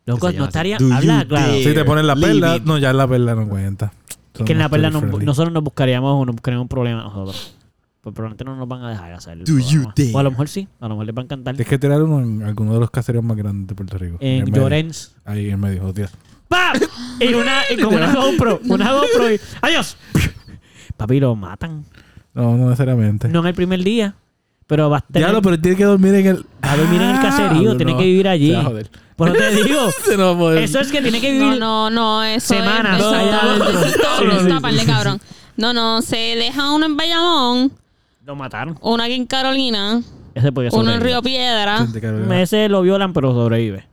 Speaker 3: Loco,
Speaker 2: se llama
Speaker 3: no
Speaker 2: así.
Speaker 3: estaría.
Speaker 2: Do
Speaker 3: Habla
Speaker 2: you
Speaker 3: claro.
Speaker 2: dare?
Speaker 4: Si te ponen la perla,
Speaker 2: Living.
Speaker 4: no, ya la perla no cuenta.
Speaker 3: Es que en la perla no-
Speaker 4: Friendly.
Speaker 3: nosotros nos buscaríamos o nos buscaríamos un problema nosotros. Pues probablemente no nos van a dejar hacer. el
Speaker 2: Do you
Speaker 3: programa.
Speaker 2: dare?
Speaker 3: O a lo mejor sí. A lo mejor les va a encantar.
Speaker 4: Tienes que tirar uno en alguno de los caseríos más grandes de Puerto Rico. el
Speaker 3: En
Speaker 4: medio.
Speaker 3: Llorens.
Speaker 4: Ahí en medio, hostia.
Speaker 3: ¡Pam! Y una. Y con una GoPro. Una GoPro y. ¡Adiós! Papi, lo matan.
Speaker 4: No, no necesariamente.
Speaker 3: No en el primer día. Pero va a tener.
Speaker 4: Diablo, pero tiene que dormir en el.
Speaker 3: Va a dormir en el caserío.
Speaker 4: Diablo,
Speaker 3: tiene
Speaker 4: Ah. no.
Speaker 3: que vivir allí.
Speaker 4: Se va a joder.
Speaker 3: Por eso te digo.
Speaker 4: Se nos va a joder.
Speaker 3: Eso es que tiene que
Speaker 1: No,
Speaker 3: vivir.
Speaker 1: no, no, eso
Speaker 3: Semanas,
Speaker 1: es...
Speaker 3: todo
Speaker 1: Exactamente,
Speaker 3: adentro.
Speaker 1: eso es todo,
Speaker 3: Sí,
Speaker 1: eso
Speaker 3: sí,
Speaker 1: está par de cabrón. No, no, se deja uno en Bayamón,
Speaker 3: Lo mataron.
Speaker 1: uno aquí en Carolina,
Speaker 3: Ese podía
Speaker 1: uno en
Speaker 3: sobrevivir.
Speaker 1: Río Piedra,
Speaker 4: Gente, Carolina.
Speaker 3: Ese lo violan, pero sobrevive.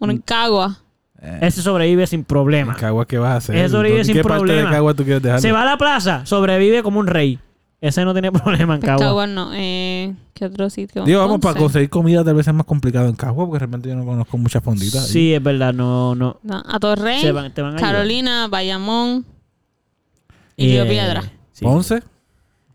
Speaker 1: uno en Cagua.
Speaker 3: Ese sobrevive sin problema.
Speaker 4: Cagua, ¿qué vas a hacer?
Speaker 3: Eso sobrevive sin
Speaker 4: ¿Qué parte
Speaker 3: problema.
Speaker 4: de Cagua tú quieres dejar?
Speaker 3: Se va a la plaza, sobrevive como un rey. Ese no tiene problema en
Speaker 1: Pues
Speaker 3: Cagua.
Speaker 1: Cagua no, eh, ¿qué otro sitio?
Speaker 4: Digo, vamos, para
Speaker 1: Ponce.
Speaker 4: conseguir comida tal vez es más complicado en Cagua, porque realmente yo no conozco muchas fonditas. ahí.
Speaker 3: Sí, es verdad, no, no.
Speaker 1: No, a Torrey,
Speaker 3: Se van- te van a ayudar.
Speaker 1: Carolina, Bayamón y Río
Speaker 3: Eh,
Speaker 1: Piedra.
Speaker 3: sí.
Speaker 4: Ponce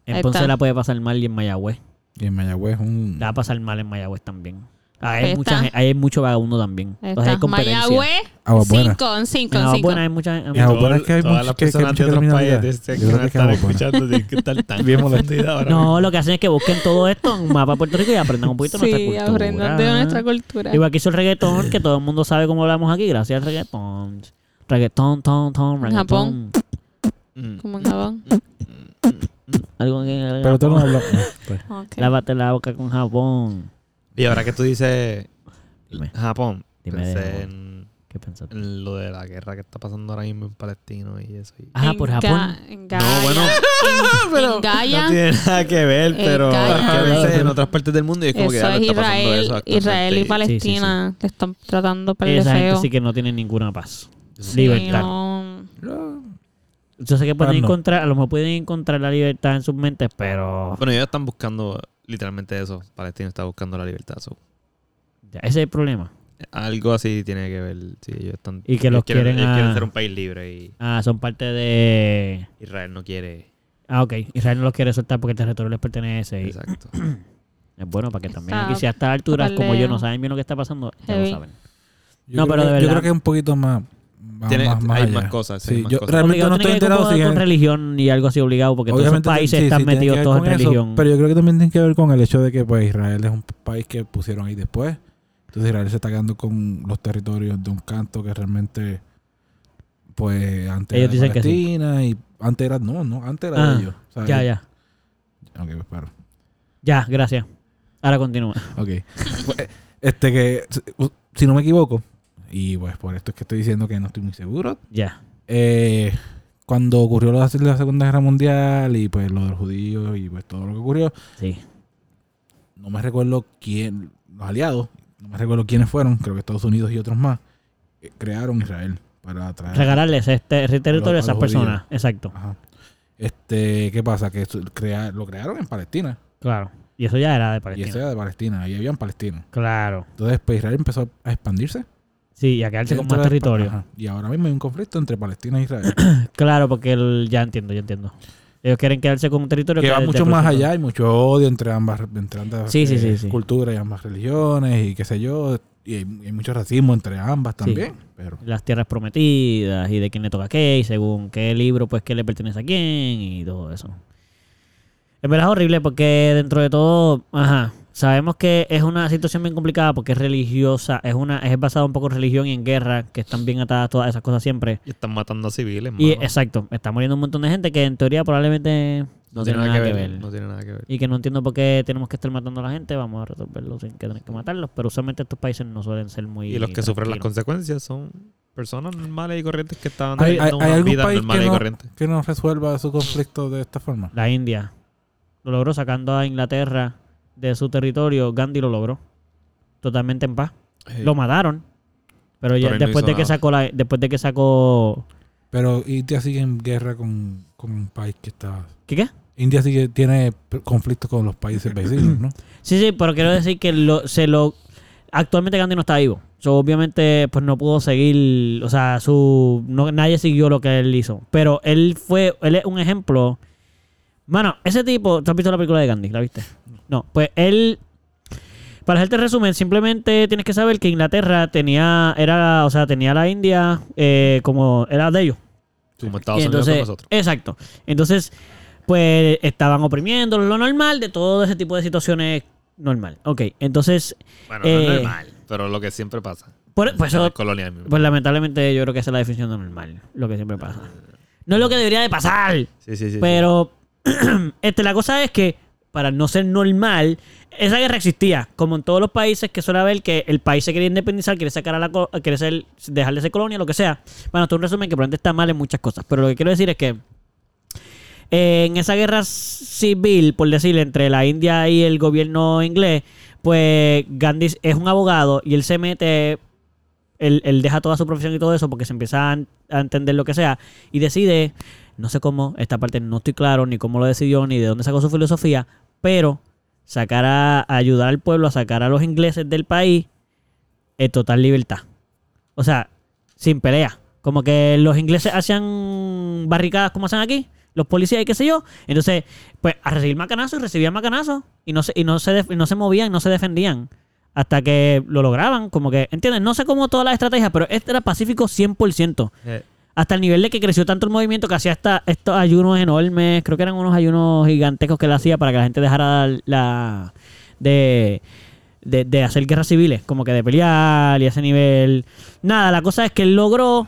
Speaker 3: En
Speaker 1: Ahí
Speaker 3: Ponce
Speaker 1: está.
Speaker 3: la puede pasar mal y en Mayagüez.
Speaker 4: y en Mayagüez un...
Speaker 3: La va a pasar mal en Mayagüez también. Ahí
Speaker 1: Ahí
Speaker 3: hay,
Speaker 1: está.
Speaker 3: mucha, gen- ahí hay mucho vagabundo también.
Speaker 1: Ahí
Speaker 3: Entonces hay
Speaker 1: está.
Speaker 3: competencia.
Speaker 1: Mayagüez,
Speaker 4: Agua Oh, buena.
Speaker 1: 5 en 5
Speaker 3: En
Speaker 1: en
Speaker 3: Aguabuena
Speaker 1: 5.
Speaker 3: hay mucha...
Speaker 4: Y Agua Buena es que hay
Speaker 2: Todas
Speaker 4: muchos
Speaker 2: las
Speaker 4: que- que
Speaker 2: personas de
Speaker 4: muchos que
Speaker 2: otros
Speaker 4: terminan allá.
Speaker 2: países que
Speaker 4: Yo creo
Speaker 2: van a
Speaker 4: que
Speaker 2: estar
Speaker 4: Cabo Buena.
Speaker 2: escuchando tienen que estar tan
Speaker 4: Bien molesto.
Speaker 2: confundida ahora mismo.
Speaker 3: No, lo que hacen es que busquen todo esto en un mapa de Puerto Rico y aprendan un poquito nuestra
Speaker 1: Sí,
Speaker 3: cultura.
Speaker 1: aprendan de nuestra cultura.
Speaker 3: Igual que hizo el reggaetón, que todo el mundo sabe cómo hablamos aquí, gracias al reggaetón. Reggaetón, ton, ton,
Speaker 1: Japón.
Speaker 3: reggaetón.
Speaker 2: Mm.
Speaker 1: Como en Japón.
Speaker 3: Algo que-
Speaker 4: Pero tú no hablas. pues,
Speaker 1: Ok.
Speaker 3: Lávate la boca con jabón.
Speaker 2: Y ahora que tú dices
Speaker 3: Dime.
Speaker 2: Japón,
Speaker 3: Dime de
Speaker 2: pensé
Speaker 3: Japón.
Speaker 2: en
Speaker 3: ¿Qué pensaste?
Speaker 2: Lo de la guerra que está pasando ahora mismo en Palestino y eso. y-
Speaker 3: Ajá,
Speaker 1: En
Speaker 3: Ah, por
Speaker 1: Ga-
Speaker 3: Japón.
Speaker 1: en
Speaker 2: No,
Speaker 1: Gaia.
Speaker 2: bueno,
Speaker 1: En Gaia.
Speaker 2: no tiene nada que ver,
Speaker 1: Eh,
Speaker 2: pero
Speaker 1: calla.
Speaker 2: a veces en otras partes del mundo y es como que
Speaker 1: Eso
Speaker 2: ya
Speaker 1: es
Speaker 2: está pasando
Speaker 1: Israel,
Speaker 2: eso. actualmente.
Speaker 1: Israel y Palestina que están tratando para el
Speaker 3: Esa gente
Speaker 1: feo.
Speaker 3: sí que no tiene ninguna paz.
Speaker 2: Sí,
Speaker 3: Libertad.
Speaker 1: no.
Speaker 3: Yo sé que pueden
Speaker 4: Paz Ah, no.
Speaker 3: encontrar, a lo mejor pueden encontrar la libertad en sus mentes, pero
Speaker 2: Bueno, ellos están buscando literalmente eso. Palestina está buscando la libertad. so,
Speaker 3: ya, ese es el problema.
Speaker 2: Algo así tiene que ver. Sí, ellos están,
Speaker 3: Y que los
Speaker 2: ellos
Speaker 3: quieren
Speaker 2: ellos
Speaker 3: a-
Speaker 2: quieren ser un país libre y
Speaker 3: Ah, son parte de.
Speaker 2: Israel no quiere.
Speaker 3: Ah, ok. Israel no los quiere soltar porque el territorio les pertenece. y-
Speaker 2: Exacto.
Speaker 3: Es bueno para que también
Speaker 1: Está
Speaker 3: aquí, si a estas alturas,
Speaker 1: súper
Speaker 3: como yo, no
Speaker 1: lejos.
Speaker 3: saben bien lo que está pasando, ya lo
Speaker 1: Heavy.
Speaker 3: saben.
Speaker 4: Yo
Speaker 3: No, pero
Speaker 4: creo que-
Speaker 3: de
Speaker 4: Yo
Speaker 3: verdad.
Speaker 4: creo que es un poquito más. más-
Speaker 2: Tiene-
Speaker 4: más- más
Speaker 2: hay
Speaker 4: allá.
Speaker 2: más cosas, sí,
Speaker 4: Sí,
Speaker 2: más
Speaker 4: yo
Speaker 2: cosas.
Speaker 4: realmente
Speaker 3: Obligado,
Speaker 4: no
Speaker 3: tiene
Speaker 4: estoy
Speaker 3: que ver
Speaker 4: enterado.
Speaker 3: con,
Speaker 4: si
Speaker 3: con
Speaker 4: es-
Speaker 3: religión y algo así obligado, porque todos esos
Speaker 4: obviamente
Speaker 3: países
Speaker 4: sí, sí,
Speaker 3: están
Speaker 4: tiene que
Speaker 3: metidos
Speaker 4: ver
Speaker 3: todos en
Speaker 4: con eso,
Speaker 3: religión.
Speaker 4: Pero yo creo que también tiene que ver con el hecho de que pues Israel es un país que pusieron ahí después. Entonces Israel se está quedando con los territorios de un canto que realmente pues antes
Speaker 3: Ellos
Speaker 4: era de
Speaker 3: dicen que sí.
Speaker 4: Palestina y antes era no, no, antes era
Speaker 3: Ah,
Speaker 4: de ellos. ¿sabes?
Speaker 3: Ya, ya.
Speaker 4: Ok, pues, paro.
Speaker 3: Ya, gracias. Ahora continúa.
Speaker 4: Ok. Pues, este que si no me equivoco y pues por esto es que estoy diciendo que no estoy muy seguro
Speaker 3: Ya.
Speaker 4: eh, cuando ocurrió la, la Segunda Guerra Mundial y pues lo de los judíos y pues todo lo que ocurrió,
Speaker 3: Sí.
Speaker 4: no me recuerdo quién, los aliados, no me recuerdo quiénes fueron, creo que Estados Unidos y otros más, eh, crearon Israel para traer...
Speaker 3: Regalarles este, ese territorio a
Speaker 4: a Ah. los
Speaker 3: esas personas. Exacto.
Speaker 4: Ajá. Este, ¿qué pasa? Que eso crea- lo crearon en Palestina,
Speaker 3: Claro. Y eso ya era de
Speaker 4: y eso
Speaker 3: Palestina.
Speaker 4: era de Palestina, ahí habían palestinos.
Speaker 3: Claro.
Speaker 4: Entonces, pues Israel empezó a expandirse.
Speaker 3: Sí, y a quedarse con
Speaker 4: dentro
Speaker 3: más
Speaker 4: de-
Speaker 3: territorio.
Speaker 4: ajá. Y ahora mismo hay un conflicto entre Palestina e Israel.
Speaker 3: Claro, porque el, ya entiendo, ya entiendo. Ellos quieren quedarse con un territorio
Speaker 4: que va
Speaker 3: es de
Speaker 4: mucho más
Speaker 3: Rusia.
Speaker 4: allá, hay mucho odio entre ambas, entre ambas
Speaker 3: Sí, sí,
Speaker 4: eh,
Speaker 3: sí, sí.
Speaker 4: culturas y ambas religiones y qué sé yo, y hay, y hay mucho racismo entre ambas también. Pero
Speaker 3: Las tierras prometidas y de quién le toca qué y según qué libro, pues qué le pertenece a quién y todo eso. En verdad es horrible porque dentro de todo, ajá, sabemos que es una situación bien complicada porque es religiosa, es una es basada un poco en religión y en guerra, que están bien atadas todas esas cosas siempre.
Speaker 2: Y están matando a civiles,
Speaker 3: Y
Speaker 2: mano.
Speaker 3: exacto, está muriendo un montón de gente que en teoría probablemente no, tiene nada, que ver.
Speaker 2: No tiene nada que ver.
Speaker 3: Y que no entiendo por qué tenemos que estar matando a la gente, vamos a resolverlo sin que tener que matarlos, pero usualmente estos países no suelen ser muy...
Speaker 2: Y los que sufren las
Speaker 3: tranquilos.
Speaker 2: consecuencias son personas normales y corrientes que estaban
Speaker 4: ¿Hay-
Speaker 2: viviendo
Speaker 4: hay- hay
Speaker 2: una
Speaker 4: algún
Speaker 2: vida
Speaker 4: país
Speaker 2: normal
Speaker 4: que
Speaker 2: y
Speaker 4: no-
Speaker 2: corriente.
Speaker 4: que no resuelva su conflicto de esta forma.
Speaker 3: La India. Lo logró sacando a Inglaterra de su territorio. Gandhi lo logró. Totalmente en paz. Lo mataron. Pero ya
Speaker 2: Pero él no
Speaker 3: después
Speaker 2: hizo
Speaker 3: de que
Speaker 2: nada.
Speaker 3: sacó la, después de que sacó.
Speaker 4: Pero India sigue en guerra con, con un país que está...
Speaker 3: ¿Qué qué?
Speaker 4: India sigue, tiene p- conflictos con los países vecinos, ¿no?
Speaker 3: Sí, sí, pero quiero decir que lo, se lo. Actualmente Gandhi no está vivo. So, obviamente, pues no pudo seguir. O sea, su. no- nadie siguió lo que él hizo. Pero él fue. Él es un ejemplo. Mano, ese tipo. ¿Tú has visto la película de Gandhi? ¿La viste? No. Pues él. Para hacerte el resumen, simplemente tienes que saber que Inglaterra tenía. Era. O sea, tenía la India eh, como. Era de ellos.
Speaker 2: Como
Speaker 4: Sí.
Speaker 2: Estados
Speaker 3: Y
Speaker 2: Unidos
Speaker 3: entonces,
Speaker 2: con nosotros.
Speaker 3: Exacto. Entonces, pues estaban oprimiendo lo normal de todo ese tipo de situaciones normal. Ok, entonces,
Speaker 2: Bueno, no es
Speaker 3: eh,
Speaker 2: normal, pero lo que siempre pasa.
Speaker 3: por- pues,
Speaker 2: En
Speaker 3: eso-
Speaker 2: las colonias mismo.
Speaker 3: pues lamentablemente yo creo que esa es la definición de normal, lo que siempre pasa. No es lo que debería de pasar,
Speaker 2: Sí, sí, sí.
Speaker 3: pero este, la cosa es que para no ser normal, esa guerra existía. Como en todos los países que suele haber que el país se quiere independizar, quiere sacar a la co- quiere ser, dejar de ser colonia, lo que sea. Bueno, esto es un resumen que probablemente está mal en muchas cosas. Pero lo que quiero decir es que eh, en esa guerra civil, por decir, entre la India y el gobierno inglés, pues Gandhi es un abogado y él se mete, él, él deja toda su profesión y todo eso porque se empieza a, en- a entender lo que sea y decide, no sé cómo, esta parte no estoy claro ni cómo lo decidió ni de dónde sacó su filosofía, pero sacar a, a ayudar al pueblo a sacar a los ingleses del país en total libertad. O sea, sin pelea. Como que los ingleses hacían barricadas como hacen aquí, los policías y qué sé yo. Entonces, pues a recibir macanazos, recibían macanazos y no se, y no se, def- y no se movían, no se defendían. Hasta que lo lograban, como que, ¿entiendes? No sé cómo todas las estrategias, pero este era pacífico 100%.
Speaker 2: Eh,
Speaker 3: Hasta el nivel de que creció tanto el movimiento que hacía hasta estos ayunos enormes, creo que eran unos ayunos gigantescos que él hacía para que la gente dejara la de, de, de hacer guerras civiles, como que de pelear y ese nivel. Nada, la cosa es que él logró,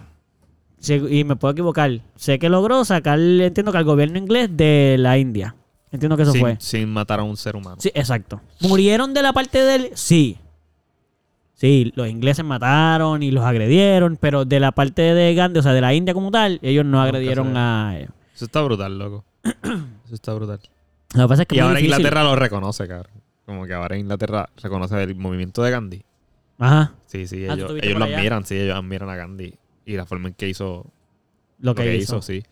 Speaker 3: se- y me puedo equivocar, sé que logró sacar, entiendo que al gobierno inglés de la India. Entiendo que eso
Speaker 2: sin,
Speaker 3: fue.
Speaker 2: sin matar a un ser humano.
Speaker 3: Sí, exacto. ¿Murieron de la parte del Sí. Sí, los ingleses mataron y los agredieron, pero de la parte de Gandhi, o sea, de la India como tal, ellos no agredieron
Speaker 2: se-
Speaker 3: a...
Speaker 2: Eso está brutal, loco. Eso está brutal.
Speaker 3: Lo que pasa es que
Speaker 2: Y
Speaker 3: es muy
Speaker 2: ahora
Speaker 3: difícil.
Speaker 2: Inglaterra lo reconoce, cabrón. Como que ahora Inglaterra reconoce el movimiento de Gandhi.
Speaker 3: Ajá,
Speaker 2: Sí, sí,
Speaker 3: Ah, ¿tú
Speaker 2: ellos,
Speaker 3: estuviste
Speaker 2: ellos
Speaker 3: por
Speaker 2: lo
Speaker 3: allá?
Speaker 2: admiran, sí, ellos admiran a Gandhi. Y la forma en que hizo
Speaker 3: lo que, hizo.
Speaker 2: sí.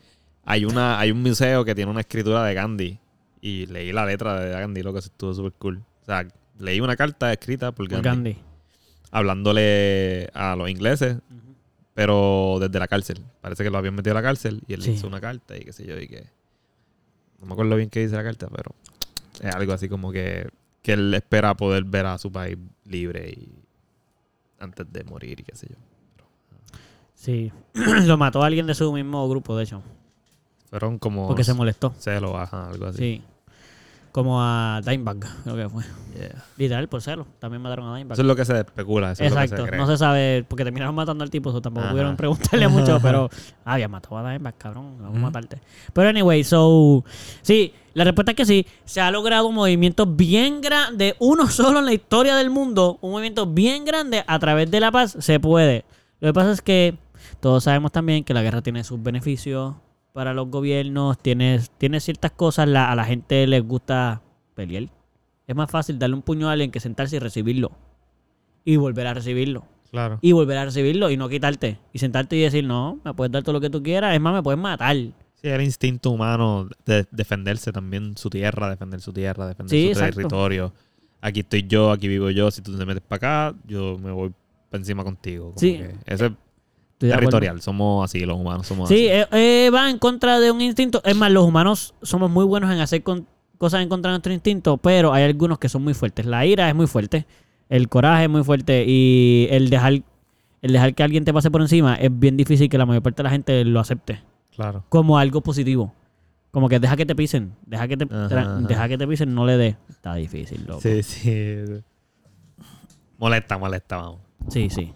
Speaker 2: Hay, una, hay un museo que tiene una escritura de Gandhi. Y leí la letra de Gandhi, lo que estuvo súper cool. O sea, leí una carta escrita por
Speaker 3: Por
Speaker 2: Gandhi,
Speaker 3: Gandhi.
Speaker 2: hablándole a los ingleses,
Speaker 3: Ujú.
Speaker 2: pero desde la cárcel. Parece que lo habían metido a la cárcel y él le
Speaker 3: Sí.
Speaker 2: hizo una carta y qué sé yo, y que... No me acuerdo bien qué dice la carta, pero es algo así como que, que él espera poder ver a su país libre y antes de morir y qué sé yo.
Speaker 3: Sí, lo mató alguien de su mismo grupo, de hecho,
Speaker 2: Fueron como...
Speaker 3: porque se molestó.
Speaker 2: Celo, ajá, algo así.
Speaker 3: Sí. Como a Dimebag, creo que fue.
Speaker 2: Yeah.
Speaker 3: Literal, por celo. También mataron a Dimebag.
Speaker 2: Eso es lo que se especula, eso es lo que
Speaker 3: Exacto.
Speaker 2: se cree.
Speaker 3: no se sabe, porque terminaron matando al tipo, so tampoco
Speaker 2: Ajá.
Speaker 3: pudieron preguntarle mucho, pero ah, había matado a Dimebag, cabrón. Vamos a
Speaker 4: Ujú.
Speaker 3: matarte. Pero anyway, so. Sí, la respuesta es que sí. Se ha logrado un movimiento bien grande, uno solo en la historia del mundo. Un movimiento bien grande a través de la paz. Se puede. Lo que pasa es que todos sabemos también que la guerra tiene sus beneficios para los gobiernos, tiene, tiene ciertas cosas, la- a la gente les gusta pelear. Es más fácil darle un puño a alguien que sentarse y recibirlo. Y volver a recibirlo.
Speaker 2: Claro.
Speaker 3: Y volver a recibirlo y no quitarte. Y sentarte y decir, no, me puedes dar todo lo que tú quieras. Es más, me puedes matar.
Speaker 2: Sí, era instinto humano de defenderse también su tierra, defender su tierra, defender
Speaker 3: Sí,
Speaker 2: su
Speaker 3: exacto.
Speaker 2: territorio. Aquí estoy yo, aquí vivo yo. Si tú te metes para acá, yo me voy para encima contigo. Como
Speaker 3: Sí.
Speaker 2: que Eso es
Speaker 3: Estoy de acuerdo.
Speaker 2: territorial. Somos así, los humanos somos
Speaker 3: Sí,
Speaker 2: así.
Speaker 3: eh, eh, va en contra de un instinto. Es más, los humanos somos muy buenos en hacer con- cosas en contra de nuestro instinto, pero hay algunos que son muy fuertes. La ira es muy fuerte, el coraje es muy fuerte y el dejar, el dejar que alguien te pase por encima es bien difícil que la mayor parte de la gente lo acepte
Speaker 2: Claro.
Speaker 3: como algo positivo. Como que deja que te pisen, deja que te,
Speaker 2: Ajá,
Speaker 3: tra-
Speaker 2: ajá.
Speaker 3: deja que te pisen, no le dé. Está difícil, loco.
Speaker 2: Sí, sí. Molesta, molesta, vamos.
Speaker 3: Sí, sí.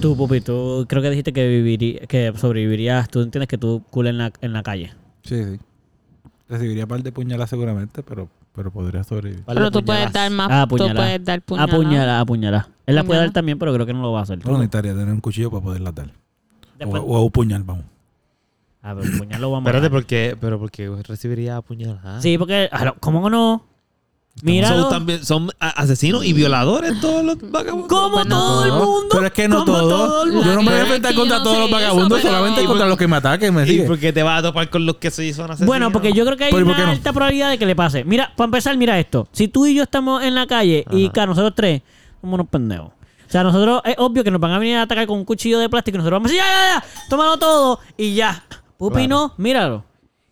Speaker 3: Tú, Pupi, tú creo que dijiste que vivirí- que sobrevivirías. Tú entiendes que tú cool en la, en la calle.
Speaker 4: Sí, sí. Recibiría par de puñalas seguramente, pero, pero podría sobrevivir.
Speaker 3: Par de
Speaker 1: Pero tú puedes
Speaker 3: puñaladas.
Speaker 1: dar más.
Speaker 3: Ah,
Speaker 1: tú
Speaker 3: apuñalada.
Speaker 1: puedes dar puñalada.
Speaker 3: Apuñala, apuñala. Él la puede
Speaker 1: Puñalada.
Speaker 3: dar también, pero creo que no lo va a hacer.
Speaker 4: No necesitaría tener un cuchillo para poderlas dar. O,
Speaker 3: Después-
Speaker 4: o un puñal, vamos.
Speaker 3: Ah, pero el puñal lo vamos a
Speaker 2: Espérate,
Speaker 3: matar.
Speaker 2: ¿por qué? ¿Pero por qué recibiría apuñaladas?
Speaker 3: Sí, porque... ah, no, ¿Cómo que no? Mira,
Speaker 2: Son, también, son a- asesinos y violadores todos los vagabundos.
Speaker 3: ¿Cómo
Speaker 1: Bueno,
Speaker 3: todo el
Speaker 4: Todos,
Speaker 3: mundo?
Speaker 4: Pero es que no
Speaker 3: ¿Cómo
Speaker 4: todos.
Speaker 3: todo el
Speaker 4: Yo no me voy a
Speaker 1: mundo?
Speaker 4: enfrentar
Speaker 1: Aquí
Speaker 4: contra
Speaker 1: no
Speaker 4: todos
Speaker 1: se
Speaker 4: los
Speaker 1: hizo,
Speaker 4: vagabundos,
Speaker 1: pero-
Speaker 4: solamente
Speaker 1: ¿Y por-
Speaker 4: contra los que me ataquen, me
Speaker 2: ¿Y
Speaker 4: sigue.
Speaker 2: por qué te vas a topar con los que se son asesinos?
Speaker 3: Bueno, porque yo creo que hay
Speaker 4: Pero ¿y por
Speaker 3: una
Speaker 4: qué no?
Speaker 3: alta probabilidad de que le pase. Mira, para empezar, mira esto. Si tú y yo estamos en la calle y
Speaker 2: Ajá.
Speaker 3: acá nosotros tres somos unos pendejos. O sea, nosotros es obvio que nos van a venir a atacar con un cuchillo de plástico y nosotros vamos a decir, ya, ya, ya, tómalo todo y ya.
Speaker 2: Claro.
Speaker 3: Pupi no, míralo.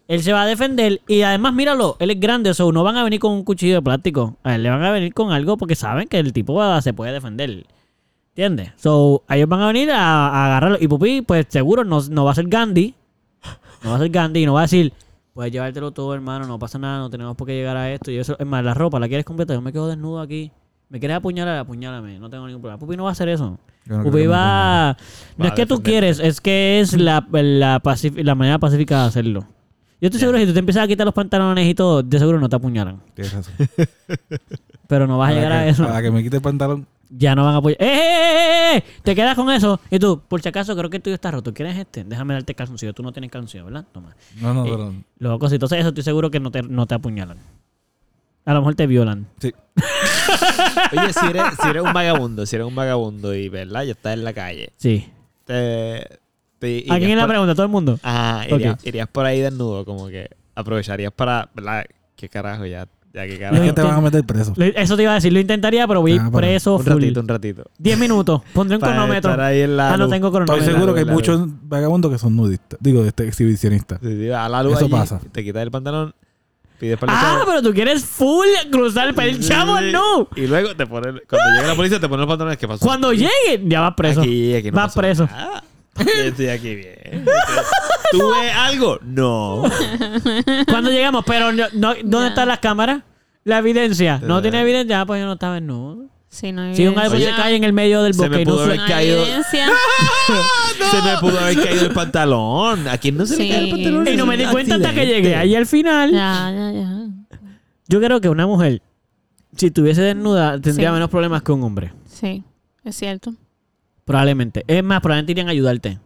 Speaker 3: Él se va a defender y además míralo, él es grande, o sea, no van a venir con un cuchillo de plástico. A él le van a venir con algo porque saben que el tipo va- se puede defender. ¿Entiendes? So, ellos van a venir a, a agarrarlo. Y Pupi, pues seguro no, no va a ser Gandhi. No va a ser Gandhi y no va a decir, puedes llevártelo todo, hermano, no pasa nada, no tenemos por qué llegar a esto. Y eso, es más, la ropa, ¿la quieres completa? Yo me quedo desnudo aquí. ¿Me quieres apuñalar? Apuñálame, no tengo ningún problema. Pupi no va a hacer eso.
Speaker 4: Yo no
Speaker 3: Pupi
Speaker 4: creo que me
Speaker 3: va... No
Speaker 2: Va
Speaker 3: es
Speaker 2: a
Speaker 3: que tú
Speaker 2: defender.
Speaker 3: quieres, es que es la, la, pacif- la manera pacífica de hacerlo. Yo estoy seguro que si tú te empiezas a quitar los pantalones y todo, de seguro no te apuñalan.
Speaker 4: Tienes razón.
Speaker 3: Pero no vas a llegar
Speaker 4: Para
Speaker 3: a
Speaker 4: que-
Speaker 3: eso.
Speaker 4: Para que me quite el pantalón.
Speaker 3: Ya no van a apoyar. ¡Eh, eh, eh, eh, eh! Te quedas con eso. Y tú, por si acaso, creo que el tuyo está roto. ¿Quieres este? Déjame darte el calzoncillo. Tú no tienes calzoncillo, ¿verdad? Toma.
Speaker 4: No, no,
Speaker 3: Eh,
Speaker 4: pero.
Speaker 3: Loco, si entonces eso estoy seguro que no te, no te apuñalan. A lo mejor te violan.
Speaker 4: Sí.
Speaker 2: Oye, si eres, si eres un vagabundo, si eres un vagabundo y, ¿verdad? Ya estás en la calle.
Speaker 3: Sí.
Speaker 2: Te, te
Speaker 3: ¿A quién es
Speaker 2: irías
Speaker 3: la
Speaker 2: por-
Speaker 3: pregunta? ¿Todo el mundo?
Speaker 2: Ajá, irías,
Speaker 3: Ok.
Speaker 2: irías por ahí desnudo, como que aprovecharías para, ¿verdad? ¿Qué carajo ya? ¿Ya qué
Speaker 4: Es
Speaker 2: carajo?
Speaker 4: que te van a meter preso.
Speaker 3: Lo- Eso te iba a decir. Lo intentaría, pero voy a ir
Speaker 4: Ah, para-
Speaker 3: preso
Speaker 2: Un
Speaker 3: full.
Speaker 2: ratito, un ratito.
Speaker 3: 10 minutos. Pondré un
Speaker 2: Para
Speaker 3: cronómetro.
Speaker 2: estar ahí en la
Speaker 3: Ah, no
Speaker 2: luz.
Speaker 3: tengo
Speaker 4: Estoy
Speaker 3: cronómetro.
Speaker 2: Vela,
Speaker 4: seguro que hay
Speaker 2: vela,
Speaker 4: muchos vagabundos que son nudistas. Digo, este, exhibicionistas.
Speaker 2: Sí, sí, A la luz
Speaker 4: Eso
Speaker 2: allí,
Speaker 4: pasa.
Speaker 2: Te quitas el pantalón, pides para
Speaker 3: Ah, pero tú quieres full cruzar el país. Chavo, no.
Speaker 2: Y luego te ponen, cuando llega la policía, te ponen los pantalones. ¿Qué pasó?
Speaker 3: Cuando
Speaker 2: Aquí,
Speaker 3: llegue, ya vas preso.
Speaker 2: Aquí, aquí no
Speaker 3: vas
Speaker 2: pasó
Speaker 3: preso.
Speaker 2: nada. Yo estoy aquí bien. ¿Tú ves algo? No.
Speaker 3: Cuando llegamos, pero no- no- ¿dónde están las cámaras? La evidencia.
Speaker 2: Eh.
Speaker 3: No tiene evidencia, Ah, pues yo no estaba desnudo.
Speaker 1: Sí, no hay
Speaker 3: Si un árbol
Speaker 1: evidencia.
Speaker 3: se cae en el medio del
Speaker 2: Se me
Speaker 3: bosque y no
Speaker 2: pudo
Speaker 3: se-
Speaker 2: haber
Speaker 1: No hay
Speaker 2: caído.
Speaker 1: evidencia.
Speaker 3: Ah,
Speaker 2: Se me pudo haber caído el pantalón. ¿A quién no se le
Speaker 1: Sí.
Speaker 2: cae el pantalón?
Speaker 3: Y no me di cuenta hasta que
Speaker 2: Accidente.
Speaker 3: llegué ahí al final.
Speaker 1: Ya, ya, ya.
Speaker 3: Yo creo que una mujer si estuviese desnuda, tendría
Speaker 1: Sí.
Speaker 3: menos problemas que un hombre.
Speaker 1: Sí, es cierto.
Speaker 3: Probablemente. Es más, probablemente irían a ayudarte.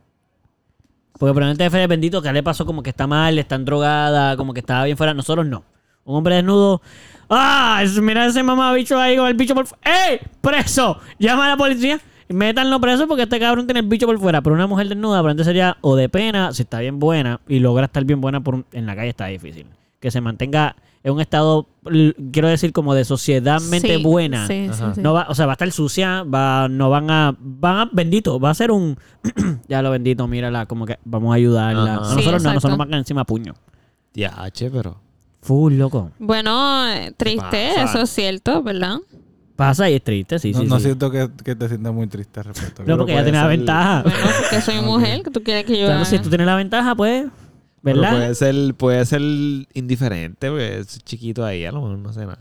Speaker 3: Porque probablemente Fede Bendito que le pasó como que está mal, está drogada, como que estaba bien fuera. Nosotros no. Un hombre desnudo. ¡Ah! Es- Mira ese mamabicho ahí con el bicho por fuera. ¡Ey! ¡Preso! Llama a la policía. Métanlo preso porque este cabrón tiene el bicho por fuera. Pero una mujer desnuda probablemente sería o de pena, si está bien buena, y logra estar bien buena por un- en la calle está difícil. Que se mantenga en un estado, l- quiero decir, como de sociedadmente
Speaker 1: Sí,
Speaker 3: buena.
Speaker 1: Sí, sí,
Speaker 2: Ajá.
Speaker 1: sí.
Speaker 3: No va, o sea, va a estar sucia, va, no van a, van a, bendito, va a ser un, ya lo bendito, mírala, como que vamos a ayudarla.
Speaker 2: Ajá.
Speaker 3: A
Speaker 1: Sí,
Speaker 3: nosotros no,
Speaker 1: exacto.
Speaker 3: nosotros nos van a caer encima a puño.
Speaker 2: Ya, che, pero.
Speaker 3: Full, loco.
Speaker 1: Bueno, eh,
Speaker 2: ¿Qué
Speaker 1: triste,
Speaker 2: pasa?
Speaker 1: eso es cierto, ¿verdad?
Speaker 3: Pasa y es triste, sí,
Speaker 4: no
Speaker 3: sí,
Speaker 4: no
Speaker 3: sí.
Speaker 4: siento que, que te sientas muy triste al respecto.
Speaker 3: No, porque
Speaker 4: Pero
Speaker 3: ella tiene la
Speaker 4: puede ser-
Speaker 3: ventaja.
Speaker 1: Bueno, porque soy mujer, que tú quieres que yo
Speaker 3: Claro,
Speaker 1: haga?
Speaker 3: si tú tienes la ventaja, pues,
Speaker 2: pero
Speaker 3: ¿verdad?
Speaker 2: puede, ser, puede ser indiferente, porque es chiquito ahí, a lo mejor no sé nada.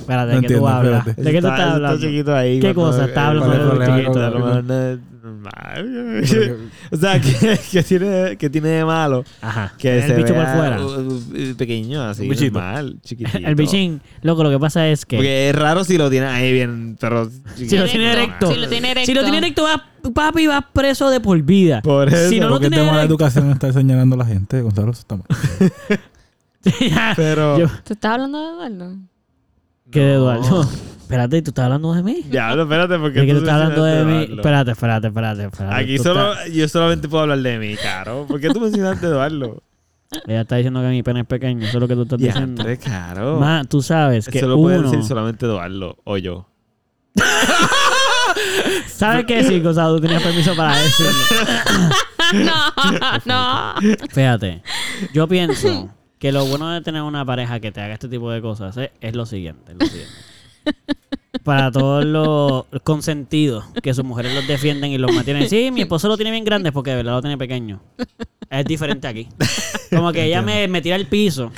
Speaker 3: Espérate,
Speaker 4: No
Speaker 3: ¿de qué tú
Speaker 4: entiendo,
Speaker 3: hablas?
Speaker 4: espérate.
Speaker 3: ¿De qué tú estás
Speaker 2: Está
Speaker 3: hablando?
Speaker 2: chiquito ahí.
Speaker 3: ¿Qué
Speaker 2: cuando-
Speaker 3: cosa? Estás
Speaker 2: eh,
Speaker 3: hablando
Speaker 2: cuando
Speaker 4: de
Speaker 2: es
Speaker 4: lo
Speaker 2: chiquito,
Speaker 4: chiquito.
Speaker 2: a lo mejor no es normal. O sea, ¿qué, qué tiene, qué tiene de malo?
Speaker 3: Ajá.
Speaker 2: Que
Speaker 3: el
Speaker 2: se
Speaker 3: bicho por
Speaker 2: vea,
Speaker 3: fuera.
Speaker 2: uh, uh, pequeño, así,
Speaker 4: Un bichito.
Speaker 2: normal, chiquitito.
Speaker 3: El bichín, loco, lo que pasa es que...
Speaker 2: Porque es raro si lo tiene ahí bien, pero...
Speaker 3: Si lo tiene
Speaker 1: Directo.
Speaker 3: erecto.
Speaker 1: Si lo tiene erecto.
Speaker 3: Si lo tiene erecto, vas- papi, vas preso de por vida.
Speaker 2: Por eso,
Speaker 3: si no lo
Speaker 4: Porque es
Speaker 3: tiene
Speaker 4: de mala
Speaker 3: erecto...
Speaker 4: educación estar señalando a la gente, Gonzalo. Eso está mal.
Speaker 3: Ya,
Speaker 2: Pero...
Speaker 3: yo-
Speaker 1: ¿Tú estás hablando de Eduardo?
Speaker 3: Que de
Speaker 2: No.
Speaker 3: Eduardo. Espérate, ¿tú estás hablando de mí?
Speaker 2: Ya, no, espérate, porque...
Speaker 3: ¿De que tú
Speaker 2: tú
Speaker 3: estás hablando de mí?
Speaker 2: mencionaste a Eduardo.
Speaker 3: Espérate, espérate, espérate. espérate.
Speaker 2: Aquí
Speaker 3: Tú
Speaker 2: solo,
Speaker 3: estás-
Speaker 2: yo solamente puedo hablar de mí, caro. ¿Por qué tú mencionaste a Eduardo?
Speaker 3: Ella está diciendo que mi pene es pequeño. Eso es lo que tú estás
Speaker 2: Ya,
Speaker 3: diciendo.
Speaker 2: hombre, caro.
Speaker 3: Ma, tú sabes que
Speaker 2: Eso lo puede
Speaker 3: uno...
Speaker 2: decir solamente Eduardo o yo.
Speaker 3: ¿Sabes qué, sí, Gonzalo? Tú tenías permiso para decirlo.
Speaker 1: no.
Speaker 3: Fíjate, yo pienso que lo bueno de tener una pareja que te haga este tipo de cosas es, es lo siguiente. es lo siguiente. Para todos los consentidos que sus mujeres los defienden y los mantienen. Sí, mi esposo lo tiene bien grande porque de verdad lo tiene pequeño. Es diferente aquí. Como que ella me, me tira el piso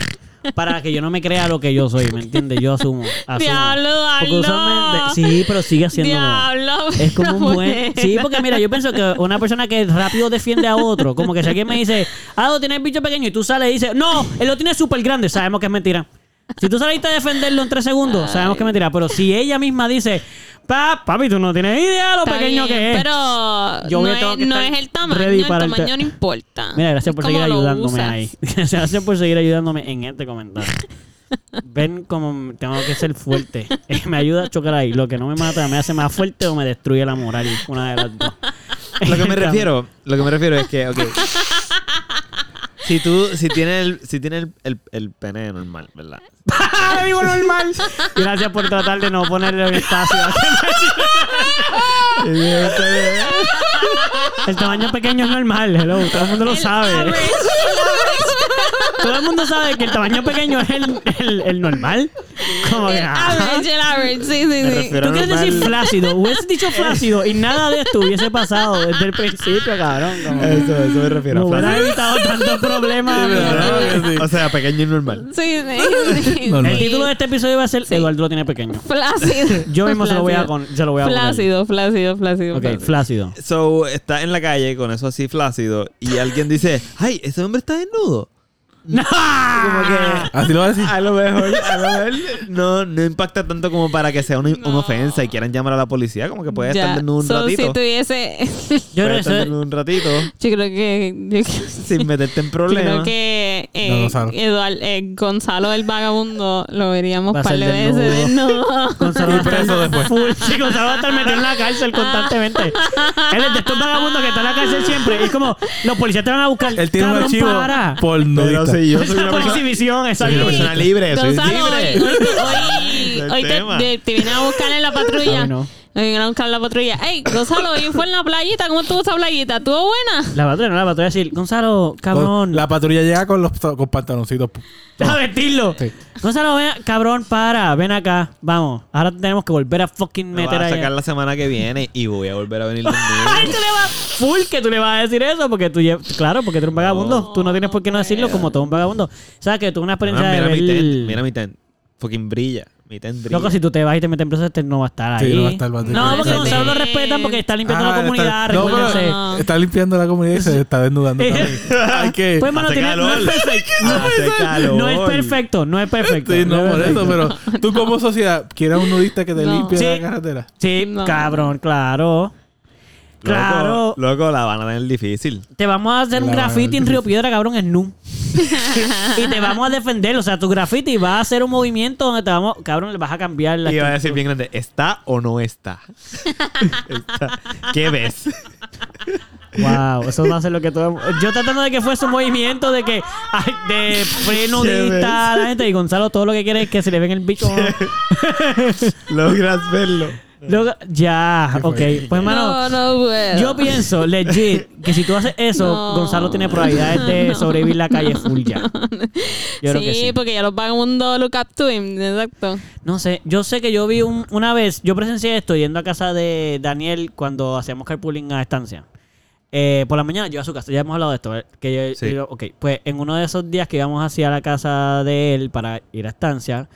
Speaker 3: para que yo no me crea lo que yo soy, ¿me entiendes? Yo asumo. asumo.
Speaker 1: Diablo,
Speaker 3: Porque
Speaker 1: Darlo.
Speaker 3: usualmente- Sí, pero sigue haciendo.
Speaker 1: Diablo.
Speaker 3: Es como
Speaker 1: no
Speaker 3: un buen.
Speaker 1: puede.
Speaker 3: Sí, porque mira, yo pienso que una persona que rápido defiende a otro, como que si alguien me dice, ah, lo tiene el bicho pequeño, y tú sales y dices, no, él lo tiene súper grande, sabemos que es mentira. Si tú saliste a defenderlo en tres segundos, sabemos que es mentira. Pero si ella misma dice, pa, papi, tú no tienes idea lo
Speaker 1: Está
Speaker 3: pequeño
Speaker 1: bien,
Speaker 3: que es.
Speaker 1: Pero
Speaker 3: Yo voy
Speaker 1: no,
Speaker 3: a
Speaker 1: es,
Speaker 3: tener que
Speaker 1: no
Speaker 3: estar
Speaker 1: es el tamaño,
Speaker 3: ready
Speaker 1: el
Speaker 3: para el te-
Speaker 1: tamaño no importa.
Speaker 3: Mira, gracias por
Speaker 1: Es
Speaker 3: seguir
Speaker 1: cómo lo
Speaker 3: ayudándome
Speaker 1: usas.
Speaker 3: ahí. Gracias por seguir ayudándome en este comentario. Ven como tengo que ser fuerte. Eh, Me ayuda a chocar ahí. Lo que no me mata me hace más fuerte o me destruye la moral. Una de las dos.
Speaker 2: Lo que me refiero, lo que me refiero es que, ok. Si tú, si tienes el, si tienes el, el, el pene normal, ¿verdad?
Speaker 3: ¡Ah, vivo normal! Gracias por tratar de no ponerle un espacio. El tamaño pequeño es normal, hello. Todo el mundo lo
Speaker 1: El
Speaker 3: sabe.
Speaker 1: average.
Speaker 3: Todo el mundo sabe que el tamaño pequeño es el, el- el normal. Como que,
Speaker 1: El
Speaker 3: ah.
Speaker 1: average, el average, sí,
Speaker 2: Me
Speaker 1: sí, sí.
Speaker 2: refiero-
Speaker 3: Tú quieres
Speaker 2: normal.
Speaker 3: decir flácido. Hubiese dicho flácido y nada de esto hubiese pasado desde el principio, cabrón. Como que
Speaker 2: Eso, eso me refiero.
Speaker 3: no
Speaker 2: Flaco.
Speaker 3: hubiera evitado tantos problemas. amigo.
Speaker 2: O sea, pequeño y normal.
Speaker 1: Sí, sí, sí, sí.
Speaker 4: Normal.
Speaker 3: El título de este episodio va a ser Eduardo lo tiene pequeño.
Speaker 1: Flácido.
Speaker 3: Yo mismo se lo voy a,
Speaker 1: Flácido.
Speaker 3: con, se lo voy a poner.
Speaker 1: Flácido, flácido, flácido.
Speaker 3: Ok,
Speaker 1: flácido.
Speaker 3: flácido.
Speaker 2: So, está en la calle con eso así flácido y alguien dice, ay, ese hombre está desnudo.
Speaker 3: ¡No!
Speaker 4: Así lo vas a decir.
Speaker 2: A lo mejor, a lo mejor no, no impacta tanto como para que sea una, una ofensa y quieran llamar a la policía, como que puede
Speaker 1: Ya.
Speaker 2: estar desnudo un
Speaker 1: So,
Speaker 2: ratito.
Speaker 1: Si tuviese.
Speaker 3: Yo creo
Speaker 2: Puede estar
Speaker 3: que eso es-
Speaker 2: desnudo un ratito
Speaker 1: Yo creo que. Yo creo-
Speaker 2: sin meterte en
Speaker 1: yo creo
Speaker 2: problemas.
Speaker 1: que eh,
Speaker 4: No, Gonzalo.
Speaker 1: Eduard- eh, Gonzalo el vagabundo lo veríamos
Speaker 3: Va a
Speaker 1: par
Speaker 3: ser
Speaker 1: de veces
Speaker 3: desnudo.
Speaker 1: desnudo.
Speaker 3: Gonzalo va a estar
Speaker 4: preso después.
Speaker 3: full. Sí, Gonzalo va a estar metido en la cárcel constantemente. Él es de estos vagabundos que está en la cárcel siempre. Y es como, los policías te van a buscar.
Speaker 4: Él tiene un
Speaker 3: Cabrón,
Speaker 4: archivo
Speaker 3: para.
Speaker 4: por
Speaker 2: Pero si yo soy
Speaker 3: Esa
Speaker 2: una
Speaker 3: por
Speaker 2: persona,
Speaker 3: exhibición,
Speaker 2: soy una
Speaker 3: exacto.
Speaker 2: persona libre, soy
Speaker 1: Gonzalo, hoy,
Speaker 2: libre.
Speaker 1: hoy,
Speaker 2: El
Speaker 1: hoy te,
Speaker 2: tema.
Speaker 1: te, te vienen a buscar en la patrulla.
Speaker 3: Ay, no.
Speaker 1: Me vienen a buscar en la patrulla. Ey, Gonzalo, hoy fue en la playita. ¿Cómo estuvo esa playita? ¿Estuvo buena?
Speaker 3: La patrulla, no, la patrulla va a decir, Gonzalo, cabrón.
Speaker 4: Con- La patrulla llega con los con pantaloncitos.
Speaker 3: Deja de vestirlo. Gonzalo, ven, cabrón, para, ven acá. Vamos, ahora tenemos que volver a fucking
Speaker 2: Me
Speaker 3: meter
Speaker 2: vas a
Speaker 3: ahí.
Speaker 2: sacar la semana que viene y voy a volver a venir
Speaker 3: Ay,
Speaker 2: desnudo.
Speaker 3: tú le vas full que tú le vas a decir eso porque tú lle- claro porque tú eres un vagabundo tú no tienes por qué no decirlo como todo un vagabundo sabes que tuve una experiencia
Speaker 2: Además,
Speaker 3: de
Speaker 2: mira mi
Speaker 3: ver-
Speaker 2: tent, mira mi tent. Fucking brilla. Mi tendría.
Speaker 3: Loco, si tú te vas y te metes en proceso, este no va a estar
Speaker 4: Sí,
Speaker 3: ahí.
Speaker 4: no va a estar el Vaticano.
Speaker 3: No, porque
Speaker 1: Exacto.
Speaker 3: Gonzalo lo respetan porque está limpiando
Speaker 4: Ah,
Speaker 3: la comunidad,
Speaker 4: está, no, pero
Speaker 3: recuérdense.
Speaker 1: no.
Speaker 4: está limpiando la comunidad y se está desnudando también. Hay que...
Speaker 3: Pues, mano,
Speaker 2: Hace
Speaker 3: tiene- no, es
Speaker 2: calor.
Speaker 3: perfecto.
Speaker 2: Hace calor.
Speaker 3: no es perfecto, no es perfecto.
Speaker 4: Sí, no, por
Speaker 3: es
Speaker 4: eso, pero tú como sociedad, ¿quieres un nudista que te
Speaker 1: No.
Speaker 4: limpie
Speaker 3: Sí.
Speaker 4: la carretera?
Speaker 3: Sí,
Speaker 1: No.
Speaker 3: cabrón, claro. Claro.
Speaker 2: Loco, loco, la van a tener difícil.
Speaker 3: Te vamos a hacer un
Speaker 4: La
Speaker 3: graffiti en
Speaker 4: madre.
Speaker 3: Río Piedra, cabrón, en NU. y te vamos a defender. O sea, tu graffiti va a hacer un movimiento donde te vamos, cabrón, le vas a cambiar la
Speaker 2: Y va a decir bien grande, ¿está o no está? Está. ¿Qué ves?
Speaker 3: Wow, eso va a ser lo que todo. Yo tratando de que fuese un movimiento de que. ay, de frenudista, la gente. Y Gonzalo, todo lo que quiere es que se le ven el bicho.
Speaker 2: Logras verlo.
Speaker 3: Luego- ya, ok. Pues,
Speaker 1: no,
Speaker 3: hermano,
Speaker 1: no puedo.
Speaker 3: yo pienso, legit, que si tú haces eso,
Speaker 1: No.
Speaker 3: Gonzalo tiene probabilidades de sobrevivir la calle full ya. Yo creo
Speaker 1: sí,
Speaker 3: que sí.
Speaker 1: porque ya los vagabundos look up to him. Exacto. Pues
Speaker 3: No sé, yo sé que yo vi un- una vez, yo presencié esto yendo a casa de Daniel cuando hacíamos carpooling a estancia. Eh, por la mañana yo a su casa, ya hemos hablado de esto. ¿eh? Que yo,
Speaker 2: Sí.
Speaker 3: yo- ok, pues en uno de esos días que íbamos hacia la casa de él para ir a estancia,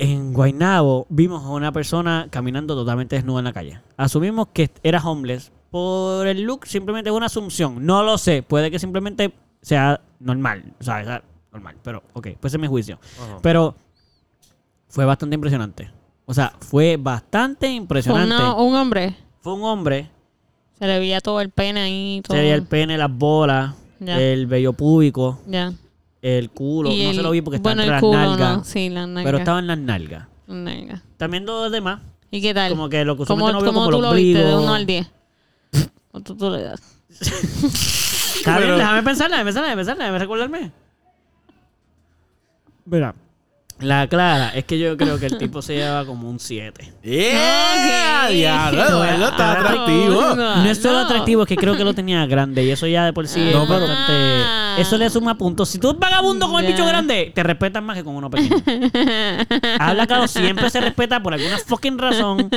Speaker 3: en Guaynabo vimos a una persona caminando totalmente desnuda en la calle. Asumimos que era homeless. Por el look, simplemente es una asunción. No lo sé, puede que simplemente sea normal, o sea, sea normal, pero ok, pues ese es mi juicio. Pero fue bastante impresionante. O sea, fue bastante
Speaker 1: Fue
Speaker 3: impresionante.
Speaker 1: una- un hombre.
Speaker 3: Fue un hombre,
Speaker 1: Se le veía todo el pene ahí. Todo.
Speaker 3: se veía el pene, las bolas,
Speaker 1: Ya.
Speaker 3: el vello púbico,
Speaker 1: Ya.
Speaker 3: el culo.
Speaker 1: Y
Speaker 3: no se
Speaker 1: el-
Speaker 3: lo vi porque estaba
Speaker 1: bueno, el
Speaker 3: entre las
Speaker 1: culo,
Speaker 3: nalgas.
Speaker 1: no. Sí, las nalgas.
Speaker 3: Pero estaba en las nalgas.
Speaker 1: Las nalgas.
Speaker 3: También los demás,
Speaker 1: ¿Y qué tal?
Speaker 3: como que lo que
Speaker 1: ¿Cómo,
Speaker 3: usualmente no veo
Speaker 1: cómo
Speaker 3: como
Speaker 1: tú
Speaker 3: los
Speaker 1: lo viste de
Speaker 3: brigos.
Speaker 1: 1 al 10? ¿Cuánto tú le das?
Speaker 3: Está bien,
Speaker 4: Pero-
Speaker 3: déjame pensar, déjame pensar, déjame pensar, déjame recordarme. Mira, la clara es que yo creo que el tipo se lleva como un 7.
Speaker 4: ¡Eh!
Speaker 2: ¡Yeah!
Speaker 1: Ok.
Speaker 2: Diablo, ¡Eh! bueno, ah, está
Speaker 3: Ahora-
Speaker 2: atractivo.
Speaker 3: Ah, No Ah. es solo atractivo, es que creo que lo tenía grande y eso ya de por sí
Speaker 1: No,
Speaker 3: es
Speaker 1: pero-
Speaker 3: bastante... Eso le suma puntos. Si tú eres vagabundo con el
Speaker 1: Ya.
Speaker 3: bicho grande, te respetan más que con uno pequeño. Habla claro, siempre se respeta por alguna fucking razón.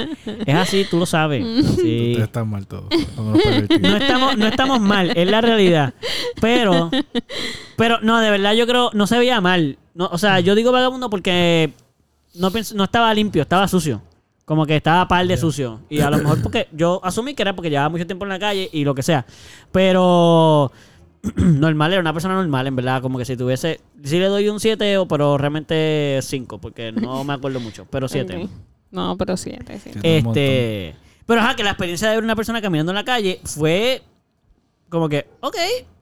Speaker 3: Es así, tú lo sabes. Sí.
Speaker 4: Ustedes están mal todos. Son unos pervertidos.
Speaker 3: No estamos, no estamos mal, es la realidad. Pero, pero no, de verdad yo creo, no se veía mal. No, o sea, yo digo vagabundo porque no, pienso- no estaba limpio, estaba sucio. Como que estaba par de sucio. Y a lo mejor porque yo asumí que era porque llevaba mucho tiempo en la calle y lo que sea. Pero normal, era una persona normal, en verdad. Como que si tuviese, si le doy un 7, o- pero realmente 5, porque no me acuerdo mucho, pero 7.
Speaker 1: No, pero 7. Sí.
Speaker 4: Sí. un
Speaker 3: Este. Pero ajá, que la experiencia de ver una persona caminando en la calle fue como que, ok,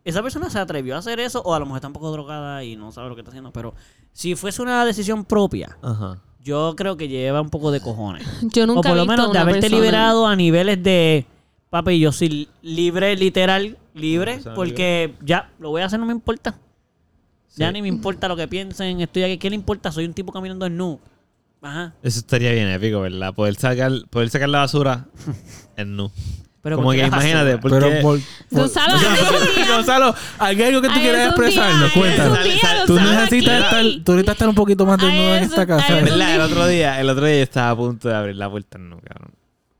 Speaker 3: esa persona se atrevió a hacer eso, o a lo mejor está un poco drogada y no sabe lo que está haciendo, pero si fuese una decisión propia,
Speaker 2: Ajá.
Speaker 3: yo creo que lleva un poco de cojones.
Speaker 1: Yo nunca
Speaker 3: o por
Speaker 1: he
Speaker 3: lo
Speaker 1: visto
Speaker 3: menos de
Speaker 1: una
Speaker 3: haberte
Speaker 1: persona-
Speaker 3: liberado a niveles de, papi, yo soy libre, literal, libre,
Speaker 2: O sea,
Speaker 3: porque ya lo voy a hacer, no me importa. Ya
Speaker 2: Sí.
Speaker 3: ni me importa lo que piensen, estoy aquí, ¿qué le importa? Soy un tipo caminando en nu. Ajá.
Speaker 2: Eso estaría bien épico, ¿verdad? Poder sacar, poder sacar la basura en nu.
Speaker 3: Pero
Speaker 2: Como
Speaker 3: ¿por qué
Speaker 2: que
Speaker 3: la basura?
Speaker 2: imagínate,
Speaker 4: Pero
Speaker 2: porque...
Speaker 4: por- por-
Speaker 1: Gonzalo,
Speaker 4: Gonzalo, ¿hay algo que tú
Speaker 1: Ay,
Speaker 4: quieras
Speaker 1: es un día,
Speaker 4: expresarlo?
Speaker 1: ay,
Speaker 4: Cuéntanos.
Speaker 1: es un día,
Speaker 4: Tú
Speaker 1: Gonzalo,
Speaker 4: necesitas estar,
Speaker 1: aquí.
Speaker 4: tú necesitas estar un poquito más
Speaker 1: Ay,
Speaker 4: desnudo en
Speaker 1: es
Speaker 4: esta
Speaker 1: un-
Speaker 4: casa.
Speaker 1: ay, es un-
Speaker 2: ¿Verdad? El otro día, el otro día yo estaba a punto de abrir la puerta en nu, cabrón.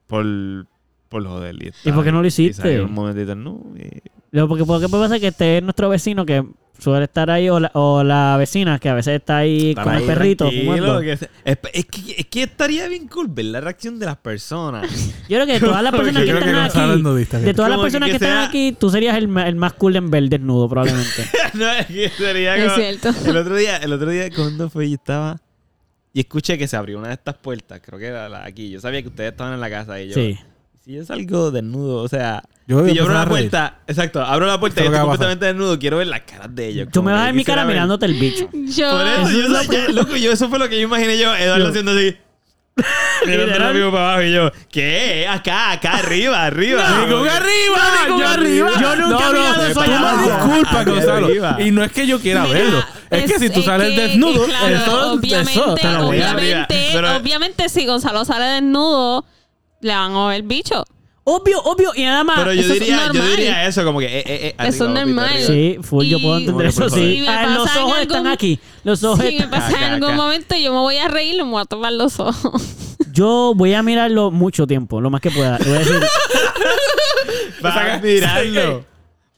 Speaker 2: Por, por joder. Y, estaba-
Speaker 3: por qué no lo hiciste?
Speaker 2: Y salí un momentito en nu y-
Speaker 3: Lo porque, porque puede pasar que esté nuestro vecino que suele estar ahí o la, o la vecina que a veces está ahí
Speaker 2: Estar
Speaker 3: con
Speaker 2: ahí
Speaker 3: el perrito
Speaker 2: tranquilo,
Speaker 3: fumando.
Speaker 2: que se- es, es que, es que estaría bien cool ver la reacción de las personas.
Speaker 3: Yo creo que todas las personas
Speaker 4: Yo
Speaker 3: que
Speaker 4: creo que
Speaker 3: están
Speaker 4: Gonzalo es nudista,
Speaker 3: aquí, de
Speaker 4: gente.
Speaker 3: todas las
Speaker 2: Como que
Speaker 3: personas que,
Speaker 2: que
Speaker 3: están
Speaker 2: sea-
Speaker 3: aquí, tú serías el, ma- el más cool en ver desnudo probablemente.
Speaker 2: no, es que sería
Speaker 1: Es
Speaker 2: como-
Speaker 1: cierto.
Speaker 2: El otro día, el otro día cuando fue, yo estaba... Y escuché que se abrió una de estas puertas, creo que era la de aquí. Yo sabía que ustedes estaban en la casa y yo...
Speaker 3: sí.
Speaker 2: Si yo salgo desnudo, o sea...
Speaker 4: Yo voy a
Speaker 2: si yo abro
Speaker 4: empezar
Speaker 2: la
Speaker 4: a reír.
Speaker 2: puerta, exacto, abro la puerta y
Speaker 4: Esto
Speaker 2: estoy
Speaker 4: es lo que va a
Speaker 2: completamente desnudo, quiero ver las caras de ellos.
Speaker 3: Tú
Speaker 2: como
Speaker 3: me vas
Speaker 2: que
Speaker 3: a ver mi
Speaker 2: quisiera
Speaker 3: cara
Speaker 2: ver.
Speaker 3: mirándote el bicho.
Speaker 1: Yo.
Speaker 2: Por eso, yo, yo- loco, yo eso fue lo que yo imaginé yo, Eduardo haciendo así. Mirando
Speaker 3: Literal.
Speaker 2: arriba para abajo y yo, ¿qué? Acá, acá, arriba, arriba.
Speaker 4: ¡Ningún arriba! ¡Ningún Ah, arriba!
Speaker 3: Yo nunca he mirado eso allá
Speaker 4: Tú me
Speaker 3: abajo.
Speaker 4: disculpas,
Speaker 2: Hacia arriba.
Speaker 4: Gonzalo. Y no es que yo quiera
Speaker 1: Mira,
Speaker 4: verlo. Es, que si tú
Speaker 1: es
Speaker 4: sales
Speaker 1: que-
Speaker 4: desnudo,
Speaker 1: que claro,
Speaker 4: eso,
Speaker 1: obviamente,
Speaker 4: eso te lo voy a
Speaker 2: abrir.
Speaker 1: obviamente,
Speaker 2: Pero-
Speaker 1: obviamente, si Gonzalo sale desnudo, le van a ver el bicho.
Speaker 3: Obvio, obvio, y nada más.
Speaker 2: Pero yo
Speaker 1: Eso es
Speaker 2: diría, yo
Speaker 1: normal.
Speaker 2: diría eso, como que, eh, eh, eh,
Speaker 1: Eso es
Speaker 2: arriba, papito,
Speaker 1: normal.
Speaker 2: arriba.
Speaker 3: Sí, full, yo puedo
Speaker 1: Y-
Speaker 3: entender
Speaker 2: Como que
Speaker 3: eso,
Speaker 2: por
Speaker 3: sí.
Speaker 1: favor.
Speaker 3: Ah,
Speaker 1: Si me
Speaker 3: los
Speaker 1: pasa en
Speaker 3: ojos
Speaker 1: algún-
Speaker 3: están aquí. Los ojos
Speaker 1: Si me
Speaker 3: están-
Speaker 1: pasa en
Speaker 2: Acá,
Speaker 1: algún
Speaker 2: acá.
Speaker 1: momento, yo me voy a reír y me voy a tapar los ojos.
Speaker 3: Yo voy a mirarlo mucho tiempo, lo más que pueda. Voy a decir,
Speaker 2: Vas a mirarlo.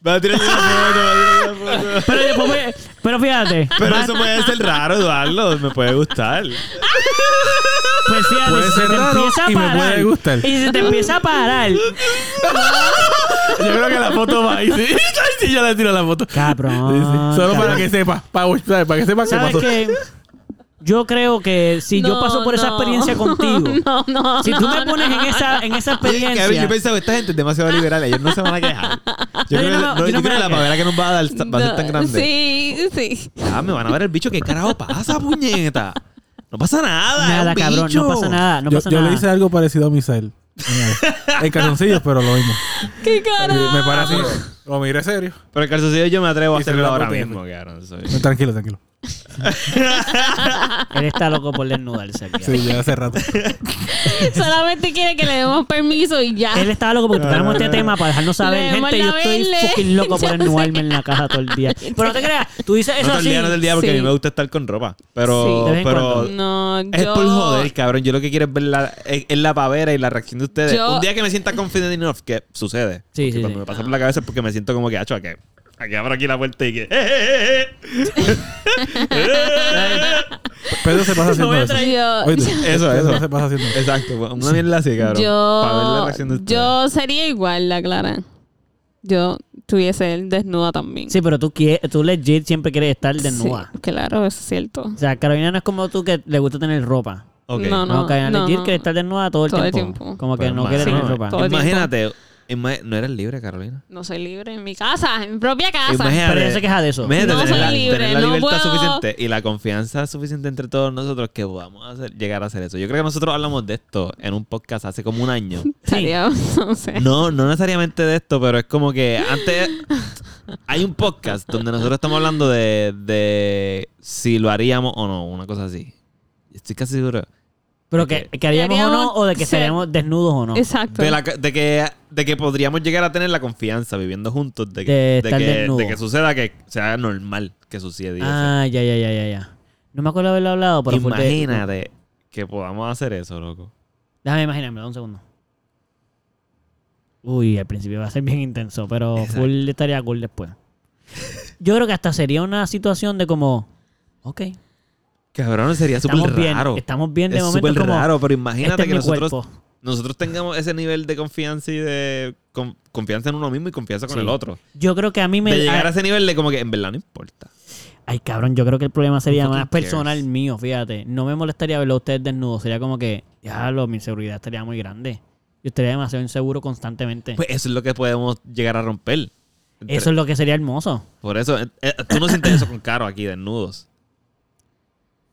Speaker 2: Vas a tirarle una foto, vas a tirarle una
Speaker 3: Pero, después voy- pero fíjate,
Speaker 2: Pero eso puede ser raro, Eduardo. Me puede gustar.
Speaker 3: pues fíjate,
Speaker 4: Puede
Speaker 3: si se
Speaker 4: ser
Speaker 3: te
Speaker 4: raro
Speaker 3: empieza a
Speaker 4: y me
Speaker 3: parar,
Speaker 4: puede gustar.
Speaker 3: Y si te empieza a parar,
Speaker 4: Yo creo que la foto va. Y sí, ay, sí, yo le tiro la foto. eh, Sí, sí.
Speaker 3: cabrón.
Speaker 4: Solo para
Speaker 3: cabrón.
Speaker 4: que sepa. Para, para que sepa que
Speaker 3: ¿Sabes
Speaker 4: pasó.
Speaker 3: qué? Yo creo que si yo
Speaker 1: No,
Speaker 3: paso por esa
Speaker 1: no.
Speaker 3: experiencia contigo,
Speaker 1: No, no. Ah,
Speaker 3: si tú me
Speaker 1: no,
Speaker 3: pones
Speaker 1: no.
Speaker 3: en esa en esa experiencia,
Speaker 2: Cabrón, yo pensaba, esta gente es demasiado liberal, ellos no se van a quejar. Yo creo,
Speaker 3: No, yo no me-
Speaker 2: que- no,
Speaker 3: yo no
Speaker 2: yo
Speaker 3: me
Speaker 2: creo que
Speaker 3: la
Speaker 2: la pavera que nos va a dar está- va a ser tan grande.
Speaker 1: Sí, sí.
Speaker 2: Ya, me van a ver el bicho. ¿Qué carajo pasa, puñeta? No pasa nada. es
Speaker 3: nada,
Speaker 2: un
Speaker 3: cabrón,
Speaker 2: bicho.
Speaker 3: no pasa nada, Ah, no
Speaker 4: yo
Speaker 3: pasa
Speaker 4: yo
Speaker 3: nada.
Speaker 4: le hice algo parecido a Misael. En calzoncillos, pero lo mismo.
Speaker 1: Qué
Speaker 4: Y
Speaker 1: carajo.
Speaker 4: Me parece. Lo miré serio.
Speaker 2: Pero el calzoncillo yo me atrevo a
Speaker 4: Y se
Speaker 2: hacerlo
Speaker 4: lo
Speaker 2: ahora
Speaker 4: apropié.
Speaker 2: mismo, cabrón. soy-
Speaker 4: Tranquilo, tranquilo.
Speaker 3: Él está loco por desnudarse aquí.
Speaker 4: Sí, ya hace rato.
Speaker 1: Solamente quiere que le demos permiso y ya.
Speaker 3: Él estaba loco porque tocáramos
Speaker 4: Ah.
Speaker 3: este tema para dejarnos saber,
Speaker 1: Le demos
Speaker 3: gente, yo
Speaker 1: la
Speaker 3: estoy
Speaker 1: verde.
Speaker 3: fucking loco por
Speaker 1: Yo
Speaker 3: ennuarme en la caja todo el día. Pero no te creas, tú dices
Speaker 2: No
Speaker 3: eso
Speaker 2: todo el
Speaker 3: así.
Speaker 2: día, no todo el día, porque
Speaker 1: Sí.
Speaker 2: a mí me gusta estar con ropa. Pero,
Speaker 1: Sí.
Speaker 3: De vez en
Speaker 2: pero
Speaker 3: cuando.
Speaker 1: No,
Speaker 2: es
Speaker 1: yo...
Speaker 2: por joder, cabrón. Yo lo que quiero es ver la, es, es la pavera y la reacción de ustedes.
Speaker 1: Yo-
Speaker 2: Un día que me sienta confident enough, que sucede.
Speaker 3: Sí,
Speaker 2: Porque
Speaker 3: sí,
Speaker 2: Cuando
Speaker 3: sí.
Speaker 2: me pasa por la cabeza es porque me siento como que, hacho, a que, a que abro aquí la puerta y que... "Eh, eh, eh, eh".
Speaker 4: Pedro se pasa
Speaker 3: Lo
Speaker 4: haciendo
Speaker 3: voy a
Speaker 4: eso.
Speaker 1: traer yo.
Speaker 4: Oíste,
Speaker 2: Eso,
Speaker 4: Pedro
Speaker 2: eso.
Speaker 4: se pasa haciendo eso.
Speaker 2: eh"? Exacto, pues, una mierda así, cabrón. para ver la
Speaker 1: Yo,
Speaker 2: reacción de ustedes.
Speaker 1: yo sería igual, la Clara. Yo tuviese él desnuda también.
Speaker 3: Sí, pero tú, quieres, tú legit siempre quieres estar desnuda.
Speaker 1: Sí, claro, eso es cierto.
Speaker 3: O sea, Carolina no es como tú que le gusta tener ropa.
Speaker 2: Ok.
Speaker 1: No,
Speaker 3: No, Carolina
Speaker 1: no,
Speaker 3: legit
Speaker 1: no.
Speaker 3: quiere estar desnuda todo el,
Speaker 1: Todo el
Speaker 3: tiempo.
Speaker 1: tiempo.
Speaker 3: Como que
Speaker 2: Pero
Speaker 3: no quiere
Speaker 2: imagínate,
Speaker 3: tener ropa.
Speaker 1: todo el tiempo.
Speaker 2: Imagínate, ima- no eres libre, Carolina.
Speaker 1: No soy libre en mi casa, en mi propia casa.
Speaker 2: Imagínate,
Speaker 3: Pero ella se queja de eso.
Speaker 2: imagínate
Speaker 1: No
Speaker 2: tener,
Speaker 1: soy
Speaker 2: la,
Speaker 1: libre,
Speaker 2: tener la
Speaker 1: no
Speaker 2: libertad
Speaker 1: puedo.
Speaker 2: suficiente y la confianza suficiente entre todos nosotros que podamos hacer- llegar a hacer eso. Yo creo que nosotros hablamos de esto en un podcast hace como un año.
Speaker 1: Estaría- no sé.
Speaker 2: No, no necesariamente de esto, pero es como que antes hay un podcast donde nosotros estamos hablando de, de si lo haríamos o no, una cosa así. Estoy casi seguro.
Speaker 3: Pero que, que haríamos o no,
Speaker 1: Haríamos
Speaker 3: o de que
Speaker 1: ser-
Speaker 3: seremos desnudos o no.
Speaker 1: Exacto.
Speaker 2: De, la, de, que, de que podríamos llegar a tener la confianza viviendo juntos, de que,
Speaker 3: De
Speaker 2: de
Speaker 3: estar
Speaker 2: que,
Speaker 3: desnudo.
Speaker 2: de que suceda que sea normal que suceda. y eso.
Speaker 3: Ah, ya, ya, ya, ya, ya. No me acuerdo haberlo hablado, pero fue de-
Speaker 2: Imagínate que podamos hacer eso, loco.
Speaker 3: Déjame imaginarme, da un segundo. Uy, al principio va a ser bien intenso, pero
Speaker 2: Exacto.
Speaker 3: full estaría cool después. Yo creo que hasta sería una situación de como, ok,
Speaker 2: Cabrón, sería
Speaker 3: estamos
Speaker 2: súper
Speaker 3: bien,
Speaker 2: raro.
Speaker 3: estamos bien de
Speaker 2: es
Speaker 3: momento.
Speaker 2: súper
Speaker 3: como,
Speaker 2: raro, pero imagínate
Speaker 3: este es
Speaker 2: que
Speaker 3: mi
Speaker 2: nosotros,
Speaker 3: cuerpo.
Speaker 2: nosotros tengamos ese nivel de confianza y de con- confianza en uno mismo y confianza con
Speaker 3: Sí.
Speaker 2: el otro.
Speaker 3: Yo creo que a mí me...
Speaker 2: de llegar a
Speaker 3: ay,
Speaker 2: ese nivel de como que en verdad no importa.
Speaker 3: ay, cabrón, yo creo que el problema sería
Speaker 2: Who
Speaker 3: más
Speaker 2: fucking cares?
Speaker 3: personal mío, fíjate. No me molestaría verlo a ustedes desnudos. Sería como que, ya, lo, mi seguridad estaría muy grande. Yo estaría demasiado inseguro constantemente.
Speaker 2: Pues eso es lo que podemos llegar a romper. Entre-
Speaker 3: Eso es lo que sería hermoso.
Speaker 2: Por eso, eh, eh, tú no sientes eso con Caro aquí, desnudos.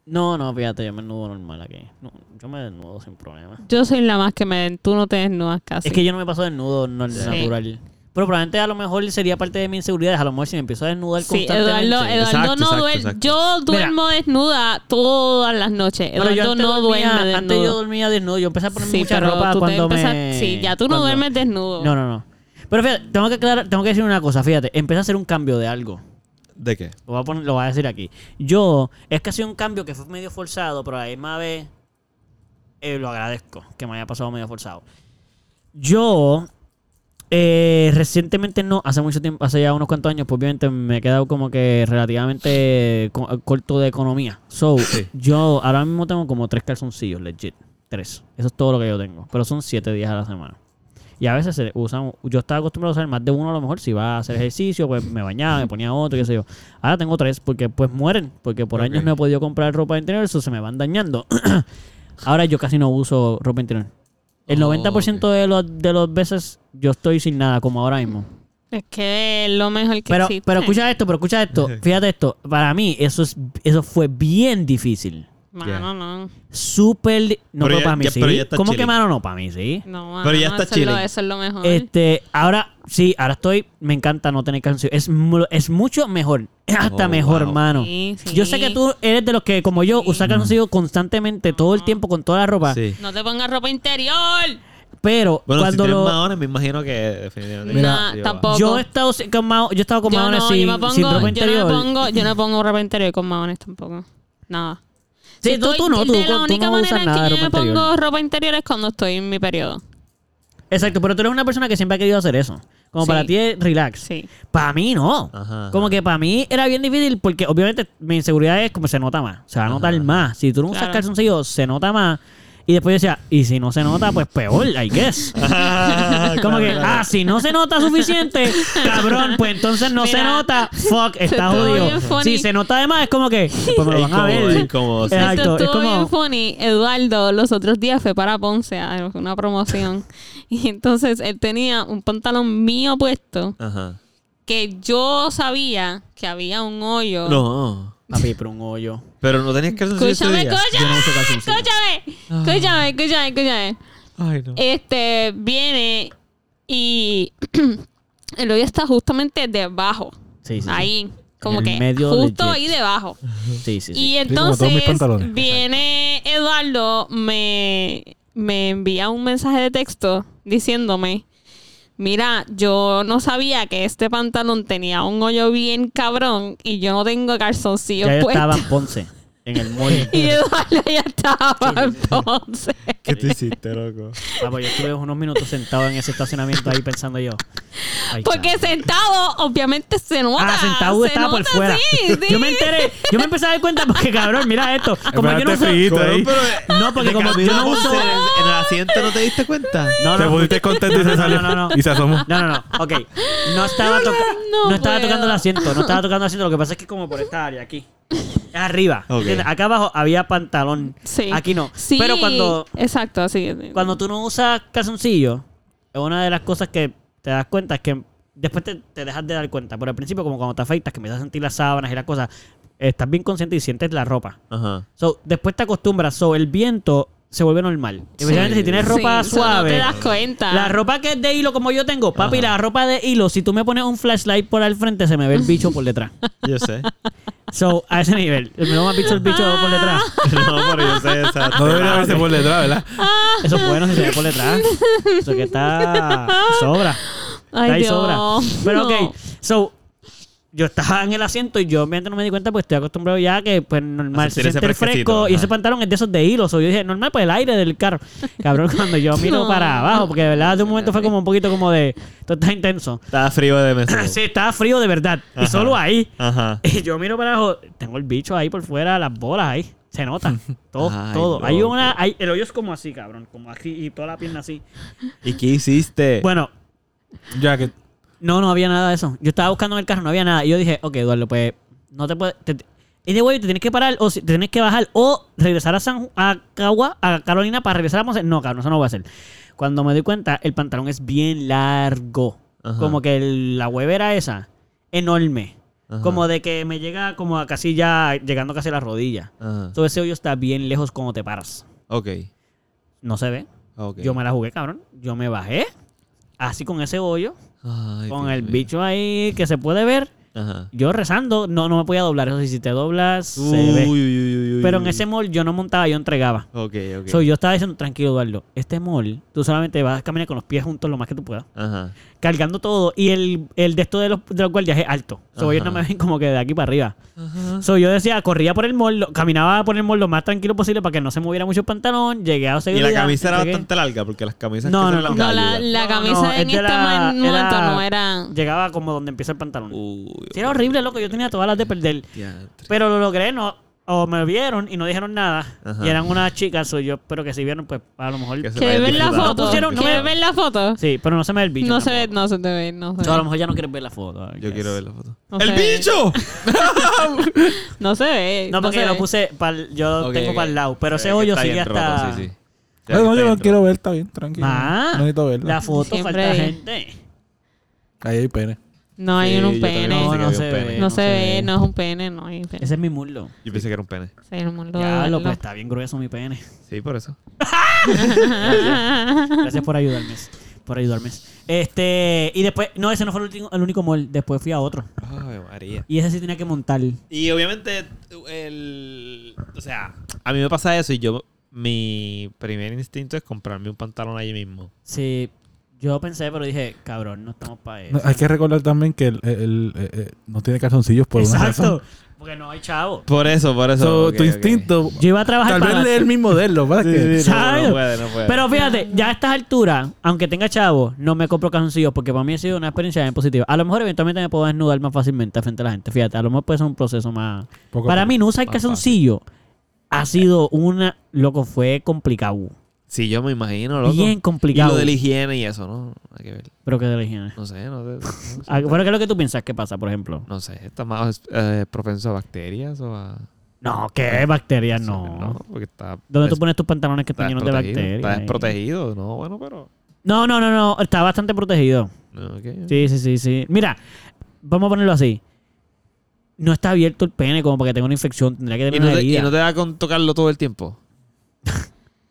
Speaker 3: No, no, fíjate, yo me desnudo normal aquí. No, yo me desnudo sin problema.
Speaker 1: Yo soy la más que me den. Tú no te desnudas casi.
Speaker 3: Es que yo no me paso desnudo no,
Speaker 1: Sí.
Speaker 3: natural. Pero probablemente a lo mejor sería parte de mi inseguridad. A lo mejor si me empiezo a desnudar
Speaker 1: Sí,
Speaker 3: constantemente.
Speaker 1: Eduardo, Eduardo
Speaker 2: Exacto,
Speaker 1: no
Speaker 2: exacto,
Speaker 1: duerme.
Speaker 2: exacto.
Speaker 1: Yo duermo desnuda todas las noches.
Speaker 3: Bueno,
Speaker 1: Eduardo
Speaker 3: yo antes
Speaker 1: no
Speaker 3: dormía-
Speaker 1: duerme
Speaker 3: Antes yo
Speaker 1: desnudo.
Speaker 3: dormía desnudo. Yo empecé a poner
Speaker 1: Sí,
Speaker 3: mucha
Speaker 1: pero
Speaker 3: ropa
Speaker 1: tú te
Speaker 3: cuando
Speaker 1: empezas-
Speaker 3: me...
Speaker 1: Sí, ya tú no
Speaker 3: cuando-
Speaker 1: duermes desnudo.
Speaker 3: No, no, no. Pero fíjate, tengo que, aclarar- tengo que decir una cosa. Fíjate, empecé a hacer un cambio de algo.
Speaker 2: ¿De qué?
Speaker 3: Lo voy a, poner- lo voy a decir aquí. Yo, es que ha sido un cambio que fue medio forzado, pero a la misma vez eh, lo agradezco que me haya pasado medio forzado. Yo, eh, recientemente no, hace mucho tiempo, hace ya unos cuantos años, pues obviamente me he quedado como que relativamente co- corto de economía. So, yo ahora mismo tengo como tres calzoncillos, legit. Tres. Eso es todo lo que yo tengo. Pero son siete días a la semana. Y a veces se usan, yo estaba acostumbrado a usar más de uno a lo mejor, si iba a hacer ejercicio, pues me bañaba, me ponía otro, qué sé yo. Ahora tengo tres porque pues mueren, porque por
Speaker 2: Ok.
Speaker 3: años no he podido comprar ropa interior, eso se me van dañando. Ahora yo casi no uso ropa interior. El
Speaker 2: Oh,
Speaker 3: 90% de los de las veces yo estoy sin nada, como ahora mismo.
Speaker 1: Es que es lo mejor que
Speaker 3: Pero,
Speaker 1: existe.
Speaker 3: pero escucha esto, pero escucha esto. Fíjate esto. Para mí, eso es, eso fue bien difícil.
Speaker 1: Mano,
Speaker 2: Ya.
Speaker 1: no.
Speaker 3: Súper. di-
Speaker 2: Pero
Speaker 3: No, pero,
Speaker 2: ya-
Speaker 3: para mí
Speaker 2: ya-
Speaker 3: sí.
Speaker 2: pero ya está
Speaker 3: ¿Cómo que
Speaker 2: chilling.
Speaker 3: mano no? Para mí sí.
Speaker 1: No, mano,
Speaker 2: Pero ya
Speaker 1: no,
Speaker 2: está
Speaker 1: eso es lo-
Speaker 2: chilling.
Speaker 1: Eso es lo mejor.
Speaker 3: Este, ahora sí, ahora estoy. Me encanta no tener canción. Es, mu- es mucho mejor. Es hasta
Speaker 2: Oh,
Speaker 3: mejor,
Speaker 2: wow.
Speaker 3: hermano.
Speaker 1: Sí, sí.
Speaker 3: Yo sé que tú eres de los que, como yo, usa calzoncillos constantemente, todo el tiempo, con toda la ropa.
Speaker 2: Sí.
Speaker 1: No te pongas ropa interior.
Speaker 3: Pero
Speaker 2: Bueno,
Speaker 3: cuando
Speaker 2: si tienes
Speaker 3: lo.
Speaker 2: más horas, me imagino que definitivamente...
Speaker 1: Nah,
Speaker 2: Sí, va.
Speaker 1: tampoco.
Speaker 3: Yo he estado sin- con Mao- yo he estado con
Speaker 1: Yo
Speaker 3: Mahones
Speaker 1: no,
Speaker 3: sin,
Speaker 1: yo me pongo,
Speaker 3: sin ropa
Speaker 1: Yo no,
Speaker 3: interior.
Speaker 1: me pongo, yo no pongo ropa interior con maones tampoco. Nada.
Speaker 3: Sí, tú-
Speaker 1: estoy-
Speaker 3: tú no, tú-
Speaker 1: de
Speaker 3: tú no
Speaker 1: la única
Speaker 3: usas
Speaker 1: manera en
Speaker 3: nada de
Speaker 1: que yo me
Speaker 3: ropa
Speaker 1: pongo
Speaker 3: interior.
Speaker 1: ropa interior es cuando estoy en mi periodo.
Speaker 3: Exacto, pero tú eres una persona que siempre ha querido hacer eso. Como
Speaker 1: Sí.
Speaker 3: para ti es relax.
Speaker 1: Sí.
Speaker 3: Para mí no.
Speaker 2: Ajá,
Speaker 3: Como
Speaker 2: ajá.
Speaker 3: que para mí era bien difícil porque obviamente mi inseguridad es como se nota más. Se va a notar más. Si tú no usas
Speaker 1: Claro.
Speaker 3: calzoncillos, se nota más. Y después yo decía, y si no se nota, pues peor, I guess. Como que, ah, si no se nota suficiente, cabrón, pues entonces no se
Speaker 1: Mira,
Speaker 3: nota, fuck, está
Speaker 1: estuvo
Speaker 3: jodido.
Speaker 1: bien funny.
Speaker 3: Si se nota de más, es como que, pues me lo van a
Speaker 2: Incómodo,
Speaker 3: ver.
Speaker 2: incómodo, sí.
Speaker 3: Exacto,
Speaker 1: Esto
Speaker 3: es
Speaker 1: estuvo
Speaker 3: como,
Speaker 1: bien funny. Eduardo los otros días fue para Ponce a una promoción. y entonces él tenía un pantalón mío puesto
Speaker 2: Ajá.
Speaker 1: que yo sabía que había un hoyo.
Speaker 2: No.
Speaker 3: papi, pero un hoyo.
Speaker 2: Pero no tenías que decir ese
Speaker 1: Escúchame,
Speaker 2: día.
Speaker 3: Yo no
Speaker 1: escúchame,
Speaker 3: uso Ah. calzoncillos.
Speaker 1: escúchame, escúchame, escúchame, escúchame.
Speaker 2: Ay, no.
Speaker 1: Este viene y el hoyo está justamente debajo.
Speaker 3: Sí, sí, sí.
Speaker 1: Ahí. Como
Speaker 3: el
Speaker 1: que
Speaker 3: medio
Speaker 1: justo
Speaker 3: legit.
Speaker 1: ahí debajo.
Speaker 3: Sí, sí, sí.
Speaker 1: Y
Speaker 4: Sí, como todos mis
Speaker 1: entonces
Speaker 4: pantalones.
Speaker 1: viene Eduardo, me, me envía un mensaje de texto diciéndome, mira, yo no sabía que este pantalón tenía un hoyo bien cabrón y yo no tengo calzoncillo
Speaker 3: ya yo
Speaker 1: puesto.
Speaker 3: estaba en Ponce, en el mall.
Speaker 1: Y Eduardo ya estaba entonces.
Speaker 2: ¿Qué tú
Speaker 3: Eh,
Speaker 2: hiciste, loco?
Speaker 3: Ah, pues yo estuve unos minutos sentado en ese estacionamiento ahí pensando yo. ay,
Speaker 1: Porque
Speaker 3: cabrón.
Speaker 1: sentado, obviamente se nota.
Speaker 3: Ah, sentado
Speaker 1: se
Speaker 3: estaba por
Speaker 1: nota,
Speaker 3: fuera.
Speaker 1: sí, sí.
Speaker 3: Yo me enteré, yo me empecé a dar cuenta porque cabrón, mira esto. Como yo no
Speaker 4: Espérate,
Speaker 3: uso,
Speaker 4: frito, ahí.
Speaker 3: No, porque como yo no uso.
Speaker 2: en el, en el asiento no te diste cuenta.
Speaker 3: No,
Speaker 4: Te
Speaker 3: no,
Speaker 4: pusiste contento y se
Speaker 3: No,
Speaker 4: salió.
Speaker 3: no, no, no.
Speaker 4: Y se asomó.
Speaker 3: No, no, no. Ok. No estaba, toca-
Speaker 1: no
Speaker 3: no estaba
Speaker 1: puedo.
Speaker 3: tocando el asiento. No estaba tocando el asiento. Lo que pasa es que como por esta área aquí. Es arriba.
Speaker 2: Ok.
Speaker 3: ¿entiendes? Acá abajo había pantalón.
Speaker 1: Sí.
Speaker 3: Aquí no.
Speaker 1: Sí,
Speaker 3: Pero cuando,
Speaker 1: Exacto, así.
Speaker 3: cuando tú no usas calzoncillo, es una de las cosas que te das cuenta es que después te, te dejas de dar cuenta. Pero al principio, como cuando te afeitas, que empiezas a sentir las sábanas y las cosas, estás bien consciente y sientes la ropa.
Speaker 2: Ajá.
Speaker 3: So, después te acostumbras. So, el viento se vuelve normal. Especialmente si tienes ropa
Speaker 1: Sí, eso
Speaker 3: suave.
Speaker 1: No te das cuenta.
Speaker 3: La ropa que es de hilo como yo tengo, papi, la ropa de hilo, si tú me pones un flashlight por al frente, se me ve el bicho por detrás.
Speaker 2: Yo sé.
Speaker 3: So, a ese nivel. Me lo más bicho el bicho por detrás.
Speaker 2: No, pero yo sé esa.
Speaker 4: No
Speaker 3: ah,
Speaker 4: debería verse por detrás, ¿verdad?
Speaker 3: Eso es bueno si se ve por detrás. Eso que está... Sobra. Está
Speaker 1: Ay,
Speaker 3: ahí
Speaker 1: Dios.
Speaker 3: sobra. Pero
Speaker 1: No.
Speaker 3: ok, so... Yo estaba en el asiento y yo obviamente no me di cuenta porque estoy acostumbrado ya que pues normal
Speaker 2: A
Speaker 3: se
Speaker 2: sentir ese
Speaker 3: siente el
Speaker 2: fresquecito,
Speaker 3: fresco y
Speaker 2: ajá.
Speaker 3: ese pantalón es de esos de hilo. So, yo dije, normal, pues el aire del carro. Cabrón, cuando yo miro
Speaker 1: No.
Speaker 3: para abajo, porque de verdad de un momento fue como un poquito como de... Esto está intenso.
Speaker 2: Estaba frío de mesa.
Speaker 3: Ah, Sí, estaba frío de verdad. Y
Speaker 2: Ajá.
Speaker 3: solo ahí.
Speaker 2: Ajá.
Speaker 3: Y yo miro para abajo, tengo el bicho ahí por fuera, las bolas ahí. Se nota. Todo,
Speaker 2: Ay,
Speaker 3: todo. Hay
Speaker 2: loco.
Speaker 3: una. hay- el hoyo es como así, cabrón. Como así, y toda la pierna así.
Speaker 2: ¿Y qué hiciste?
Speaker 3: Bueno,
Speaker 4: Ya que
Speaker 3: no, no había nada de eso. Yo estaba buscando en el carro, no había nada. Y yo dije, ok, Eduardo, pues no te puedes. Te, y de güey, te tienes que parar, o si- te tienes que bajar, o regresar a San Ju- a Cagua, a Carolina para regresar a Ponce. No, cabrón, eso no voy a hacer. Cuando me doy cuenta, el pantalón es bien largo.
Speaker 2: Ajá.
Speaker 3: Como que el- la huevera esa, enorme.
Speaker 2: Ajá.
Speaker 3: Como de que me llega como a casi ya, llegando casi a la rodilla.
Speaker 2: Ajá.
Speaker 3: Todo ese hoyo está bien lejos cuando te paras.
Speaker 2: Ok.
Speaker 3: No se ve.
Speaker 2: Ok.
Speaker 3: Yo me la jugué, cabrón. Yo me bajé. Así con ese hoyo,
Speaker 2: Ay,
Speaker 3: con
Speaker 2: Dios
Speaker 3: el
Speaker 2: mío.
Speaker 3: bicho ahí que se puede ver.
Speaker 2: Ajá.
Speaker 3: Yo rezando, no, no me podía doblar. Eso sí, si te doblas,
Speaker 2: Uy,
Speaker 3: se
Speaker 2: uy,
Speaker 3: ve.
Speaker 2: uy, uy,
Speaker 3: Pero en
Speaker 2: uy.
Speaker 3: ese mall yo no montaba, yo entregaba.
Speaker 2: Ok, ok.
Speaker 3: So, yo estaba diciendo, tranquilo, Eduardo, este mall, tú solamente vas a caminar con los pies juntos lo más que tú puedas.
Speaker 2: Ajá.
Speaker 3: cargando todo y el, el de esto de los, de los guardias es alto. So, ellos
Speaker 2: Ajá.
Speaker 3: no me ven como que de aquí para arriba. So, yo decía, corría por el mall, lo- caminaba por el mall lo más tranquilo posible para que no se moviera mucho el pantalón, llegué a
Speaker 2: Y la
Speaker 3: seguridad,
Speaker 2: camisa era
Speaker 3: llegué-
Speaker 2: bastante larga, porque las camisas
Speaker 3: No,
Speaker 2: que son
Speaker 3: no,
Speaker 1: No,
Speaker 2: largas
Speaker 1: la,
Speaker 2: ayudan.
Speaker 1: la
Speaker 3: No,
Speaker 1: camisa
Speaker 3: no,
Speaker 1: en
Speaker 3: es de
Speaker 1: este
Speaker 3: la-
Speaker 1: momento
Speaker 3: era-
Speaker 1: no era...
Speaker 3: Llegaba como donde empieza el pantalón.
Speaker 2: Uy,
Speaker 3: Sí, era horrible, loco, yo tenía todas las de perder.
Speaker 2: diantre.
Speaker 3: Pero lo logré, no, o me vieron y no dijeron nada.
Speaker 2: Ajá.
Speaker 3: Y eran unas chicas, so, yo espero que si vieron, pues a lo mejor...
Speaker 2: Que se
Speaker 1: ¿Quieres
Speaker 2: vaya
Speaker 1: ver la
Speaker 2: disfrutando.
Speaker 1: foto?
Speaker 3: pusieron- no me-
Speaker 1: ¿Quieres ver la foto?
Speaker 3: Sí, pero no se me ve el bicho.
Speaker 1: No se ve,
Speaker 3: tampoco.
Speaker 1: no se te ve, no se
Speaker 3: So, a lo
Speaker 1: ve.
Speaker 3: mejor ya no quieres ver la foto. I
Speaker 2: Yo
Speaker 3: guess.
Speaker 2: quiero ver la foto.
Speaker 1: No
Speaker 2: ¡El
Speaker 1: se ve.
Speaker 2: bicho!
Speaker 1: No se ve.
Speaker 3: No, porque
Speaker 1: se
Speaker 3: lo
Speaker 1: ve.
Speaker 3: puse, pa'l- yo
Speaker 2: Ok,
Speaker 3: tengo
Speaker 2: ok.
Speaker 3: para el lado, pero
Speaker 2: Se
Speaker 3: ese
Speaker 2: ve que
Speaker 3: hoyo
Speaker 2: está
Speaker 3: sí
Speaker 2: bien
Speaker 3: ya
Speaker 2: roto,
Speaker 3: está...
Speaker 2: sí, sí. Se ve que está
Speaker 4: No, no, yo no
Speaker 2: bien
Speaker 4: quiero ver, está bien, tranquilo.
Speaker 3: Ah.
Speaker 4: no necesito verla.
Speaker 3: La foto
Speaker 1: Siempre
Speaker 3: falta
Speaker 1: hay-
Speaker 3: gente.
Speaker 4: Ahí hay pene.
Speaker 3: Eh,
Speaker 1: No hay
Speaker 2: Sí,
Speaker 1: un
Speaker 2: yo también pensé
Speaker 1: pene. No,
Speaker 2: que
Speaker 3: No,
Speaker 2: había
Speaker 3: no
Speaker 2: un
Speaker 3: se
Speaker 2: pene.
Speaker 3: ve.
Speaker 1: se, ve, no es un pene, no hay un pene.
Speaker 3: Ese es mi muslo.
Speaker 2: Yo pensé que era un pene.
Speaker 1: Sí, el mundo
Speaker 3: Ya,
Speaker 1: de
Speaker 3: lo,
Speaker 1: verlo.
Speaker 3: pues está bien grueso mi pene.
Speaker 2: Sí, por eso.
Speaker 3: Gracias por ayudarme. Por ayudarme. Este, y después, no, ese no fue el, último- el único mall. Después fui a otro.
Speaker 2: Ay, María.
Speaker 3: Y ese sí tenía que montar.
Speaker 2: Y obviamente, el. O sea, a mí me pasa eso y yo. Mi primer instinto es comprarme un pantalón allí mismo.
Speaker 3: Sí, Yo pensé, pero dije, cabrón, no estamos para eso.
Speaker 4: No, hay que recordar también que el, el- el- eh, eh, no tiene calzoncillos por una razón.
Speaker 3: Exacto. Porque no hay chavo.
Speaker 2: Por eso, por eso.
Speaker 4: So,
Speaker 2: ok,
Speaker 4: tu
Speaker 2: ok.
Speaker 4: instinto.
Speaker 3: Yo iba a trabajar
Speaker 4: Tal
Speaker 3: para
Speaker 4: vez leer el mismo de él, lo que pasa es que-
Speaker 2: Sí, sí, no, no,
Speaker 3: Exacto.
Speaker 2: no puede, no puede.
Speaker 3: Pero fíjate, ya a estas alturas, aunque tenga chavo, no me compro calzoncillos porque para mí ha sido una experiencia bien positiva. A lo mejor eventualmente me puedo desnudar más fácilmente frente a la gente. Fíjate, a lo mejor puede ser un proceso más...
Speaker 4: Poco a
Speaker 3: para
Speaker 4: poco.
Speaker 3: mí no usar
Speaker 2: Más
Speaker 3: calzoncillo ha sido una... Loco, fue complicado.
Speaker 2: Sí, yo me imagino, loco.
Speaker 3: Bien complicado.
Speaker 2: Y lo de la higiene y eso, ¿no? Hay que ver.
Speaker 3: Pero que de la higiene.
Speaker 2: No sé, no sé.
Speaker 3: Ah, Bueno, ¿qué es lo que tú piensas que pasa, por ejemplo?
Speaker 2: No sé, está más eh, propenso a bacterias o a...
Speaker 3: No, que bacterias
Speaker 2: No,
Speaker 3: no.
Speaker 2: porque está...
Speaker 3: ¿Dónde tú
Speaker 2: es-
Speaker 3: pones tus pantalones que
Speaker 2: está
Speaker 3: están llenos de
Speaker 2: desprotegido,
Speaker 3: bacterias?
Speaker 2: Está desprotegido, no, bueno, pero...
Speaker 3: No, no, no, no. Está bastante protegido.
Speaker 2: no, ok.
Speaker 3: Sí, sí, sí, sí. Mira, vamos a ponerlo así. No está abierto el pene como para que tenga una infección. Tendría que
Speaker 2: ¿Y,
Speaker 3: tener
Speaker 2: no
Speaker 3: una
Speaker 2: te, y
Speaker 3: herida.
Speaker 2: no te da con tocarlo todo el tiempo?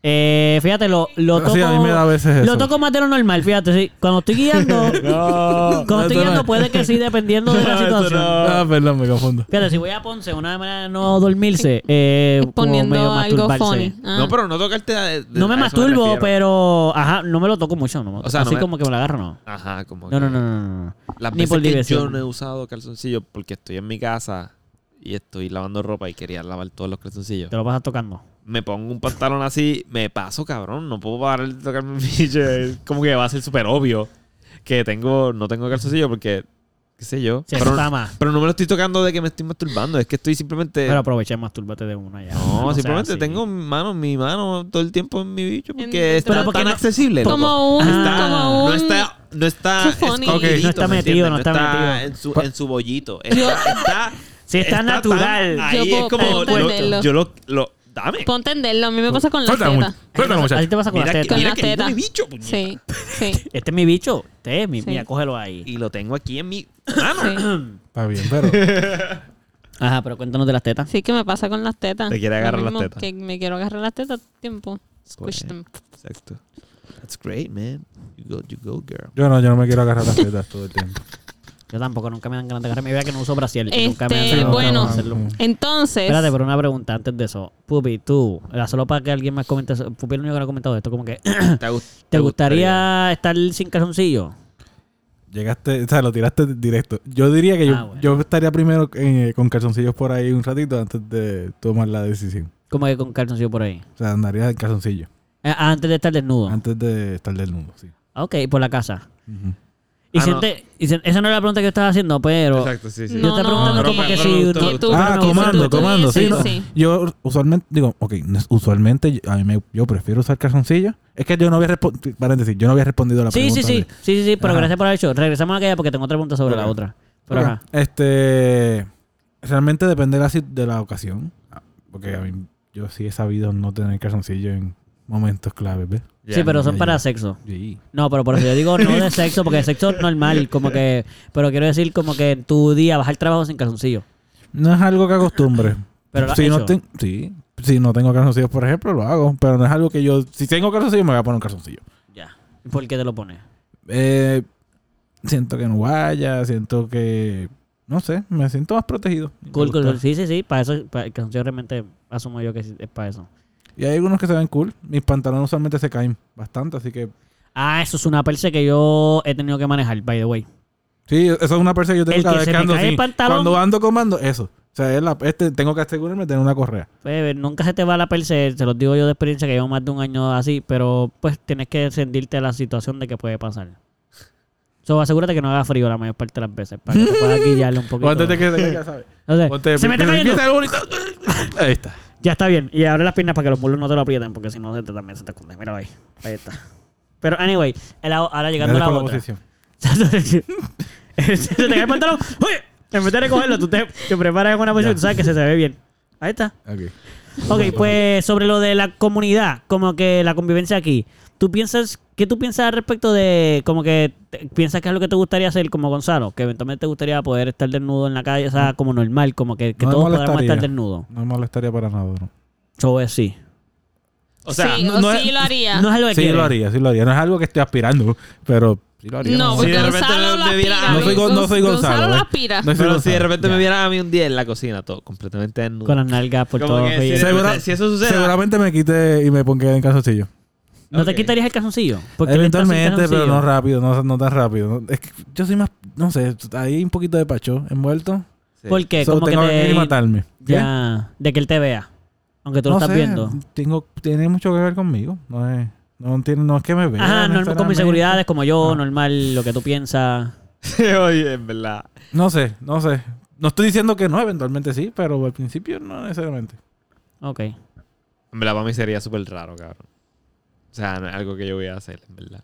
Speaker 3: Eh, fíjate, lo, lo toco...
Speaker 4: Sí, a mí me da a veces eso.
Speaker 3: Lo toco más de lo normal, fíjate. sí. Cuando estoy guiando... cuando
Speaker 4: no,
Speaker 3: estoy
Speaker 4: eso no.
Speaker 3: guiando puede que sí, dependiendo de la
Speaker 4: No, eso
Speaker 3: situación.
Speaker 4: no. Ah, perdón, me confundo.
Speaker 3: Fíjate, si voy a Ponce, una manera de no dormirse... Eh, como medio
Speaker 1: Poniendo algo
Speaker 3: masturbarse.
Speaker 1: funny. Ah.
Speaker 2: No, pero no tocarte... a- de-
Speaker 3: No me
Speaker 2: a eso
Speaker 3: masturbo, pues.
Speaker 2: refiero.
Speaker 3: pero... Ajá, no me lo toco mucho. No me-
Speaker 2: O sea,
Speaker 3: así
Speaker 2: no me-
Speaker 3: como que me lo agarro, no.
Speaker 2: Ajá, como
Speaker 3: No,
Speaker 2: que
Speaker 3: no, no, no, no, no.
Speaker 2: Las
Speaker 3: Ni
Speaker 2: veces
Speaker 3: por
Speaker 2: que yo
Speaker 3: diversión.
Speaker 2: no he usado calzoncillos porque estoy en mi casa y estoy lavando ropa y quería lavar todos los calzoncillos.
Speaker 3: Te lo vas tocando.
Speaker 2: me pongo un pantalón así, me paso, cabrón. No puedo parar de tocarme el bicho. Es Como que va a ser súper obvio que tengo, no tengo calzoncillo porque, qué sé yo.
Speaker 3: Se
Speaker 2: pero,
Speaker 3: nota más.
Speaker 2: pero no me lo estoy tocando de que me estoy masturbando. Es que estoy simplemente...
Speaker 3: Pero aprovecha y mastúrbate de una ya.
Speaker 2: no,
Speaker 3: O sea,
Speaker 2: simplemente
Speaker 3: sí.
Speaker 2: tengo mi mano, mi mano todo el tiempo en mi bicho porque
Speaker 1: En-
Speaker 2: está
Speaker 1: Pero
Speaker 3: porque
Speaker 2: tan
Speaker 3: no-
Speaker 2: accesible. loco.
Speaker 1: Como un- como
Speaker 2: no
Speaker 1: un-
Speaker 2: está, no está,
Speaker 1: Qué funny.
Speaker 2: escondidito,
Speaker 1: Ok, no
Speaker 3: está
Speaker 2: ¿me
Speaker 3: metido,
Speaker 2: entiendes?
Speaker 3: no está metido. Pues
Speaker 2: En su, en su bollito. Está, está,
Speaker 3: Sí, está
Speaker 2: tan
Speaker 3: natural.
Speaker 2: Ahí
Speaker 1: Yo
Speaker 2: es
Speaker 1: puedo
Speaker 2: como, lo-
Speaker 1: entenderlo.
Speaker 2: yo lo, lo- dame.
Speaker 1: Ponte en dedo, a mí me pasa con la
Speaker 4: Suéltalo,
Speaker 1: teta.
Speaker 4: muchacho. Suéltalo,
Speaker 3: Así
Speaker 4: muchacho.
Speaker 3: te pasa con
Speaker 2: Mira
Speaker 3: las
Speaker 2: que,
Speaker 3: tetas.
Speaker 2: mira
Speaker 1: Con
Speaker 2: que
Speaker 1: la
Speaker 2: vivo mi
Speaker 1: teta.
Speaker 2: bicho, puñeta.
Speaker 1: Sí, sí, sí.
Speaker 3: Este es mi bicho. Este es mi.
Speaker 1: Sí.
Speaker 3: Mira, cógelo ahí.
Speaker 2: y lo tengo aquí en mi mano.
Speaker 4: Está bien, pero.
Speaker 3: Ajá, pero cuéntanos de las tetas.
Speaker 1: Sí, que me pasa con las tetas.
Speaker 2: Te quiere
Speaker 1: Lo
Speaker 2: agarrar las
Speaker 1: mismo
Speaker 2: tetas.
Speaker 1: Que me quiero agarrar las tetas tiempo. Squish them.
Speaker 2: Exacto. That's great, man. You go, you go, girl.
Speaker 4: Yo no, yo no me quiero agarrar las tetas todo el tiempo.
Speaker 3: Yo tampoco, nunca me dan ganas de agarrar. Mi vida que no uso brasier.
Speaker 1: Este,
Speaker 3: nunca me dan ganas
Speaker 1: Sí,
Speaker 3: de
Speaker 1: bueno.
Speaker 3: hacerlo.
Speaker 1: Entonces,
Speaker 3: Espérate, pero una pregunta antes de eso. Pupi, tú, era solo para que alguien más comente. eso. Pupi es el único que no ha comentado esto. Como que,
Speaker 2: ¿Te, gust-
Speaker 3: ¿te gustaría estar sin calzoncillo?
Speaker 4: Llegaste, o sea, lo tiraste directo. Yo diría que yo,
Speaker 3: Ah, bueno.
Speaker 4: yo estaría primero eh, con calzoncillos por ahí un ratito antes de tomar la decisión.
Speaker 3: Como que con calzoncillo por ahí.
Speaker 4: O sea, andaría en calzoncillo
Speaker 3: Eh, antes de estar desnudo.
Speaker 4: antes de estar desnudo, sí.
Speaker 3: Ah, Ok, por la casa.
Speaker 4: Ujú.
Speaker 3: Y
Speaker 2: Ah, no.
Speaker 3: siente- y se- esa no era la pregunta que yo estaba haciendo, pero.
Speaker 2: Exacto, sí, sí.
Speaker 3: Yo
Speaker 1: No,
Speaker 3: estaba preguntando como que si.
Speaker 2: pregunta,
Speaker 3: tú-
Speaker 1: pregunta.
Speaker 3: tú-
Speaker 4: ah,
Speaker 3: no,
Speaker 4: comando,
Speaker 1: tú- tú
Speaker 4: comando, sí,
Speaker 1: dices,
Speaker 4: no.
Speaker 1: sí.
Speaker 4: Yo usualmente digo, ok, no es- usualmente yo- a mí me, yo prefiero usar calzoncillos. Es que yo no había respondido, paréntesis, yo no había respondido a la
Speaker 3: Sí,
Speaker 4: pregunta.
Speaker 3: sí, sí, sí,
Speaker 4: de-
Speaker 3: sí, sí, pero
Speaker 4: Ajá.
Speaker 3: gracias por haber hecho. Regresamos a aquella porque tengo otra pregunta sobre la
Speaker 4: Ok.
Speaker 3: otra. Pero
Speaker 4: Ok,
Speaker 3: ajá.
Speaker 4: Este, realmente depende de la, si- de la ocasión. Ah, Porque a mí, yo sí he sabido no tener calzoncillo en momentos clave, ¿ves?
Speaker 3: sí, pero son
Speaker 4: ya,
Speaker 3: para
Speaker 4: ya.
Speaker 3: sexo.
Speaker 4: Sí.
Speaker 3: No, pero por eso yo digo no de sexo, porque de sexo normal, como que... Pero quiero decir como que en tu día vas al trabajo sin calzoncillo.
Speaker 4: No es algo que acostumbre.
Speaker 3: Pero lo has
Speaker 4: si no
Speaker 3: hecho.
Speaker 4: ten- sí. Si no tengo calzoncillos, por ejemplo, lo hago. Pero no es algo que yo... Si tengo calzoncillos, me voy a poner un calzoncillo.
Speaker 3: Ya. ¿Por qué te lo pones?
Speaker 4: Eh, siento que no vaya, siento que... No sé, me siento más protegido. Me
Speaker 3: Cool, cool,
Speaker 4: gusta.
Speaker 3: cool. Sí, sí, sí. Para eso, para el calzoncillo realmente asumo yo que sí, es para eso.
Speaker 4: Y hay algunos que se ven cool. Mis pantalones usualmente se caen bastante, así que...
Speaker 3: Ah, eso es una perse que yo he tenido que manejar, by the way.
Speaker 4: Sí, esa es una persa que yo tengo
Speaker 3: El
Speaker 4: cada
Speaker 3: que
Speaker 4: vez
Speaker 3: se
Speaker 4: que
Speaker 3: me
Speaker 4: ando
Speaker 3: cae el
Speaker 4: así.
Speaker 3: pantalón.
Speaker 4: Cuando ando comando, eso. O sea, es la- este, tengo que asegurarme de tener una correa.
Speaker 3: Pues, nunca se te va la perse, te lo digo yo de experiencia que llevo más de un año así, pero pues tienes que sentirte a la situación de que puede pasar. So, asegúrate que no haga frío la mayor parte de las veces, para que te puedas guiarle un poquito.
Speaker 4: O antes de que se caiga, ¿sabes?
Speaker 3: No sé,
Speaker 4: Ponte-
Speaker 3: se me está cayendo.
Speaker 4: empieza algo bonito. Ahí está.
Speaker 3: Ya está bien. Y abre las piernas para que los mulos no te lo aprieten, porque si no se te, también se te esconde. Míralo ahí. Ahí está. Pero anyway, el a- ahora llegando a
Speaker 4: Gracias
Speaker 3: la
Speaker 4: por la
Speaker 3: otra.
Speaker 4: posición.
Speaker 3: se te cae el pantalón. ¡Uy! En vez de recogerlo, tú te, te preparas en una posición y tú sabes que se te ve bien. Ahí está.
Speaker 4: Ok.
Speaker 3: Ok, pues sobre lo de la comunidad, como que la convivencia aquí. ¿Tú piensas, qué tú piensas al respecto de, como que te- piensas que es lo que te gustaría hacer como Gonzalo? Que eventualmente te gustaría poder estar desnudo en la calle, o sea, como normal, como que, que
Speaker 4: No me
Speaker 3: todos podamos
Speaker 4: molestaría.
Speaker 3: estar desnudos.
Speaker 4: No me molestaría para nada, ¿no?
Speaker 3: Yo es sí.
Speaker 2: O sea,
Speaker 1: sí,
Speaker 4: no-
Speaker 1: o
Speaker 4: no
Speaker 1: sí
Speaker 4: es-
Speaker 1: lo haría.
Speaker 3: No es algo que
Speaker 4: Sí
Speaker 3: quieres.
Speaker 4: lo haría, sí lo haría. No es algo que estoy aspirando, pero sí lo haría.
Speaker 1: No,
Speaker 2: Si
Speaker 1: porque
Speaker 2: de repente
Speaker 1: Gonzalo
Speaker 2: me
Speaker 1: lo
Speaker 2: diera-
Speaker 1: aspira.
Speaker 2: No soy
Speaker 4: Gon- no soy Gonzalo,
Speaker 1: Gonzalo
Speaker 4: ¿eh?
Speaker 1: lo aspira.
Speaker 4: No es
Speaker 2: pero
Speaker 4: Gonzalo,
Speaker 2: si de repente
Speaker 4: ya.
Speaker 2: me vieran a mí un día en la cocina, todo completamente desnudo.
Speaker 3: Con las nalgas por
Speaker 2: Como
Speaker 3: todo.
Speaker 2: que
Speaker 3: oye.
Speaker 2: sí.
Speaker 4: Segura-
Speaker 2: Si eso sucede- ah,
Speaker 4: Seguramente me quite y me ponga en calzoncillo.
Speaker 3: ¿No
Speaker 2: Ok.
Speaker 3: te quitarías el calzoncillo? Porque él está sin
Speaker 4: Eventualmente, pero
Speaker 3: calzoncillo.
Speaker 4: no rápido, no, no tan rápido. Es que yo soy más, no sé, ahí hay un poquito de pacho envuelto.
Speaker 2: Sí.
Speaker 3: ¿Por qué?
Speaker 4: So,
Speaker 3: Como que
Speaker 4: tengo que,
Speaker 3: te...
Speaker 4: matarme. ¿Qué?
Speaker 3: Ya, de que él te vea. Aunque tú lo
Speaker 4: No
Speaker 3: estás
Speaker 4: sé,
Speaker 3: viendo.
Speaker 4: Tengo, tiene mucho que ver conmigo. No es, no, tiene, no es que me vea.
Speaker 3: Ajá, normal, con
Speaker 4: necesariamente.
Speaker 3: mis seguridades, como yo,
Speaker 4: Ah.
Speaker 3: normal, lo que tú piensas.
Speaker 2: Oye, en verdad.
Speaker 4: No sé, no sé. No estoy diciendo que no, eventualmente sí, pero al principio no necesariamente.
Speaker 3: Ok.
Speaker 2: En verdad, para mí sería súper raro, cabrón. O sea, no es algo que yo voy a hacer, en verdad.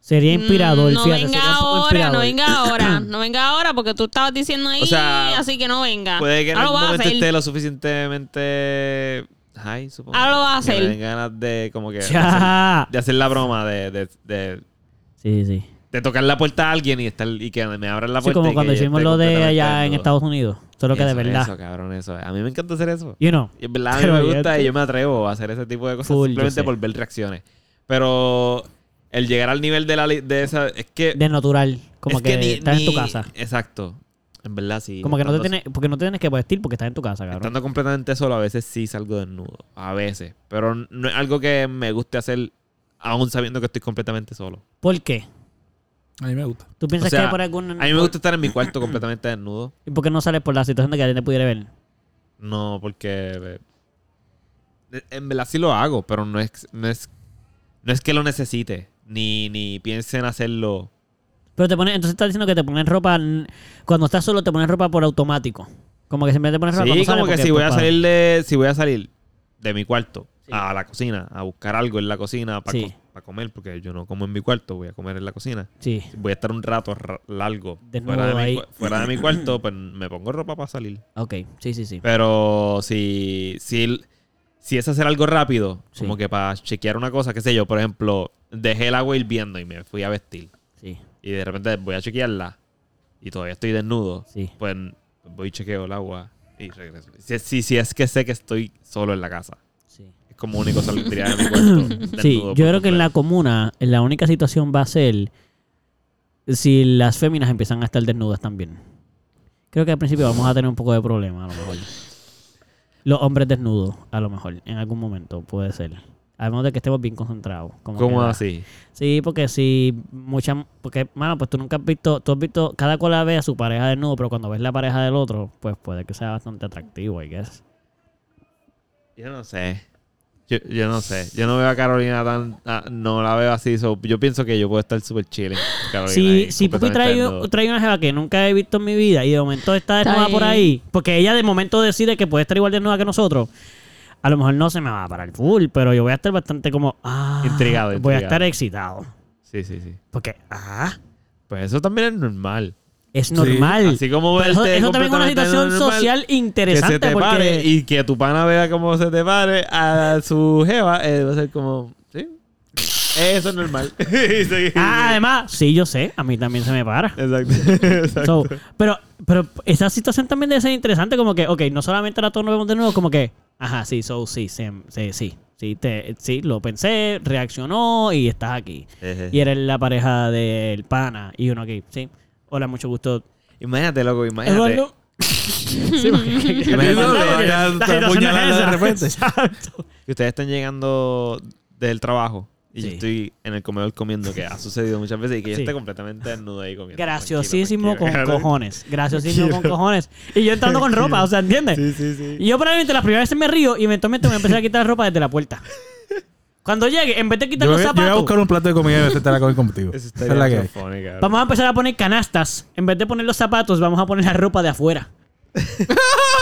Speaker 3: Sería inspirador,
Speaker 1: Mm, No
Speaker 3: fíjate.
Speaker 1: venga
Speaker 3: sería un poco
Speaker 1: ahora,
Speaker 3: inspirador.
Speaker 1: no venga ahora. No venga ahora porque tú estabas diciendo ahí,
Speaker 2: O sea,
Speaker 1: así que no
Speaker 3: Ah,
Speaker 1: venga.
Speaker 2: Puede que en
Speaker 1: ahora lo
Speaker 2: algún
Speaker 1: vas a
Speaker 2: momento
Speaker 1: hacer.
Speaker 2: esté lo suficientemente high, supongo.
Speaker 1: Ahora lo vas a hacer.
Speaker 2: Que me den ganas de, como que, de hacer,
Speaker 3: Ya.
Speaker 2: de hacer la broma, de, de, de,
Speaker 3: Sí, sí.
Speaker 2: de tocar la puerta a alguien y, estar, y que me abran la
Speaker 3: Sí,
Speaker 2: puerta.
Speaker 3: como
Speaker 2: y
Speaker 3: cuando
Speaker 2: que yo
Speaker 3: hicimos
Speaker 2: esté
Speaker 3: lo de
Speaker 2: completamente
Speaker 3: allá en
Speaker 2: desnudo.
Speaker 3: Estados Unidos. Solo que de
Speaker 2: Eso,
Speaker 3: verdad.
Speaker 2: Eso, cabrón, eso. A mí me encanta hacer eso.
Speaker 3: You know.
Speaker 2: Y en verdad a mí
Speaker 3: Pero
Speaker 2: me
Speaker 3: ya
Speaker 2: gusta
Speaker 3: tú-
Speaker 2: y yo me atrevo a hacer ese tipo de cosas
Speaker 3: Full, yo
Speaker 2: simplemente
Speaker 3: sé.
Speaker 2: por ver reacciones. Pero el llegar al nivel de la li- de esa es que
Speaker 3: De natural. Como
Speaker 2: es
Speaker 3: que,
Speaker 2: ni-
Speaker 3: estás en tu
Speaker 2: ni-
Speaker 3: casa.
Speaker 2: Exacto. En verdad sí.
Speaker 3: Como que no te
Speaker 2: Estando-
Speaker 3: tienes, porque no te tienes que vestir porque estás en tu casa, cabrón.
Speaker 2: Estando completamente solo a veces sí salgo desnudo, a veces, pero no es algo que me guste hacer aún sabiendo que estoy completamente solo.
Speaker 3: ¿Por qué?
Speaker 4: A mí me gusta.
Speaker 3: ¿Tú piensas
Speaker 2: O sea,
Speaker 3: que por algún
Speaker 2: A mí me gusta estar en mi cuarto completamente desnudo,
Speaker 3: ¿Y por qué no sales por la situación de que alguien te pudiera ver?
Speaker 2: no porque eh, en verdad sí lo hago, pero no es no es no es que lo necesite ni ni piense en hacerlo
Speaker 3: Pero te pones, entonces estás diciendo que te pones ropa n- cuando estás solo te pones ropa por automático. Como que siempre te pones ropa
Speaker 2: Sí, como
Speaker 3: cuando sales
Speaker 2: que
Speaker 3: porque,
Speaker 2: si voy
Speaker 3: pues,
Speaker 2: a
Speaker 3: para-
Speaker 2: salir de, si voy a salir de mi cuarto
Speaker 3: Sí.
Speaker 2: a la cocina, a buscar algo en la cocina para,
Speaker 3: Sí.
Speaker 2: comer, porque yo no como en mi cuarto, voy a comer en la cocina.
Speaker 3: Sí.
Speaker 2: Voy a estar un rato ra- largo
Speaker 3: Desnudo
Speaker 2: fuera de, mi,
Speaker 3: ahí.
Speaker 2: cu- fuera de mi cuarto, pues me pongo ropa para salir.
Speaker 3: Ok, sí, sí, sí.
Speaker 2: Pero si, si, si es hacer algo rápido,
Speaker 3: Sí.
Speaker 2: como que para chequear una cosa, qué sé yo, por ejemplo, dejé el agua hirviendo y me fui a vestir.
Speaker 3: Sí,
Speaker 2: Y de repente voy a chequearla y todavía estoy desnudo
Speaker 3: sí.
Speaker 2: pues voy y chequeo el agua y regreso. Si, si, si es que sé que estoy solo en la casa.
Speaker 3: Sí,
Speaker 2: Es como único saldría de mi cuarto.
Speaker 3: sí yo creo que en la comuna en la única situación va a ser si las féminas empiezan a estar desnudas también. Creo que al principio vamos a tener un poco de problema, a lo mejor. Los hombres desnudos, a lo mejor, en algún momento puede ser. Además de que estemos bien concentrados. Como
Speaker 2: ¿Cómo
Speaker 3: que-
Speaker 2: así?
Speaker 3: Sí, porque si muchas... Porque, mano, pues tú nunca has visto... Tú has visto... Cada cola ve a su pareja desnudo, pero cuando ves la pareja del otro, pues puede que sea bastante atractivo, I guess.
Speaker 2: Yo no sé. Yo, yo no sé. Yo no veo a Carolina tan... ah, no la veo así. so, yo pienso que yo puedo estar súper chilling. Carolina,
Speaker 3: Si,
Speaker 2: ahí,
Speaker 3: si Pupi
Speaker 2: completamente
Speaker 3: trae,
Speaker 2: desnudo.
Speaker 3: trae una jeva que nunca he visto en mi vida y de momento está
Speaker 1: Está
Speaker 3: desnuda por
Speaker 1: bien.
Speaker 3: ahí, porque ella de momento decide que puede estar igual desnuda que nosotros, a lo mejor no se me va a parar full, pero yo voy a estar bastante como... Ah,
Speaker 2: Intrigado,
Speaker 3: Voy a
Speaker 2: intrigado.
Speaker 3: estar excitado.
Speaker 2: Sí, sí, sí.
Speaker 3: Porque, ah,
Speaker 2: Pues eso también es normal.
Speaker 3: es normal.
Speaker 2: Así como
Speaker 3: Pero
Speaker 2: verte
Speaker 3: eso, eso también es una
Speaker 2: completamente
Speaker 3: situación
Speaker 2: normal,
Speaker 3: social
Speaker 2: Que
Speaker 3: interesante
Speaker 2: se te
Speaker 3: porque...
Speaker 2: pare y que tu pana vea cómo se te pare a su jeva. eh, va a ser como... Sí. Eso es normal. Y seguir.
Speaker 3: Ah, además, sí, yo sé, a mí también se me para.
Speaker 2: Exacto. Exacto.
Speaker 3: So, pero, pero esa situación también debe ser interesante, como que, ok, no solamente ahora todos nos vemos de nuevo, como que, ajá, sí, so, sí, sí, sí, sí, sí, te- sí, lo pensé, reaccionó y estás aquí.
Speaker 2: eh,
Speaker 3: Y eres la pareja del pana y uno aquí, sí. Hola, mucho gusto.
Speaker 2: Imagínate, loco, imagínate.
Speaker 3: Sí, porque- porque-
Speaker 2: Imagínate,
Speaker 3: porque-
Speaker 2: le
Speaker 3: porque
Speaker 4: vayas
Speaker 3: la situación es
Speaker 4: apuñalando de
Speaker 3: esa.
Speaker 4: repente.
Speaker 3: Exacto.
Speaker 2: Que ustedes están llegando del trabajo y yo
Speaker 3: Sí.
Speaker 2: estoy en el comedor comiendo, que ha sucedido muchas veces, y que yo
Speaker 3: Sí.
Speaker 2: esté completamente desnudo ahí comiendo.
Speaker 3: Graciosísimo
Speaker 2: Tranquilo, tranquilo.
Speaker 3: con cojones. Graciosísimo con cojones. Y yo entrando con ropa, o sea, ¿entiendes?
Speaker 2: Sí, sí, sí.
Speaker 3: Y yo probablemente las primeras veces me río y eventualmente me empecé a quitar la ropa desde la puerta. Cuando llegue, en vez de quitar
Speaker 4: Yo,
Speaker 3: los
Speaker 4: voy- yo voy a
Speaker 3: zapatos,
Speaker 4: buscar un plato de comida y voy a sentar a comer contigo.
Speaker 2: Eso
Speaker 4: Esa es la que
Speaker 2: estaría
Speaker 4: hay.
Speaker 2: funny, cabrón.
Speaker 3: vamos a empezar a poner canastas. En vez de poner los zapatos, vamos a poner la ropa de afuera.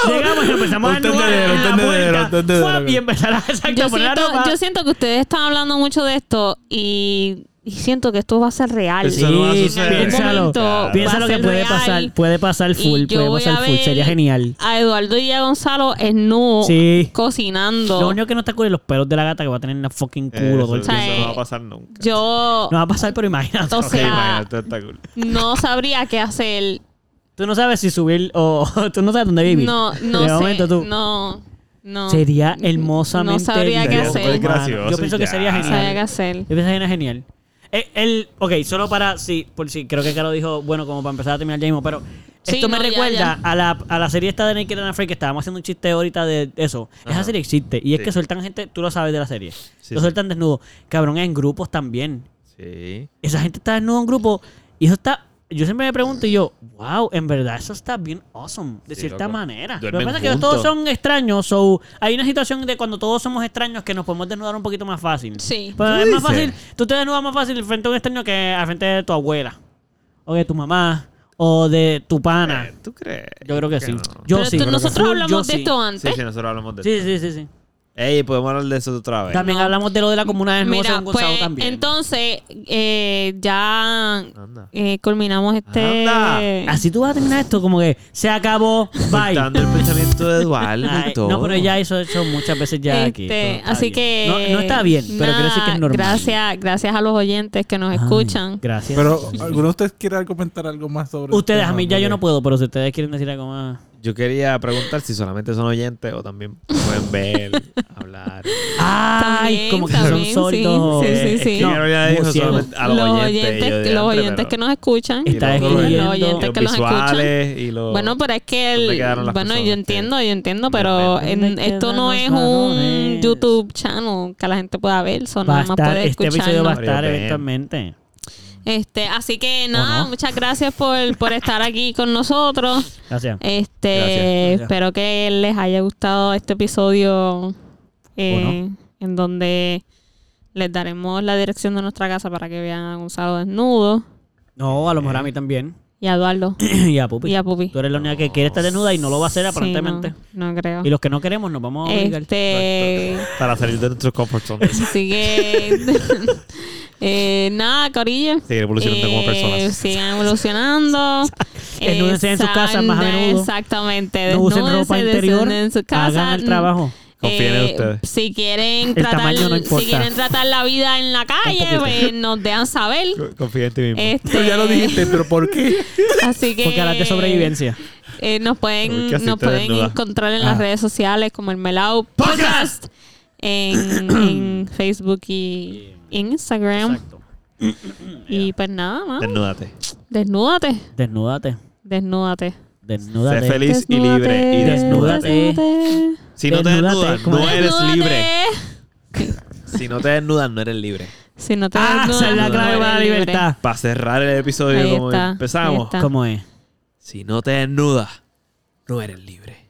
Speaker 3: Llegamos y empezamos
Speaker 4: Un
Speaker 3: a desnudar
Speaker 4: tendedero,
Speaker 3: en
Speaker 4: un
Speaker 3: la
Speaker 4: tendedero, un
Speaker 3: puerta.
Speaker 4: tendedero.
Speaker 3: ¡fuap! Y empezar a exacto,
Speaker 1: yo,
Speaker 3: poner la
Speaker 1: siento,
Speaker 3: ropa.
Speaker 1: yo siento que ustedes están hablando mucho de esto y, y siento que esto va a ser real.
Speaker 2: Eso no va a
Speaker 3: Sí,
Speaker 2: suceder.
Speaker 3: piénsalo.
Speaker 1: Momento,
Speaker 2: Claro.
Speaker 3: Piensa
Speaker 1: va
Speaker 3: lo
Speaker 1: a
Speaker 3: que
Speaker 1: ser
Speaker 3: puede
Speaker 1: real.
Speaker 3: pasar. Puede pasar full,
Speaker 1: Y yo
Speaker 3: puede
Speaker 1: voy
Speaker 3: pasar
Speaker 1: a
Speaker 3: full.
Speaker 1: ver
Speaker 3: Sería genial.
Speaker 1: A Eduardo y a Gonzalo es no
Speaker 3: Sí.
Speaker 1: cocinando.
Speaker 3: Lo único que no está cool es los pelos de la gata que va a tener en la fucking culo
Speaker 2: Eso,
Speaker 3: todo el
Speaker 2: eso
Speaker 1: sea,
Speaker 3: tiempo.
Speaker 2: no va a pasar nunca.
Speaker 1: Yo
Speaker 3: No va a pasar, pero imagínate.
Speaker 1: O
Speaker 2: Sí,
Speaker 1: sea-
Speaker 2: imagínate, está cool.
Speaker 1: no sabría qué hacer.
Speaker 3: Tú no sabes si subir o tú no sabes dónde vivir.
Speaker 1: No,
Speaker 3: De
Speaker 1: no sé.
Speaker 3: momento tú-
Speaker 1: No, no.
Speaker 3: Sería hermosamente.
Speaker 1: No sabría qué
Speaker 3: lindo,
Speaker 1: hacer.
Speaker 3: mano.
Speaker 2: Gracioso,
Speaker 3: Yo pienso que
Speaker 2: ya.
Speaker 3: sería
Speaker 1: No sabría qué
Speaker 3: genial.
Speaker 1: hacer.
Speaker 3: Yo pienso que sería genial. El, el- ok, solo para. Sí, por si creo que Caro dijo, bueno, como para empezar a terminar ya mismo, pero.
Speaker 1: Sí,
Speaker 3: esto me
Speaker 1: no, ya,
Speaker 3: recuerda
Speaker 1: ya.
Speaker 3: A, la, a la serie esta de Naked and Afraid que estábamos haciendo un chiste ahorita de eso. Esa
Speaker 2: Ajá.
Speaker 3: serie existe. Y es
Speaker 2: Sí.
Speaker 3: que sueltan gente, tú lo sabes de la serie.
Speaker 2: Sí,
Speaker 3: lo
Speaker 2: sí.
Speaker 3: sueltan desnudo. Cabrón, en grupos también.
Speaker 2: Sí.
Speaker 3: Esa gente está desnudo en grupo. Y eso está. Yo siempre me pregunto, y yo, wow, en verdad eso está bien awesome, de
Speaker 2: Sí,
Speaker 3: cierta
Speaker 2: loco.
Speaker 3: manera. Lo que
Speaker 2: Duermen
Speaker 3: pasa es que
Speaker 2: juntos.
Speaker 3: todos son extraños, so hay una situación de cuando todos somos extraños que nos podemos desnudar un poquito más fácil.
Speaker 1: Sí.
Speaker 3: Pero
Speaker 2: ¿Tú
Speaker 3: es
Speaker 2: dices?
Speaker 3: más fácil, tú te desnudas más fácil frente a un extraño que al frente de tu abuela, o de tu mamá, o de tu pana.
Speaker 2: Eh, ¿Tú crees?
Speaker 3: yo creo que sí.
Speaker 2: no.
Speaker 3: Yo
Speaker 1: Pero
Speaker 3: sí.
Speaker 1: tú- nosotros
Speaker 3: Full yo
Speaker 1: hablamos de
Speaker 3: sí.
Speaker 1: esto
Speaker 2: Sí,
Speaker 1: antes.
Speaker 2: sí, nosotros hablamos de eso.
Speaker 3: Sí, sí, sí, sí.
Speaker 2: Ey, podemos hablar de eso otra vez.
Speaker 3: También hablamos de lo de la comuna de Nuevo
Speaker 1: Mira,
Speaker 3: San Gonzalo
Speaker 1: pues,
Speaker 3: también.
Speaker 1: entonces, eh, ya
Speaker 2: Anda.
Speaker 1: eh, culminamos este...
Speaker 2: Anda.
Speaker 3: Así tú vas a terminar esto como que se acabó, bye.
Speaker 2: Dando el pensamiento de Eduardo
Speaker 3: Ay,
Speaker 2: y todo.
Speaker 3: No, pero ya hizo eso muchas veces ya aquí.
Speaker 1: Este,
Speaker 3: pero está
Speaker 1: así
Speaker 3: bien.
Speaker 1: que...
Speaker 3: No, no está bien, pero quiero decir que
Speaker 1: nada,
Speaker 3: es normal. Ah,
Speaker 1: Gracias, gracias a los oyentes que nos
Speaker 3: Ay,
Speaker 1: escuchan.
Speaker 3: Gracias.
Speaker 4: Pero, ¿alguno de ustedes quiere comentar algo más sobre
Speaker 3: ustedes,
Speaker 4: el
Speaker 3: a mí ya
Speaker 4: tema?
Speaker 3: yo no
Speaker 4: Porque-
Speaker 3: puedo, pero si ustedes quieren decir algo más.
Speaker 2: Yo quería preguntar si solamente son oyentes o también pueden ver, hablar.
Speaker 3: Ay,
Speaker 1: También,
Speaker 3: como que
Speaker 1: también,
Speaker 3: son
Speaker 1: sí,
Speaker 3: sordos.
Speaker 1: sí, sí,
Speaker 2: Eh,
Speaker 1: sí.
Speaker 2: Es que
Speaker 3: No,
Speaker 2: Carolina dijo
Speaker 3: murciélago.
Speaker 2: solamente a los, oyentes. y yo de
Speaker 1: los
Speaker 2: antes,
Speaker 1: oyentes
Speaker 2: pero-
Speaker 1: que nos escuchan.
Speaker 2: y
Speaker 3: Está
Speaker 2: los otros
Speaker 3: escribiendo.
Speaker 1: Los oyentes
Speaker 2: los
Speaker 1: que los
Speaker 2: visuales y los...
Speaker 1: Bueno,
Speaker 3: pues-
Speaker 1: pero es que
Speaker 2: ¿Dónde
Speaker 1: el,
Speaker 2: quedaron las
Speaker 1: bueno, yo
Speaker 2: personas
Speaker 1: entiendo, yo entiendo,
Speaker 2: que-
Speaker 1: pero
Speaker 3: ¿Dónde
Speaker 1: en- esto no
Speaker 3: quedan
Speaker 1: es
Speaker 3: los
Speaker 1: un
Speaker 3: valores?
Speaker 1: YouTube channel que la gente pueda ver, son
Speaker 3: Va a
Speaker 1: nada más
Speaker 3: estar,
Speaker 1: puede
Speaker 3: este episodio va a
Speaker 1: escucharnos.
Speaker 3: estar
Speaker 2: Mario Ben.
Speaker 3: eventualmente.
Speaker 1: Este, así que nada,
Speaker 3: no?
Speaker 1: muchas gracias por, por estar aquí con nosotros.
Speaker 3: Gracias.
Speaker 1: Este,
Speaker 2: Gracias.
Speaker 1: espero que les haya gustado este episodio eh, en donde les daremos la dirección de nuestra casa para que vean a Gonzalo desnudo
Speaker 3: No, a lo mejor a mí también.
Speaker 1: y a Eduardo
Speaker 3: y a Pupi.
Speaker 1: eh. y a Pupi.
Speaker 3: Tú eres la única que quiere estar desnuda y no lo va a hacer
Speaker 1: Sí,
Speaker 3: aparentemente.
Speaker 1: no, no creo.
Speaker 3: Y los que no queremos nos vamos a obligar.
Speaker 1: Este,
Speaker 2: Para salir de nuestro comfort zone.
Speaker 1: así que eh, nada, Corillo. Eh,
Speaker 2: Seguir evolucionando
Speaker 3: Eh,
Speaker 2: como personas.
Speaker 1: Sigan evolucionando.
Speaker 3: Desnúdense en sus casas más a menudo.
Speaker 1: Exactamente.
Speaker 3: No usen
Speaker 1: desnúdense,
Speaker 3: ropa interior.
Speaker 1: desnúdense En su casa.
Speaker 3: Hagan el trabajo.
Speaker 2: Confíen en
Speaker 1: Eh,
Speaker 2: ustedes.
Speaker 1: Si quieren
Speaker 3: El
Speaker 1: tratar,
Speaker 3: tamaño no importa.
Speaker 1: si quieren tratar la vida en la calle,
Speaker 3: poquito.
Speaker 1: pues nos dejan saber.
Speaker 2: Co- Confía en ti mismo.
Speaker 1: Este,
Speaker 4: Pero ya lo dijiste, pero ¿por qué?
Speaker 1: Así que
Speaker 3: Porque hablar de sobrevivencia.
Speaker 1: eh, nos pueden,
Speaker 2: Porque así
Speaker 1: nos
Speaker 2: te
Speaker 1: pueden
Speaker 2: desnuda.
Speaker 1: encontrar en las
Speaker 4: Ah.
Speaker 1: redes sociales como el Melao Podcast en, en Facebook y en Instagram.
Speaker 3: Exacto.
Speaker 1: Y pues nada más.
Speaker 2: Desnúdate.
Speaker 1: Desnúdate.
Speaker 3: Desnúdate.
Speaker 1: Desnúdate.
Speaker 3: Desnúdate.
Speaker 2: Sé feliz y libre. Y
Speaker 3: Desnúdate.
Speaker 2: desnúdate.
Speaker 1: Desnúdate.
Speaker 2: Si no te
Speaker 3: Desnúdate,
Speaker 2: desnudas,
Speaker 3: ¿cómo
Speaker 2: no
Speaker 3: es?
Speaker 2: eres
Speaker 1: Desnúdate.
Speaker 2: libre. Si no te desnudas, no eres libre.
Speaker 1: Si no te
Speaker 3: Ah,
Speaker 1: desnudas,
Speaker 3: esa es la
Speaker 1: no
Speaker 3: clave
Speaker 1: eres
Speaker 3: para la
Speaker 1: libre.
Speaker 3: libertad.
Speaker 2: Para cerrar el episodio
Speaker 1: Ahí
Speaker 2: como
Speaker 1: está, ahí
Speaker 2: empezamos.
Speaker 1: está.
Speaker 3: ¿Cómo es?
Speaker 2: Si no te desnudas, no eres libre.